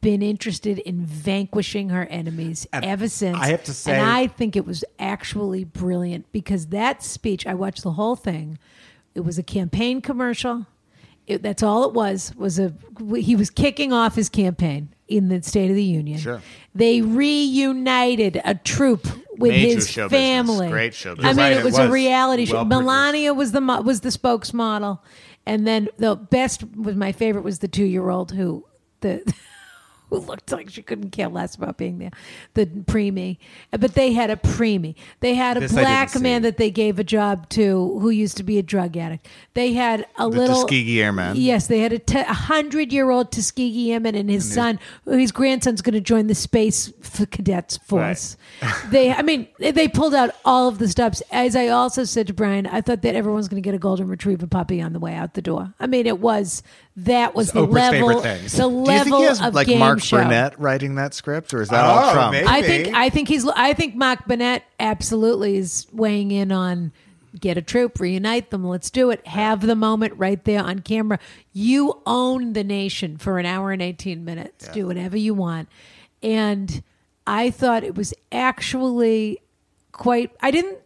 Speaker 1: been interested in vanquishing her enemies ever since.
Speaker 2: I have to say-
Speaker 1: and I think it was actually brilliant because that speech. I watched the whole thing. It was a campaign commercial it, that's all it was was a he was kicking off his campaign in the state of the union
Speaker 3: Sure.
Speaker 1: they reunited a troop with
Speaker 3: Major
Speaker 1: his
Speaker 3: show business.
Speaker 1: family
Speaker 3: Great show
Speaker 1: i
Speaker 3: business.
Speaker 1: mean
Speaker 2: Right,
Speaker 1: it
Speaker 2: it
Speaker 1: was, a
Speaker 2: was.
Speaker 1: reality show
Speaker 2: Well produced.
Speaker 1: melania was the mo- was the spokesmodel and then the best was my favorite was the two-year-old who the who looked like she couldn't care less about being there, the preemie. But they had a preemie. They had a
Speaker 2: This I didn't
Speaker 1: black man
Speaker 2: see.
Speaker 1: that they gave a job to who used to be a drug addict. They had a
Speaker 3: The
Speaker 1: little
Speaker 3: Tuskegee Airman.
Speaker 1: Yes, they had a t- a hundred-year-old Tuskegee Airman and his son, his grandson's going to join the space f- cadets force. they, I mean, they pulled out all of the stops. As I also said to Brian, I thought that everyone's going to get a golden retriever puppy on the way out the door. I mean, it was that was
Speaker 2: It's
Speaker 1: the
Speaker 2: Oprah's favorite
Speaker 1: level,
Speaker 2: thing.
Speaker 1: the
Speaker 3: Do you
Speaker 1: level
Speaker 3: think he has
Speaker 1: of
Speaker 3: like
Speaker 1: game
Speaker 3: Mark
Speaker 1: show.
Speaker 3: Burnett writing that script, or is that
Speaker 2: Oh,
Speaker 3: all Trump?
Speaker 2: maybe.
Speaker 1: I think
Speaker 2: Maybe.
Speaker 1: I think he's I think Mark Burnett absolutely is weighing in on get a troop, reunite them, let's do it, have the moment right there on camera. You own the nation for an hour and eighteen minutes. Do whatever you want, and I thought it was actually quite. I didn't.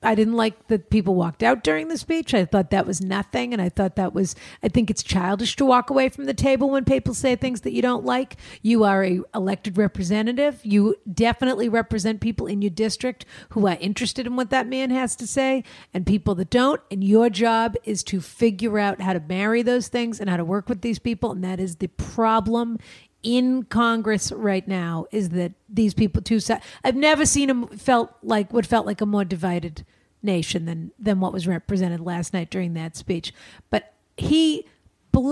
Speaker 1: I didn't like that people walked out during the speech. I thought that was nothing. And I thought that was, I think it's childish to walk away from the table when people say things that you don't like. You are a elected representative. You definitely represent people in your district who are interested in what that man has to say and people that don't. And your job is to figure out how to marry those things and how to work with these people. And that is the problem in Congress right now is that these people two sides. I've never seen them felt like what felt like a more divided nation than than what was represented last night during that speech. But he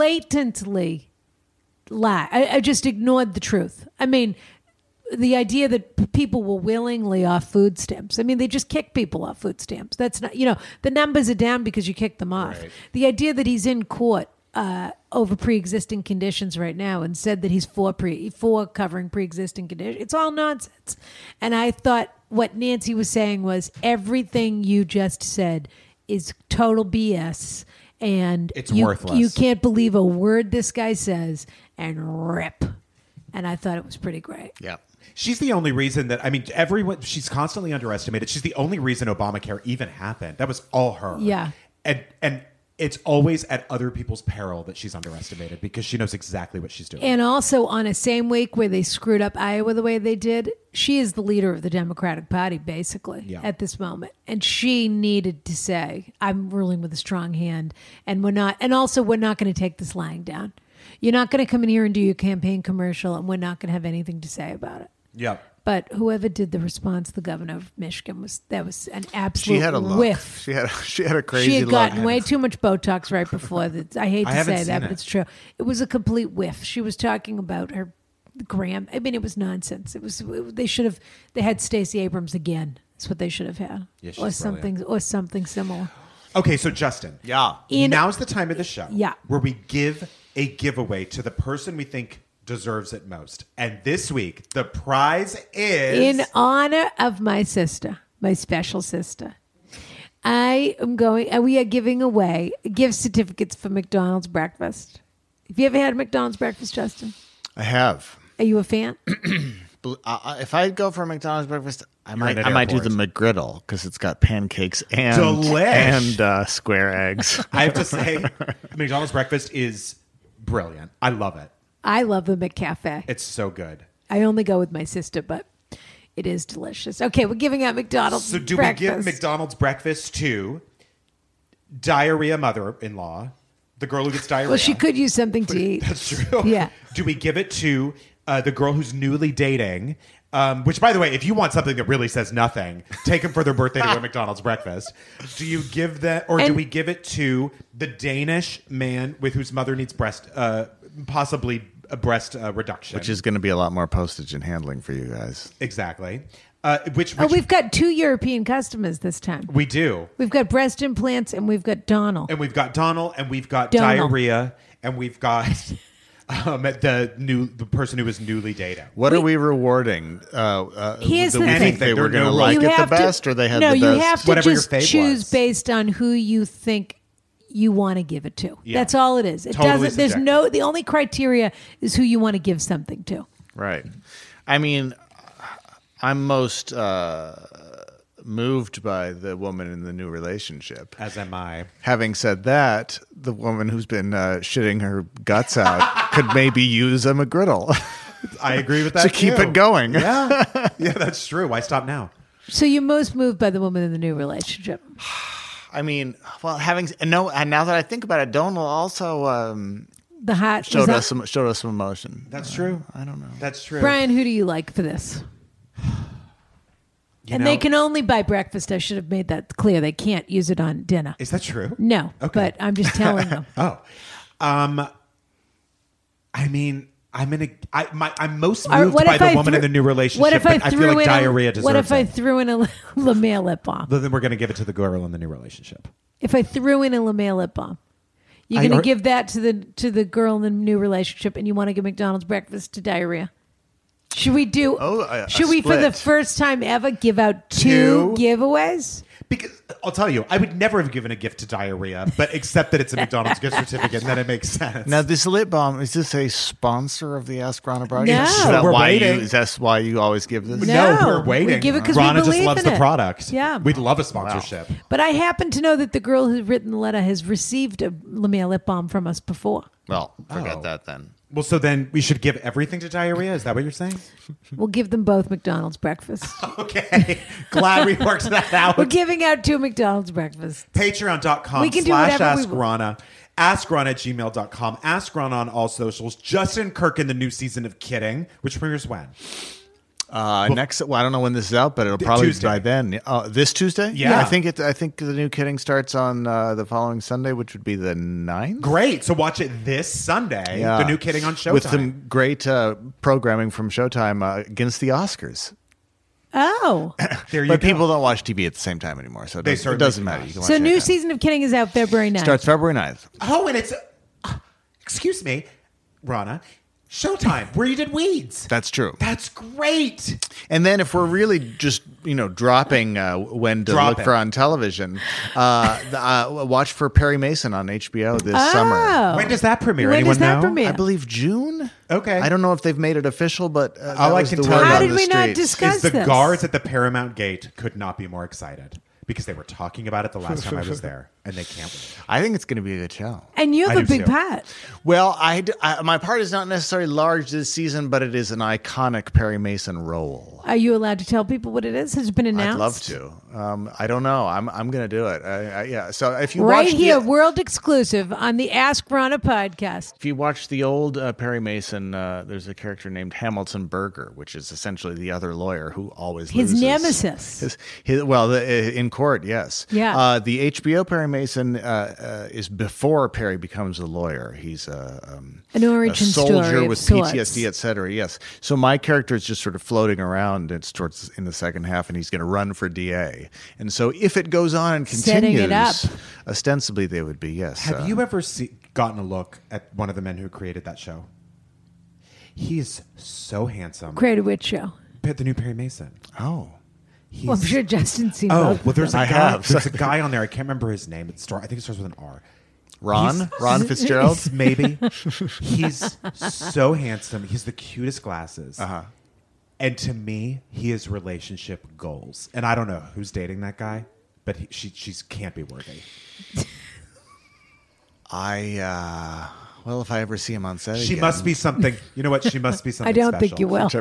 Speaker 1: blatantly lie. I, I just ignored the truth. I mean, the idea that p- people will willingly off food stamps. I mean, they just kick people off food stamps. That's not, you know, the numbers are down because you kick them off. The idea that he's in court uh, over pre-existing conditions right now and said that he's for pre for covering pre-existing conditions. It's all nonsense. And I thought what Nancy was saying was everything you just said is total BS. And
Speaker 2: It's
Speaker 1: you-
Speaker 2: worthless.
Speaker 1: You can't believe a word this guy says and rip. And I thought it was pretty great.
Speaker 3: Yeah.
Speaker 2: She's the only reason that I mean, everyone. She's constantly underestimated. She's the only reason Obamacare even happened. That was all her.
Speaker 1: Yeah.
Speaker 2: and and it's always at other people's peril that she's underestimated because she knows exactly what she's doing.
Speaker 1: And also on a same week where they screwed up Iowa the way they did, she is the leader of the Democratic Party basically
Speaker 2: Yeah.
Speaker 1: at this moment, and she needed to say, "I'm ruling with a strong hand, and we're not, and also we're not going to take this lying down. You're not going to come in here and do your campaign commercial, and we're not going to have anything to say about it."
Speaker 2: yeah,
Speaker 1: But whoever did the response, the governor of Michigan was that was an absolute
Speaker 3: She had a look.
Speaker 1: whiff.
Speaker 3: She had she had a crazy.
Speaker 1: She had gotten
Speaker 3: look.
Speaker 1: way too much Botox right before that. I hate
Speaker 2: I
Speaker 1: to
Speaker 2: haven't
Speaker 1: say that,
Speaker 2: seen
Speaker 1: but
Speaker 2: it.
Speaker 1: it's true. It was a complete whiff. She was talking about her gram. I mean, it was nonsense. It was it- they should have they had Stacey Abrams again. That's what they should have had,
Speaker 2: Yeah, she's
Speaker 1: or something, or something similar.
Speaker 2: Okay, so Justin.
Speaker 3: Yeah.
Speaker 1: In-
Speaker 2: now's the time of the show.
Speaker 1: Yeah.
Speaker 2: Where we give a giveaway to the person we think deserves it most. And this week, the prize is
Speaker 1: In honor of my sister, my special sister, I am going, and we are giving away gift certificates for McDonald's breakfast. Have you ever had McDonald's breakfast, Justin?
Speaker 3: I have.
Speaker 1: Are you a fan?
Speaker 3: Bel- I- I- uh, if I go for a McDonald's breakfast, I might
Speaker 2: in an
Speaker 3: I might do the
Speaker 2: airport.
Speaker 3: McGriddle because it's got pancakes and
Speaker 2: Delish.
Speaker 3: and uh, square eggs.
Speaker 2: I have to say, McDonald's breakfast is brilliant. I love it.
Speaker 1: I love the McCafe.
Speaker 2: It's so good.
Speaker 1: I only go with my sister, but It is delicious. Okay, we're giving out McDonald's.
Speaker 2: So do we give
Speaker 1: breakfast.
Speaker 2: McDonald's breakfast to diarrhea mother-in-law, the girl who gets diarrhea?
Speaker 1: Well, she could use something to eat.
Speaker 2: That's true.
Speaker 1: Yeah.
Speaker 2: Do we give it to uh, the girl who's newly dating? Um, which, by the way, if you want something that really says nothing, take them for their birthday to a McDonald's breakfast. Do you give that, or do
Speaker 1: And-
Speaker 2: we give it to the Danish man with whose mother needs breast, uh, possibly a breast uh, reduction?
Speaker 3: Which is going to be a lot more postage and handling for you guys.
Speaker 2: exactly. Uh, which
Speaker 1: Oh,
Speaker 2: which
Speaker 1: we've got two European customers this time.
Speaker 2: we do,
Speaker 1: We've got breast implants and we've got Donald.
Speaker 2: and we've got Donald, and we've got
Speaker 1: Donald.
Speaker 2: diarrhea, and we've got um, the new the person who is newly dating.
Speaker 3: What are we rewarding? Uh, uh,
Speaker 1: Here's
Speaker 3: that
Speaker 1: the
Speaker 3: we
Speaker 1: thing.
Speaker 3: think they
Speaker 2: Anything.
Speaker 3: were
Speaker 2: There are
Speaker 3: going to
Speaker 2: no
Speaker 3: like
Speaker 2: rules.
Speaker 3: it the
Speaker 1: have to-
Speaker 3: best, or they had
Speaker 1: no,
Speaker 3: the best.
Speaker 1: you have to
Speaker 2: Whatever your
Speaker 1: just
Speaker 2: fave
Speaker 1: choose
Speaker 2: was.
Speaker 1: based on who you think you want to give it to. That's all it is. It
Speaker 2: Totally
Speaker 1: doesn't. There's no. The only criteria is who you want to give something to.
Speaker 3: Right. I mean, I'm most uh, moved by the woman in the new relationship.
Speaker 2: As am I.
Speaker 3: Having said that, the woman who's been uh, shitting her guts out could maybe use a McGriddle.
Speaker 2: I agree with that.
Speaker 3: To keep
Speaker 2: too.
Speaker 3: it going.
Speaker 2: Yeah, yeah, that's true. Why stop now?
Speaker 1: So you're most moved by the woman in the new relationship.
Speaker 3: I mean, well, having and no, and now that I think about it, Donal also um,
Speaker 1: The hot
Speaker 3: showed
Speaker 1: was that-
Speaker 3: us some showed us some emotion.
Speaker 2: That's true.
Speaker 3: I don't know.
Speaker 2: That's true.
Speaker 1: Brian, who do you like for this?
Speaker 2: You
Speaker 1: and
Speaker 2: know-
Speaker 1: they can only buy breakfast. I should have made that clear. They can't use it on dinner.
Speaker 2: Is that true?
Speaker 1: No,
Speaker 2: Okay.
Speaker 1: but I'm just telling them.
Speaker 2: Oh, um, I mean, I'm in a. I, my, I'm most
Speaker 1: Or
Speaker 2: moved by the woman
Speaker 1: thre-
Speaker 2: in the new relationship.
Speaker 1: What if
Speaker 2: but
Speaker 1: I
Speaker 2: I
Speaker 1: threw
Speaker 2: feel
Speaker 1: in
Speaker 2: like diarrhea
Speaker 1: a,
Speaker 2: deserves
Speaker 1: What if I
Speaker 2: it.
Speaker 1: threw in a Lemay lip balm?
Speaker 2: But then we're gonna give it to the girl in the new relationship.
Speaker 1: If I threw in a Lemay lip balm, you're
Speaker 2: I
Speaker 1: going to
Speaker 2: ar-
Speaker 1: give that to the to the girl in the new relationship, and you want to give McDonald's breakfast to diarrhea. Should we do?
Speaker 3: Oh, a- a
Speaker 1: should we, for the
Speaker 3: split.
Speaker 1: first time ever, give out two,
Speaker 2: Two?
Speaker 1: giveaways?
Speaker 2: Because I'll tell you, I would never have given a gift to diarrhea, but except that it's a McDonald's gift certificate, and then it makes sense.
Speaker 3: Now, this lip balm is this a sponsor of the Ask Ron O'Brien?
Speaker 1: No.
Speaker 3: Is that
Speaker 2: We're
Speaker 3: why you,
Speaker 2: waiting.
Speaker 3: is that why you always give this?
Speaker 1: No.
Speaker 2: no, we're
Speaker 1: we
Speaker 2: waiting.
Speaker 1: give it 'cause we
Speaker 2: Rana just
Speaker 1: believe
Speaker 2: loves
Speaker 1: in
Speaker 2: the
Speaker 1: it.
Speaker 2: product.
Speaker 1: Yeah.
Speaker 2: we'd love a sponsorship.
Speaker 1: But I happen to know that the girl who's written the letter has received a Lemay lip balm from us before.
Speaker 3: Well, forget
Speaker 2: Oh.
Speaker 3: that then.
Speaker 2: Well, so then we should give everything to diarrhea. Is that what you're saying?
Speaker 1: We'll give them both McDonald's breakfast.
Speaker 2: Okay. Glad we worked that out.
Speaker 1: We're giving out two McDonald's breakfasts. We
Speaker 2: Patreon.com
Speaker 1: can do
Speaker 2: slash
Speaker 1: whatever we
Speaker 2: ask Rana. Ask Rana at gmail.com. Ask Rana on all socials. Justin Kirk in the new season of Kidding, which premieres when?
Speaker 3: Uh, next, well, I don't know when this is out, but it'll probably
Speaker 2: Tuesday.
Speaker 3: be by then. Uh, this Tuesday?
Speaker 2: Yeah.
Speaker 3: I think it. I think the new kidding starts on uh, the following Sunday, which would be the 9th?
Speaker 2: Great. So watch it this Sunday.
Speaker 3: Yeah.
Speaker 2: The new Kidding on Showtime.
Speaker 3: With some great uh, programming from Showtime uh, against the Oscars.
Speaker 1: Oh.
Speaker 2: there you
Speaker 3: But
Speaker 2: go.
Speaker 3: people don't watch TV at the same time anymore, so it
Speaker 2: They
Speaker 3: doesn't, it
Speaker 2: certainly
Speaker 3: doesn't
Speaker 2: do
Speaker 3: matter.
Speaker 2: not.
Speaker 3: You can
Speaker 1: So
Speaker 3: watch it
Speaker 1: new
Speaker 3: anytime.
Speaker 1: season of Kidding is out February 9th.
Speaker 3: starts February 9th.
Speaker 2: oh, and it's, uh, excuse me, Rana, Showtime, where you did Weeds.
Speaker 3: That's true.
Speaker 2: That's great.
Speaker 3: And then if we're really just you know dropping uh, when to
Speaker 2: Drop
Speaker 3: look
Speaker 2: it.
Speaker 3: for on television, uh, the, uh, watch for Perry Mason on HBO this
Speaker 1: Oh.
Speaker 3: summer.
Speaker 2: When does that premiere?
Speaker 1: When
Speaker 2: Anyone
Speaker 1: does that
Speaker 2: know?
Speaker 1: premiere?
Speaker 3: I believe June.
Speaker 2: Okay.
Speaker 3: I don't know if they've made it official, but uh, that
Speaker 2: I
Speaker 3: was
Speaker 2: can
Speaker 3: the
Speaker 2: tell
Speaker 3: word
Speaker 2: you-
Speaker 3: on
Speaker 1: How did
Speaker 3: the
Speaker 1: we not
Speaker 3: streets.
Speaker 1: discuss
Speaker 2: is the
Speaker 1: this?
Speaker 2: guards at the Paramount Gate could not be more excited because they were talking about it the last time I was there, and they can't. Wait.
Speaker 3: I think it's going to be a good show.
Speaker 1: and you have
Speaker 2: I
Speaker 1: a
Speaker 2: do
Speaker 1: big
Speaker 2: too.
Speaker 1: pot.
Speaker 3: Well, I, d- I- my part is not necessarily large this season, but it is an iconic Perry Mason role.
Speaker 1: Are you allowed to tell people what it is? Has it been announced?
Speaker 3: I'd love to. Um, I don't know. I'm I'm going to do it. I, I, yeah. So if you
Speaker 1: Right
Speaker 3: watch
Speaker 1: here,
Speaker 3: the,
Speaker 1: world exclusive on the Ask Rana podcast.
Speaker 3: If you watch the old uh, Perry Mason, uh, there's a character named Hamilton Berger, which is essentially the other lawyer who always
Speaker 1: His
Speaker 3: loses.
Speaker 1: nemesis.
Speaker 3: His, his, well, the, uh, in court, yes.
Speaker 1: Yeah.
Speaker 3: Uh, the HBO Perry Mason uh, uh, is before Perry becomes a lawyer. He's a, um,
Speaker 1: An origin
Speaker 3: a soldier
Speaker 1: story of
Speaker 3: with
Speaker 1: sorts.
Speaker 3: PTSD, et cetera. Yes. So my character is just sort of floating around. It's towards in the second half, and he's going to run for DA. And so if it goes on and
Speaker 1: Setting
Speaker 3: continues,
Speaker 1: it up.
Speaker 3: ostensibly they would be yes.
Speaker 2: Have
Speaker 3: uh,
Speaker 2: you ever see, gotten a look at one of the men who created that show? He is so handsome.
Speaker 1: Created Witch Show.
Speaker 2: Pitt, the new Perry Mason.
Speaker 3: Oh.
Speaker 2: He's,
Speaker 1: Well, I'm sure Justin's seen
Speaker 2: oh,
Speaker 1: both.
Speaker 2: well, there's a
Speaker 3: I
Speaker 2: guy,
Speaker 3: have.
Speaker 2: there's a guy on there. I can't remember his name. It start, I think it starts with an R.
Speaker 3: Ron,
Speaker 2: He's-
Speaker 3: Ron Fitzgerald.
Speaker 2: maybe. He's so handsome. He's the cutest glasses. Uh-huh. And to me, he is relationship goals. And I don't know who's dating that guy, but he, she she's can't be worthy.
Speaker 3: I uh Well, if I ever see him on set,
Speaker 2: She
Speaker 3: again,
Speaker 2: must be something. You know what? She must be something.
Speaker 1: I don't think
Speaker 2: special.
Speaker 1: you will.
Speaker 3: Which I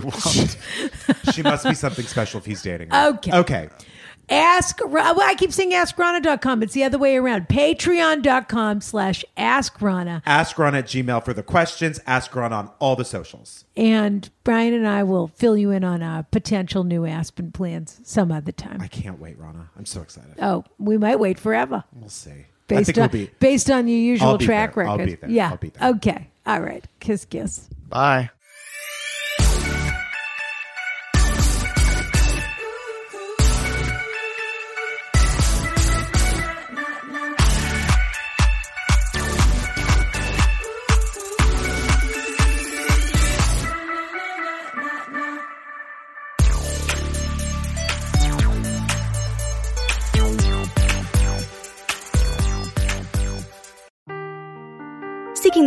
Speaker 3: won't.
Speaker 2: She must be something special if he's dating her.
Speaker 1: Okay.
Speaker 2: Okay.
Speaker 1: Ask, well, I keep saying askrana.com. It's the other way around. Patreon.com slash askrana.
Speaker 2: Ask Ron at Gmail for the questions. Ask Ron on all the socials.
Speaker 1: And Brian and I will fill you in on our potential new Aspen plans some other time.
Speaker 2: I can't wait, Rana. I'm so excited.
Speaker 1: Oh, we might wait forever.
Speaker 2: We'll see. I
Speaker 1: Based
Speaker 2: think
Speaker 1: on
Speaker 2: we'll be.
Speaker 1: based on your usual
Speaker 2: I'll be
Speaker 1: track
Speaker 2: there. I'll
Speaker 1: record.
Speaker 2: be there.
Speaker 1: Yeah.
Speaker 2: I'll be there.
Speaker 1: Okay. All right. Kiss kiss.
Speaker 3: Bye.
Speaker 5: Seeking